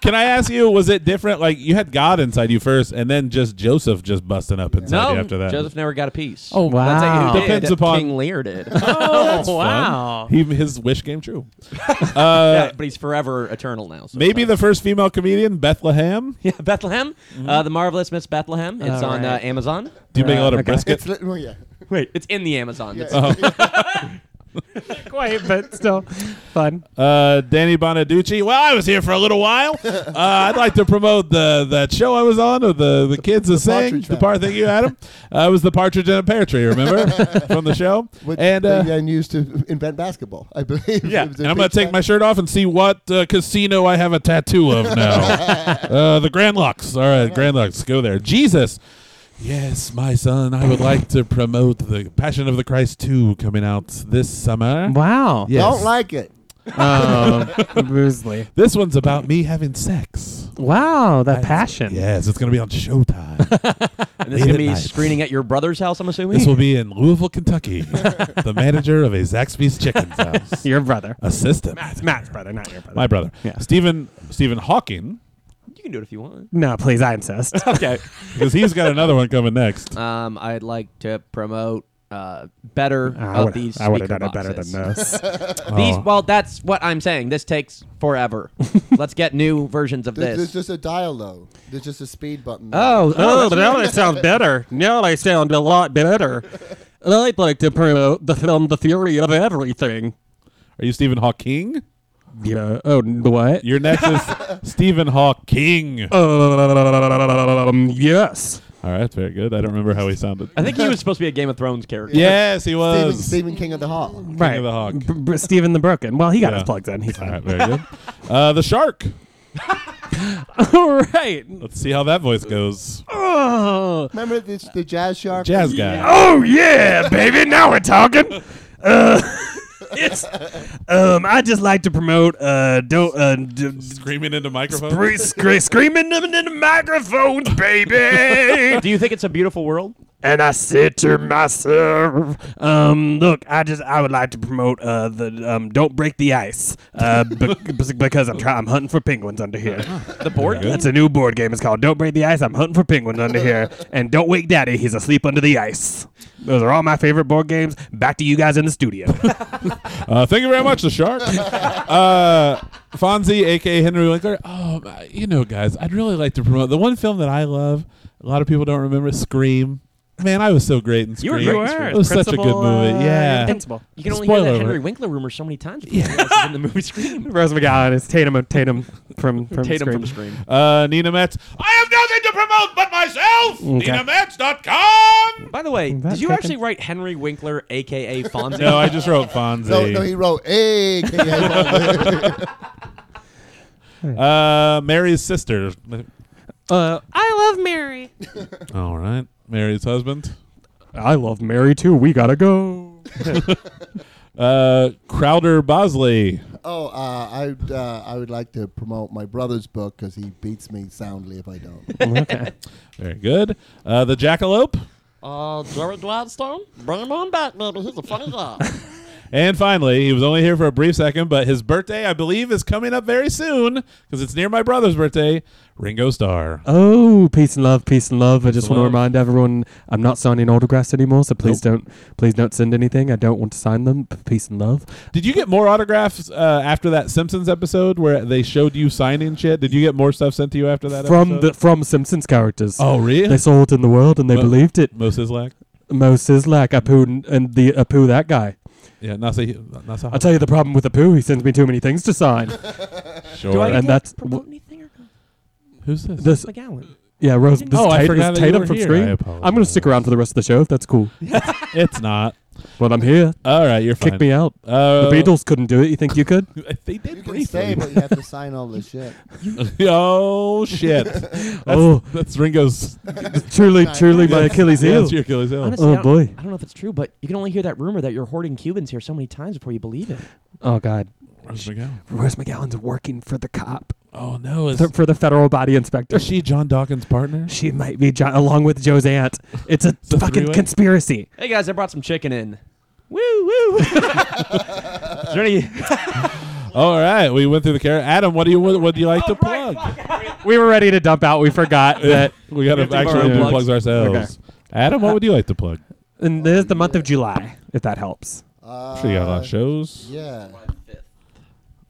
[SPEAKER 3] Can I ask you, was it different? Like you had God inside you first, and then just Joseph just busting up inside
[SPEAKER 2] No,
[SPEAKER 3] you after that.
[SPEAKER 2] Joseph never got a piece.
[SPEAKER 4] Oh,
[SPEAKER 2] That's how
[SPEAKER 4] wow.
[SPEAKER 2] you did
[SPEAKER 3] Depends
[SPEAKER 2] that
[SPEAKER 3] upon-
[SPEAKER 2] King Lear did.
[SPEAKER 4] Oh,
[SPEAKER 3] Fun.
[SPEAKER 4] wow.
[SPEAKER 3] He, his wish came true. Uh,
[SPEAKER 2] Yeah, but he's forever eternal now. So
[SPEAKER 3] Maybe the first female comedian, Bethlehem.
[SPEAKER 2] yeah, Bethlehem, uh, the marvelous Miss Bethlehem. It's
[SPEAKER 4] All
[SPEAKER 2] on uh,
[SPEAKER 4] right.
[SPEAKER 2] Amazon.
[SPEAKER 3] Do you make a lot of
[SPEAKER 4] okay.
[SPEAKER 3] brisket?
[SPEAKER 5] it's li- well, yeah.
[SPEAKER 2] Wait, it's in the Amazon. It's-
[SPEAKER 3] Uh-huh.
[SPEAKER 4] Quite, but still fun.
[SPEAKER 3] Uh, Danny Bonaducci. Well, I was here for a little while. Uh, I'd like to promote the that show I was on, or the the kids the saying
[SPEAKER 5] Partridge
[SPEAKER 3] the
[SPEAKER 5] Family.
[SPEAKER 3] part. Thank you, Adam. Uh, it was the partridge in a pear tree. Remember from the show?
[SPEAKER 5] Which
[SPEAKER 3] and
[SPEAKER 5] they
[SPEAKER 3] uh,
[SPEAKER 5] then used to invent basketball, I believe.
[SPEAKER 3] yeah,
[SPEAKER 5] It was a
[SPEAKER 3] and I'm gonna
[SPEAKER 5] big
[SPEAKER 3] take
[SPEAKER 5] fa-
[SPEAKER 3] my shirt off and see what uh, casino I have a tattoo of now. uh, the Grand Lux. All right, Grand Lux. Go there. Jesus. Yes, my son. I would like to promote the Passion of the Christ 2 coming out this summer.
[SPEAKER 4] Wow.
[SPEAKER 3] Yes.
[SPEAKER 5] Don't like it.
[SPEAKER 4] Um, Boosley.
[SPEAKER 3] This one's about me having sex.
[SPEAKER 4] Wow, that passion.
[SPEAKER 3] Yes, it's going to be on Showtime.
[SPEAKER 2] and this is gonna
[SPEAKER 3] Late at
[SPEAKER 2] be
[SPEAKER 3] night.
[SPEAKER 2] screening at your brother's house. I'm assuming.
[SPEAKER 3] this will be in Louisville, Kentucky. the manager of a Zaxby's Chicken's house.
[SPEAKER 4] Your brother.
[SPEAKER 3] Assistant.
[SPEAKER 4] It's Matt's brother, not your brother.
[SPEAKER 3] My brother.
[SPEAKER 4] Yeah.
[SPEAKER 3] Stephen Stephen Hawking,
[SPEAKER 2] you can do it if you want.
[SPEAKER 4] no, please, I insist. okay.
[SPEAKER 3] because he's got another one coming next.
[SPEAKER 2] Um, I'd like to promote uh, better
[SPEAKER 4] I
[SPEAKER 2] of
[SPEAKER 4] would
[SPEAKER 2] these.
[SPEAKER 4] have
[SPEAKER 2] speaker
[SPEAKER 4] done it better
[SPEAKER 2] boxes.
[SPEAKER 4] than this.
[SPEAKER 2] These,
[SPEAKER 3] Oh.
[SPEAKER 2] well, that's what I'm saying. This takes forever. Let's get new versions of
[SPEAKER 5] There's, there's
[SPEAKER 2] this.
[SPEAKER 5] just a dial low. There's just a speed button.
[SPEAKER 4] Oh, oh, but now they sound better. Now they sound a lot better. I'd like to promote the film The Theory of Everything.
[SPEAKER 3] Are you Stephen Hawking?
[SPEAKER 4] Yeah. Oh, n- what?
[SPEAKER 3] Your next is Stephen Hawking.
[SPEAKER 4] Um, yes.
[SPEAKER 3] All right, very good. I don't remember how he sounded.
[SPEAKER 2] I think he was supposed to be a Game of Thrones character.
[SPEAKER 3] Yes, he
[SPEAKER 5] Stephen,
[SPEAKER 3] was.
[SPEAKER 5] Stephen King of the Hall.
[SPEAKER 4] right.
[SPEAKER 3] of the Hog.
[SPEAKER 4] B- B- Stephen the Broken. Well, he got
[SPEAKER 3] Yeah.
[SPEAKER 4] his plugs in. He's
[SPEAKER 3] All
[SPEAKER 4] fine.
[SPEAKER 3] right, very good. Uh, the shark.
[SPEAKER 4] All right.
[SPEAKER 3] Let's see how that voice goes.
[SPEAKER 4] Oh,
[SPEAKER 5] Remember this, the jazz shark?
[SPEAKER 3] Jazz guy.
[SPEAKER 4] oh yeah, baby. Now we're talking. Uh, it's. Um, I just like to promote. Uh, don't. Uh, d-
[SPEAKER 3] Screaming into microphones.
[SPEAKER 4] scre- scre- screaming them into microphones, baby.
[SPEAKER 2] Do you think it's a beautiful world?
[SPEAKER 4] and I said to myself, um, "Look, I just I would like to promote uh, the um, don't break the ice uh, be- because I'm try- I'm hunting for penguins under here.
[SPEAKER 2] Uh-huh. The board game?
[SPEAKER 4] It's a new board game. It's called Don't Break the Ice. I'm hunting for penguins under here, and Don't Wake Daddy. He's asleep under the ice. Those are all my favorite board games. Back to you guys in the studio.
[SPEAKER 3] Uh, thank you very much, the shark. uh, Fonzie, aka Henry Winkler. Oh, you know, guys, I'd really like to promote the one film that I love. A lot of people don't remember Scream. Man, I was so great in Scream.
[SPEAKER 4] were great in Scream.
[SPEAKER 3] It was such a good
[SPEAKER 4] Principal,
[SPEAKER 3] movie.
[SPEAKER 4] uh,
[SPEAKER 3] yeah.
[SPEAKER 4] Principal.
[SPEAKER 2] You can only hear
[SPEAKER 3] Spoiler
[SPEAKER 2] that
[SPEAKER 3] alert.
[SPEAKER 2] Henry Winkler rumor so many times before yeah. it's in the movie screen.
[SPEAKER 4] Rose McGowan is Tatum. Tatum from from
[SPEAKER 2] Tatum
[SPEAKER 4] Scream.
[SPEAKER 2] from Scream.
[SPEAKER 3] Uh, Nina Metz.
[SPEAKER 7] I have nothing to promote but myself.
[SPEAKER 4] Okay.
[SPEAKER 7] NinaMets.com.
[SPEAKER 2] By the way,
[SPEAKER 4] That
[SPEAKER 2] did you
[SPEAKER 4] fucking-
[SPEAKER 2] actually write Henry Winkler, aka Fonzie?
[SPEAKER 3] No, I just wrote Fonzie.
[SPEAKER 5] No, no, he wrote, hey, King of the Hall."
[SPEAKER 3] uh, Mary's sister.
[SPEAKER 4] Uh,
[SPEAKER 8] I love Mary.
[SPEAKER 3] All right. Mary's husband.
[SPEAKER 4] I love Mary too. We gotta go.
[SPEAKER 3] Uh, Crowder Bosley.
[SPEAKER 5] Oh, uh, I, uh, I would like to promote my brother's book because he beats me soundly if I don't.
[SPEAKER 4] Okay.
[SPEAKER 3] Very good. Uh, the Jackalope.
[SPEAKER 6] Uh, Jerry Gladstone, bring him on back, baby. He's a funny guy.
[SPEAKER 3] And finally, he was only here for a brief second, but his birthday, I believe, is coming up very soon because it's near my brother's birthday. Ringo Starr.
[SPEAKER 4] Oh, peace and love, peace and love. I just
[SPEAKER 3] and
[SPEAKER 4] want to
[SPEAKER 3] love.
[SPEAKER 4] remind everyone I'm not signing autographs anymore, so please don't please don't send anything. I don't want to sign them. P- Peace and love.
[SPEAKER 3] Did you get more autographs uh, after that Simpsons episode where they showed you signing shit? Did you get more stuff sent to you after that?
[SPEAKER 4] From
[SPEAKER 3] episode?
[SPEAKER 4] the from Simpsons characters.
[SPEAKER 3] oh
[SPEAKER 4] They
[SPEAKER 3] really?
[SPEAKER 4] saw it in the world and they
[SPEAKER 3] Mo-
[SPEAKER 4] believed it.
[SPEAKER 3] Mo Sizlak.
[SPEAKER 4] Mo Sislak, Apu n- and the Apu that guy.
[SPEAKER 3] Yeah, Nasa. Nasa.
[SPEAKER 4] I tell you the problem with Apu, he sends me too many things to sign.
[SPEAKER 3] sure.
[SPEAKER 4] I- and that's
[SPEAKER 6] Promote anything or
[SPEAKER 3] Who's this?
[SPEAKER 4] this
[SPEAKER 6] McGowan?
[SPEAKER 4] yeah, Rose this
[SPEAKER 3] Oh,
[SPEAKER 4] is
[SPEAKER 3] I
[SPEAKER 4] Tatum,
[SPEAKER 3] forgot
[SPEAKER 4] this
[SPEAKER 3] that you
[SPEAKER 4] Tatum
[SPEAKER 3] were
[SPEAKER 4] from
[SPEAKER 3] here. I
[SPEAKER 4] Scream.
[SPEAKER 3] apologize.
[SPEAKER 4] I'm gonna stick around for the rest of the show if that's cool.
[SPEAKER 3] it's not.
[SPEAKER 4] Well I'm here.
[SPEAKER 3] All right, you're fine.
[SPEAKER 4] Kick me out.
[SPEAKER 3] Uh,
[SPEAKER 4] the Beatles couldn't do it. You think you could?
[SPEAKER 3] They did
[SPEAKER 5] you can
[SPEAKER 3] briefly.
[SPEAKER 5] stay, but you have to sign all this shit.
[SPEAKER 3] oh shit! That's,
[SPEAKER 4] Oh.
[SPEAKER 3] that's Ringo's.
[SPEAKER 4] truly, truly my Achilles
[SPEAKER 3] Yeah,
[SPEAKER 4] heel.
[SPEAKER 3] that's your Achilles heel.
[SPEAKER 2] Honestly,
[SPEAKER 4] Oh,
[SPEAKER 2] I don't-
[SPEAKER 4] boy.
[SPEAKER 2] I don't know if it's true, but you can only hear that rumor that you're hoarding Cubans here so many times before you believe it.
[SPEAKER 4] Oh God.
[SPEAKER 3] Where's it go?
[SPEAKER 4] Rose McGowan's working for the cop,
[SPEAKER 3] Oh no! Is,
[SPEAKER 4] th- for the federal body inspector.
[SPEAKER 3] is she John Dawkins' partner?
[SPEAKER 4] She might be jo- along with Joe's aunt. It's a
[SPEAKER 3] a
[SPEAKER 4] fucking
[SPEAKER 3] three-way?
[SPEAKER 4] conspiracy.
[SPEAKER 2] Hey guys, I brought some chicken in. Woo woo. Is there any-
[SPEAKER 3] All right, we went through the character. Adam, what do you what, what do you
[SPEAKER 6] Oh,
[SPEAKER 3] like to plug?
[SPEAKER 4] We were ready to dump out. We forgot that.
[SPEAKER 3] We got
[SPEAKER 2] have
[SPEAKER 3] to
[SPEAKER 2] to
[SPEAKER 3] actually
[SPEAKER 2] borrow
[SPEAKER 3] do
[SPEAKER 2] plugs.
[SPEAKER 3] plugs ourselves. Adam, what would you like to plug?
[SPEAKER 4] And this is the month of July, if that helps.
[SPEAKER 5] Uh,
[SPEAKER 3] I'm sure you got a lot of shows.
[SPEAKER 5] Yeah.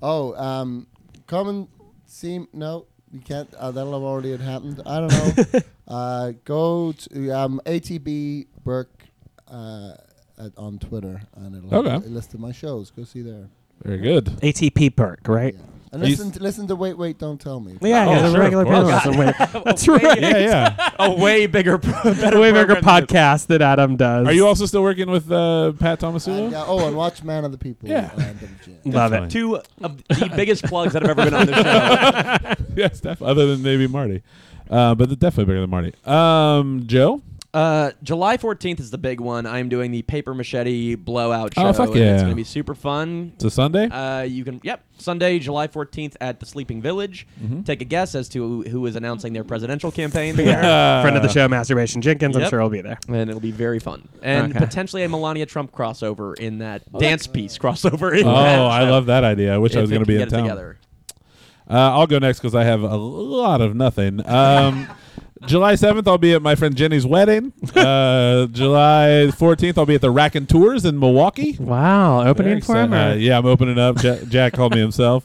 [SPEAKER 5] Oh, um, come and see. No, you can't. Uh, that'll have already had happened. I don't know. uh, go to um, ATB Burke uh, at, on Twitter, and it'll have
[SPEAKER 3] Okay.
[SPEAKER 5] a list of my shows. Go see there.
[SPEAKER 3] Very good.
[SPEAKER 4] ATP perk, right?
[SPEAKER 5] Yeah. And
[SPEAKER 3] Are you-
[SPEAKER 5] listen, to, listen to Wait, Wait, Don't Tell Me.
[SPEAKER 4] Yeah,
[SPEAKER 3] Oh,
[SPEAKER 4] yeah, the
[SPEAKER 3] sure,
[SPEAKER 4] regular
[SPEAKER 3] of course.
[SPEAKER 4] panel. That's right.
[SPEAKER 3] Yeah, yeah.
[SPEAKER 2] a way bigger, better,
[SPEAKER 4] Way bigger
[SPEAKER 2] program than-
[SPEAKER 4] podcast that Adam does.
[SPEAKER 3] Are you also still working with uh, Pat Thomasula?
[SPEAKER 5] And, uh, oh, and watch Man of the People.
[SPEAKER 3] Yeah.
[SPEAKER 5] on WGN.
[SPEAKER 4] love it?
[SPEAKER 3] Fine.
[SPEAKER 2] Two of the biggest plugs that have ever been on the show.
[SPEAKER 3] yes, definitely. Other than maybe Marty, uh, but definitely bigger than Marty. Um, Joe.
[SPEAKER 2] Uh, July 14th is the big one. I'm doing the paper machete blowout show.
[SPEAKER 3] Oh, fuck
[SPEAKER 2] and
[SPEAKER 3] yeah.
[SPEAKER 2] It's going to be super fun.
[SPEAKER 3] It's a Sunday.
[SPEAKER 2] Uh, you can, yep, Sunday, July 14th at the Sleeping Village.
[SPEAKER 3] Mm-hmm.
[SPEAKER 2] Take a guess as to who is announcing their presidential campaign there.
[SPEAKER 4] Friend of the show, Masturbation Jenkins. I'm
[SPEAKER 2] Yep.
[SPEAKER 4] sure he'll be there.
[SPEAKER 2] And it'll be very fun. And
[SPEAKER 4] Okay.
[SPEAKER 2] potentially a Melania Trump crossover in that dance piece crossover. In
[SPEAKER 3] oh,
[SPEAKER 2] that
[SPEAKER 3] I
[SPEAKER 2] show,
[SPEAKER 3] love that idea. I wish I
[SPEAKER 2] if
[SPEAKER 3] was
[SPEAKER 2] it
[SPEAKER 3] going to
[SPEAKER 2] can
[SPEAKER 3] be in
[SPEAKER 2] get it
[SPEAKER 3] town.
[SPEAKER 2] together.
[SPEAKER 3] Uh, I'll go next because I have a lot of nothing. Um, July 7th, I'll be at my friend Jenny's wedding. Uh, July 14th, I'll be at the Rack and Tours in Milwaukee.
[SPEAKER 4] Wow, opening
[SPEAKER 3] Very
[SPEAKER 4] for him.
[SPEAKER 3] excited. Uh, yeah, I'm opening up. Jack, Jack called me himself.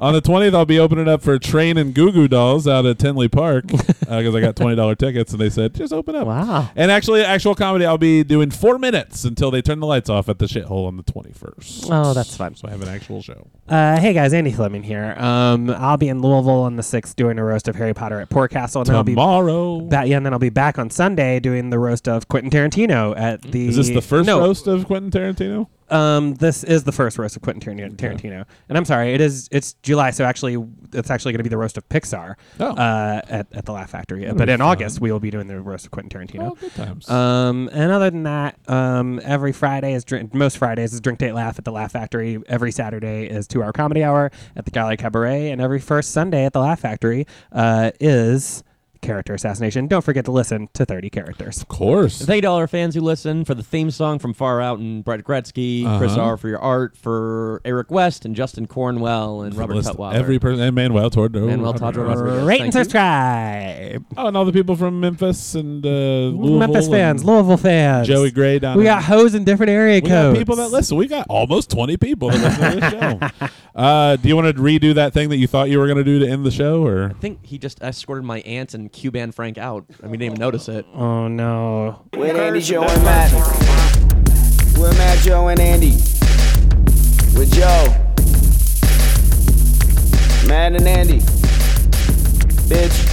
[SPEAKER 3] On the 20th, I'll be opening up for Train and Goo Goo Dolls out at Tenley Park because I got $20 tickets and they said, just open up.
[SPEAKER 4] Wow.
[SPEAKER 3] And actually, actual comedy, I'll be doing four minutes until they turn the lights off at the shithole on the 21st.
[SPEAKER 4] Oh, that's fun.
[SPEAKER 3] So I have an actual show.
[SPEAKER 4] Uh, hey guys, Andy Fleming here. Um, I'll be in Louisville on the sixth doing a roast of Harry Potter at Portcastle, and then I'll be
[SPEAKER 3] Tomorrow.
[SPEAKER 4] back. Yeah, and then I'll be back on Sunday doing the roast of Quentin Tarantino at the.
[SPEAKER 3] Is this the first
[SPEAKER 4] no,
[SPEAKER 3] roast of Quentin Tarantino?
[SPEAKER 4] Um, this is the first roast of Quentin Tarantino, Tarantino. and I'm sorry, it is. It's July, so actually, it's actually going to be the roast of Pixar
[SPEAKER 3] Oh.
[SPEAKER 4] uh, at at the Laugh Factory. but in August, we will be doing the roast of Quentin Tarantino.
[SPEAKER 3] Oh, good times.
[SPEAKER 4] Um, and other than that, um, every Friday is drink, most Fridays is Drink Date Laugh at the Laugh Factory. Every Saturday is Two Hour Comedy Hour at the Gallery Cabaret, and every first Sunday at the Laugh Factory uh, is Character Assassination. Don't forget to listen to Thirty Characters.
[SPEAKER 3] of course.
[SPEAKER 2] Thank you to all our fans who listen for the theme song from Far Out and Brett Gretzky, Chris
[SPEAKER 3] Uh-huh.
[SPEAKER 2] R for your art, for Eric West and Justin Cornwell and Robert
[SPEAKER 3] List
[SPEAKER 2] Tutwiler.
[SPEAKER 3] Every person and Manuel Tordero.
[SPEAKER 2] Manuel Tordero Rodriguez.
[SPEAKER 4] Rate and
[SPEAKER 2] Thank you.
[SPEAKER 4] subscribe.
[SPEAKER 3] Oh, and all the people from Memphis and uh, Louisville.
[SPEAKER 4] Memphis
[SPEAKER 3] and
[SPEAKER 4] fans, Louisville fans.
[SPEAKER 3] Joey Gray down
[SPEAKER 4] We
[SPEAKER 3] in-
[SPEAKER 4] got hoes in different area
[SPEAKER 3] We got
[SPEAKER 4] codes.
[SPEAKER 3] people that listen. We got almost 20 people that listen to this show. Uh, do you want to redo that thing that you thought you were going to do to end the show? or
[SPEAKER 2] I think he just escorted my aunt and Cuban Frank out. I mean, didn't even notice it.
[SPEAKER 4] Oh no.
[SPEAKER 1] With Andy, Joe, and Matt. With Matt, Joe, and Andy. With Joe. Matt and Andy. Bitch.